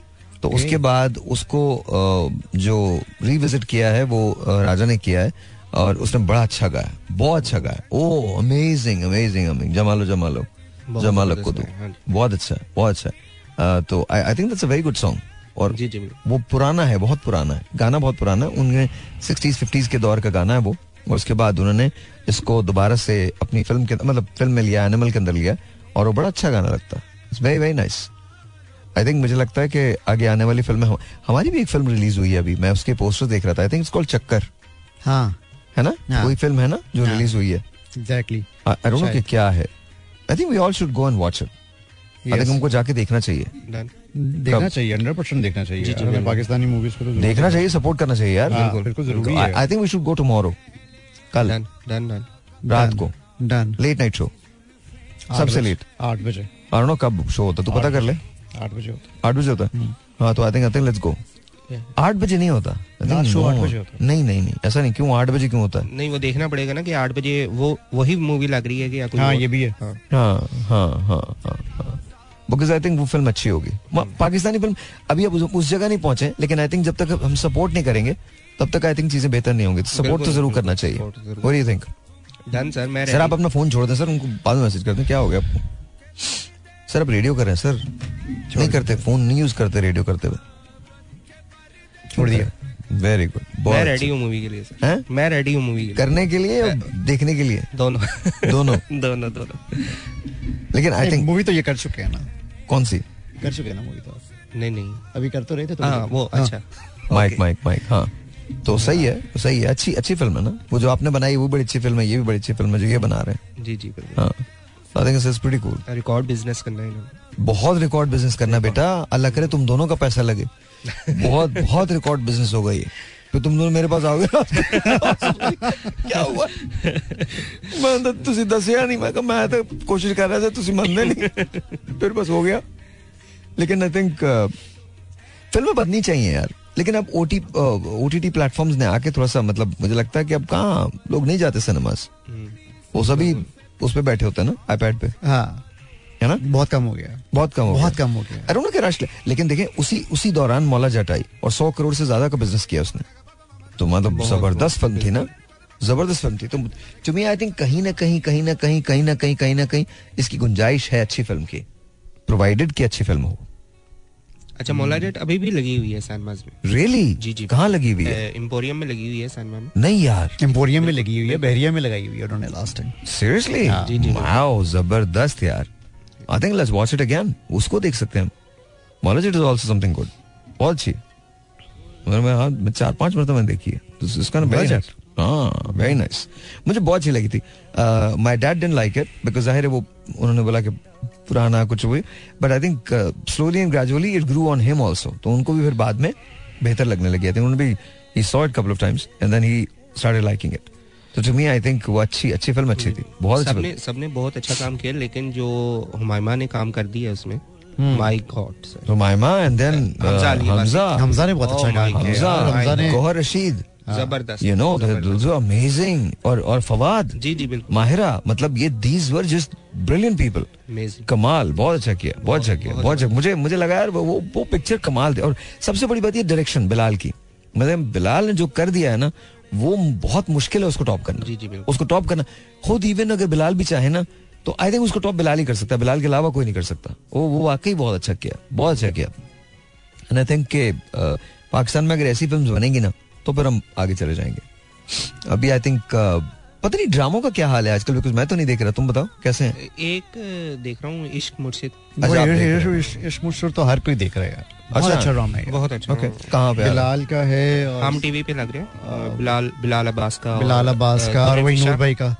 तो तो उसके बाद उसको अ, जो रिविजिट किया है वो अ, राजा ने किया है और उसने बड़ा अच्छा गाया बहुत अच्छा गाया ओ अमेजिंग अमेजिंग अमेजिंग जमालो जमालो
बहुत
जमालो
जबरदस्त
को दो
है, हाँ जी।
बहुत अच्छा है बहुत अच्छा है अ, तो I think that's a very good song और
जी जी बिल्कुल।
वो पुराना है बहुत पुराना है गाना बहुत पुराना है उनके सिक्सटीज फिफ्टीज के दौर का गाना है वो और उसके बाद उन्होंने इसको दोबारा से अपनी फिल्म के मतलब फिल्म में लिया एनिमल के अंदर लिया और वो बड़ा अच्छा गाना लगता है it's very very nice I think मुझे लगता है कि आगे आने वाली फिल्म हम, हमारी भी एक फिल्म रिलीज हुई है अभी मैं उसके पोस्टर देख रहा था I think it's called Chakkar
हाँ
है ना
हाँ।
वही फिल्म है ना जो
हाँ।
रिलीज हुई है
एग्जैक्टली
आई डोंट नो कि
शायद।
क्या है I think we all should go and watch it I think
Yes.
हमको जाके देखना चाहिए
Done.
देखना चाहिए हंड्रेड परसेंट देखना
जी,
चाहिए
जी,
अगर
बिल्कुल।
पाकिस्तानी मूवीज को तो जरूर
देखना चाहिए सपोर्ट करना चाहिए यार
हाँ, बिल्कुल जरूरी है।
I think we should go tomorrow कल
Done. Done. Done.
रात को
डन
लेट नाइट शो सबसे लेट
आठ बजे
आई नो कब शो होता है, तू पता कर ले
आठ बजे हम्म। होता है।
आठ बजे होता है हाँ तो I think I think let's go
Yeah.
आठ बजे नहीं होता I think
Last show
no.
आठ बजे होता
नहीं नहीं नहीं ऐसा नहीं क्यों आठ बजे क्यों होता है
नहीं वो देखना पड़ेगा ना कि आठ बजे वो वही मूवी लग रही है कि या कोई
हाँ
और?
ये भी है
हाँ।
हाँ हाँ हाँ हाँ हाँ बिकॉज आई थिंक वो फिल्म अच्छी होगी म-
Hmm।
पाकिस्तानी फिल्म अभी अब उस, उस जगह नहीं पहुंचे लेकिन आई थिंक जब तक हम सपोर्ट नहीं करेंगे तब तक आई थिंक चीजें बेहतर नहीं होंगी सपोर्ट तो
बिल्कुल,
जरूर
बिल्कुल,
करना चाहिए
support जरूर।
और यू थिंक
डन सर मैं
सर आप
ready.
अपना फोन छोड़ दें सर उनको बाद में मैसेज करते हैं क्या हो गया आपको सर आप रेडियो कर रहे हैं सर नहीं करते फोन नहीं यूज करते रेडियो करते हुए
छोड़ दिया।
वेरी गुड
मैं
बहुत
रेडी हूँ मूवी के लिए
हैं?
सर मैं रेडी हूँ मूवी के लिए
करने के लिए और देखने के लिए
दोनों
दोनों
[laughs] दोनों दोनों
लेकिन आई थिंक
मूवी तो ये कर चुके हैं ना
कौन सी
कर चुके हैं ना मूवी तो आप।
नहीं नहीं
अभी कर तो रहे थे तो
हाँ वो अच्छा
माइक माइक माइक हाँ तो सही है सही है अच्छी अच्छी फिल्म है ना वो जो आपने बनाई वो बड़ी अच्छी फिल्म है ये भी बड़ी अच्छी फिल्म है जो ये बना रहे हैं
जी जी
हाँ I think it's pretty cool
record business करना है इन्होंने।
बहुत रिकॉर्ड बिजनेस करना बेटा अल्लाह करे तुम दोनों का पैसा लगे बहुत बहुत रिकॉर्ड बिजनेस होगा ये फिर तुम दोनों मेरे पास आओगे [laughs] क्या हुआ मैं तो तुसी दसया नहीं मैं कहा मैं तो कोशिश कर रहा था तुसी मनदे नहीं फिर बस हो गया लेकिन आई थिंक फिल्में बननी चाहिए यार लेकिन अब uh, O T O T T platforms ने आके थोड़ा सा मतलब मुझे लगता है कि अब कहाँ लोग नहीं जाते सिनेमास
हम्म।
वो सभी उस पे बैठे होते हैं ना आईपैड पे
हाँ
है ना
बहुत कम हो गया
बहुत कम हो गया।
बहुत कम हो गया
I don't know कि रश ले- लेकिन देखें उसी उसी दौरान मौला जटाई और सौ करोड़ से ज्यादा का बिजनेस किया उसने तो मतलब
बहुत-
जबरदस्त फिल्म थी ना जबरदस्त फिल्म थी तो टू मी आई थिंक कहीं ना कहीं कहीं ना कहीं कहीं ना कहीं कहीं ना कहीं इसकी गुंजाइश है अच्छी फिल्म की प्रोवाइडेड की अच्छी फिल्म हो
अच्छा मोला डेट अभी भी लगी हुई है सैनमाज में
रियली
जी, जी।
कहाँ लगी हुई है
एम्पोरियम में लगी हुई है सैनमा में
नहीं यार
एम्पोरियम में लगी हुई है बहरिया में लगाई हुई है उन्होंने लास्ट टाइम
सीरियसली
हाँ,
जी, जी, जी।
वाओ जबरदस्त यार I think let's watch it again उसको देख सकते हैं हम Maula Jatt is also something good बहुत अच्छी मगर मैं हाँ मैं चार पांच मरतबा मैंने देखी है तो इसका ना
Very
वेरी नाइस हाँ वेरी नाइस मुझे बहुत अच्छी लगी थी Uh, my dad didn't like it because जाहिर है वो उन्होंने बोला कि पुराना कुछ हुई but I think slowly and gradually it grew on him also तो उनको भी फिर बाद में बेहतर लगने लगी आई थिंक उन्होंने भी he saw it couple of times and then he started liking it तो टू मी आई थिंक वो अच्छी अच्छी फिल्म अच्छी थी बहुत अच्छी
सबने सबने बहुत अच्छा काम किया लेकिन जो हुमायमा ने काम कर दिया उसमें माय गॉड सर
तो मायमा एंड देन
हमजा अली वासी।
हमजा
हमजा ने बहुत
Oh
अच्छा
my
काम
God.
किया
हमजा
Yeah,
हमजा ने
गौहर रशीद
जबरदस्त
यू नो
जबरदस्त।
अमेजिंग और और फवाद
जी जी बिल्कुल
माहिरा मतलब ये these were just brilliant people
Amazing.
कमाल बहुत अच्छा किया बहुत अच्छा किया
बहुत
बहुत अच्छा मुझे मुझे लगा यार वो वो- वो पिक्चर कमाल थी और सबसे बड़ी बात ये डायरेक्शन बिलाल की मतलब बिलाल ने जो कर दिया है ना वो बहुत मुश्किल है उसको टॉप करना
जी, जी, बिल्कुल।
उसको टॉप करना खुद इवन अगर बिलाल भी चाहे ना तो आई थिंक उसको टॉप बिलाल ही कर सकता है बिलाल के अलावा कोई नहीं कर सकता वो वो वाकई बहुत अच्छा किया बहुत अच्छा किया एंड आई थिंक के अ, पाकिस्तान में अगर ऐसी फिल्म बनेंगी ना तो फिर हम आगे चले जाएंगे अभी आई थिंक पता नहीं ड्रामों का क्या हाल है आजकल बिकॉज मैं तो नहीं देख रहा तुम बताओ कैसे हैं
एक अ, देख रहा हूँ इश्क मुर्शिद
अच्छा, आप देख रहे हो।
इसमुर तो हर कोई देख रहा है यार बहुत
अच्छा।
अच्छा ड्रामा है यार।
बहुत अच्छा
ओके कहाँ पे आ रहा है?
बिलाल का है और
हम टीवी पे लग रहे हैं बिलाल बिलाल अब्बास का और,
हाँ। बिलाल अब्बास
अ,
का और
दुर्रे
वही नूर
फिशा-
भाई का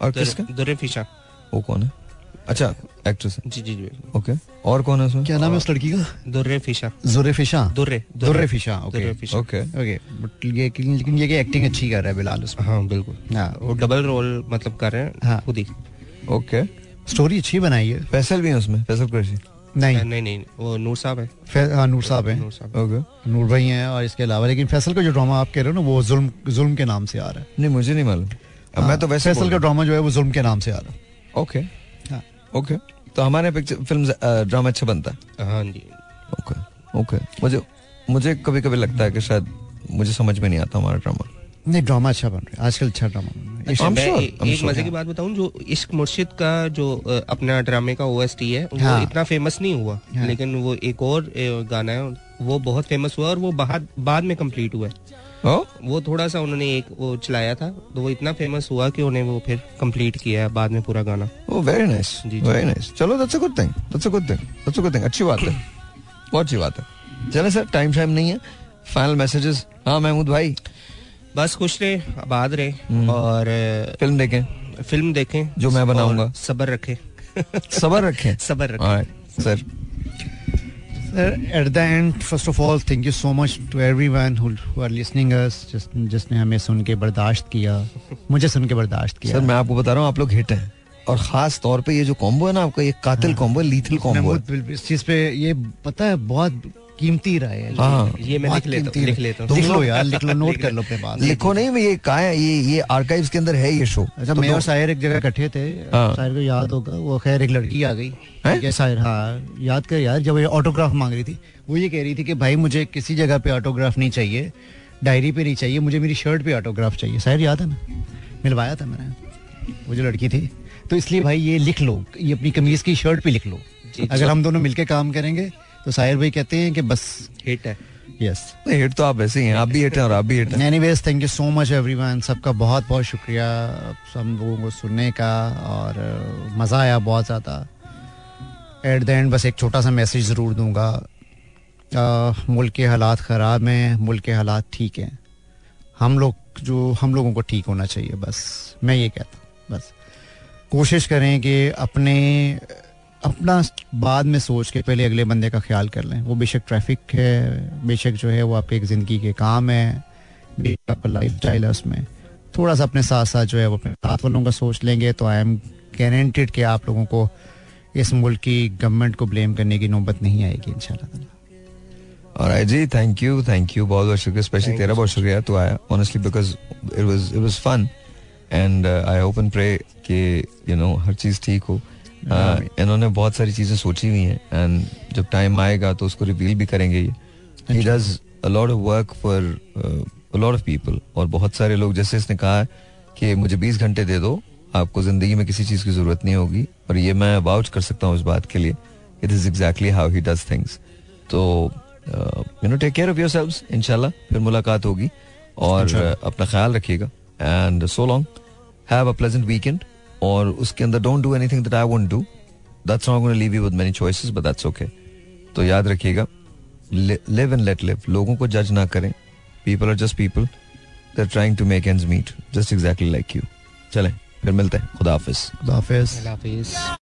और
दुर्रे-
किसका
दुर्रे फिशा
वो कौन है अच्छा एक्ट्रेस है
जी जी जी बिल्कुल।
ओके और कौन है उसमें
क्या नाम है उस लड़की का
दुर्रे फिशा
जुरे Fishan
Durre
Durre Fishan okay
Durre Fishan
okay
okay but ये लेकिन ये कि एक्टिंग अच्छी कर रहा है बिलाल उसमें
हाँ बिल्कुल
हाँ
वो डबल रोल मतलब कर रहे हैं
हाँ।
खुद ही
ओके
स्टोरी अच्छी बनाई है
फैसल भी है उसमें फैसल कुरैशी
नहीं
नहीं नहीं वो नूर साहब है
फै- हाँ, नूर साहब हैं
नूर साहब
ओके
नूर भाई हैं और इसके अलावा लेकिन फैसल का जो ड्रामा आप कह रहे हो ना वो जुल्म जुल्म के नाम से आ रहा है
नहीं मुझे नहीं मालूम अब मैं तो
हाँ,
वैसे
फैसल का ड्रामा जो है वो जुल्म के नाम से आ रहा है
ओके
हाँ।
ओके तो हमारे पिक्चर फिल्म ड्रामा अच्छा uh, बनता है
हाँ जी
ओके ओके मुझे मुझे कभी कभी लगता है कि शायद मुझे समझ में नहीं आता हमारा ड्रामा
नहीं ड्रामा अच्छा बन रहा है आजकल अच्छा ड्रामा बन रहा है
अच्छा,
I'm
मैं
sure,
ए-
I'm
एक
sure.
मजे की बात बताऊं जो इश्क मुर्शिद का जो अ, अपना ड्रामे का ओएसटी है वो
हाँ।
इतना फेमस नहीं हुआ
हाँ।
लेकिन वो एक और अ, गाना है वो बहुत फेमस हुआ और वो बाद बाद में कंप्लीट हुआ है
ओ
वो थोड़ा सा उन्होंने एक वो चलाया था तो वो इतना फेमस हुआ कि उन्हें वो फिर कंप्लीट किया है बाद में पूरा गाना
ओह वेरी नाइस
जी, जी।
वेरी नाइस चलो that's a good thing that's a good thing that's a good thing अच्छी बात
[clears throat]
है बहुत अच्छी बात है चले सर टाइम शाइम नहीं है फाइनल मैसेजेस हाँ महमूद भाई
बस खुश रहे आबाद रहे और अ,
फिल्म देखें
फिल्म देखें
हम्म। जो मैं
और
बनाऊंगा।
सब्र रखें [laughs]
सबर
[laughs]
रखें
सब्र रखें
Alright, sir
at the end first of all thank you so much to everyone are listening us जिसने हमें सुन के बर्दाश्त किया मुझे सुन के बर्दाश्त
सर
किया
मैं आपको बता रहा हूँ आप लोग हिट हैं और खास तौर पे ये जो कॉम्बो है ना आपका ये कातिल कॉम्बो लीथल कॉम्बो
हाँ। महमूद बिल- इस चीज पे ये पता है बहुत कीमती रहा है
हाँ
ये मैं
बहुत
लिख
कीमती
लेता हूँ
रहा
लिख
है।
लेता हूँ
तुम लोग यार लिख लो नोट कर लो अपने पास
लिखो नहीं मैं ये कहा है ये ये आर्काइव्स के अंदर है ये तो शो
अच्छा मैं और शायर एक जगह इकट्ठे थे
हाँ।
शायर को याद होगा वो खैर एक लड़की आ गई
हैं?
ये शायर हाँ याद कर यार जब ये ऑटोग्राफ मांग रही थी वो ये कह रही थी कि भाई मुझे किसी जगह पे ऑटोग्राफ नहीं चाहिए डायरी पे नहीं चाहिए मुझे मेरी शर्ट पे ऑटोग्राफ चाहिए शायर याद है ना मिलवाया था मैंने वो जो लड़की थी तो इसलिए भाई ये लिख लो ये अपनी कमीज की शर्ट पे लिख लो
जी,
अगर हम दोनों मिलके काम करेंगे तो शायर भाई कहते हैं कि बस
हिट है
यस
हिट तो आप ऐसे ही हैं आप भी हिट हैं और आप भी हिट हैं
anyways thank you so much everyone सबका बहुत बहुत शुक्रिया हम लोगों को सुनने का और अ, मज़ा आया बहुत ज़्यादा एट द एंड बस एक छोटा सा मैसेज ज़रूर दूंगा अ, मुल्क के हालात ख़राब हैं मुल्क के हालात ठीक हैं हम लोग जो हम लोगों को ठीक होना चाहिए बस मैं ये कहता हूँ बस कोशिश करें कि अपने अपना बाद में सोच के पहले अगले बंदे का ख्याल कर लें वो बेशक ट्रैफिक है बेशक जो है वो आपके एक ज़िंदगी के काम है बेशक आपका लाइफ स्टाइल है उसमें थोड़ा सा अपने साथ साथ जो है वो अपने साथ वालों का सोच लेंगे तो आई एम गारंटेड कि आप लोगों को इस मुल्क की गवर्नमेंट को ब्लेम करने की नौबत नहीं आएगी इंशाल्लाह
और जी थैंक यू थैंक यू बहुत बहुत शुक्रिया स्पेशली तेरा बहुत शुक्रिया तू आया honestly because it was it was fun and I hope and pray कि यू नो हर चीज ठीक हो Uh, इन्होंने बहुत सारी चीजें सोची हुई हैं एंड जब टाइम आएगा तो उसको रिवील भी करेंगे ये he does a lot of work for a lot of people और बहुत सारे लोग जैसे इसने कहा है कि मुझे 20 घंटे दे दो आपको जिंदगी में किसी चीज की जरूरत नहीं होगी और ये मैं वाउच कर सकता हूँ इस बात के लिए it is exactly how he does things तो you know take care of yourselves इंशाल्लाह फिर मुलाकात होगी और uh, अपना ख्याल रखिएगा and so long have a pleasant weekend और उसके अंदर don't do anything that I won't do that's not gonna leave you with many choices but that's okay तो याद रखिएगा लिव एंड लेट लिव लोगों को जज ना करें people are just people they are trying to make ends meet just exactly like you चलें फिर मिलते हैं खुदा हाफिज़
हाफिज़
अल्लाह हाफिज़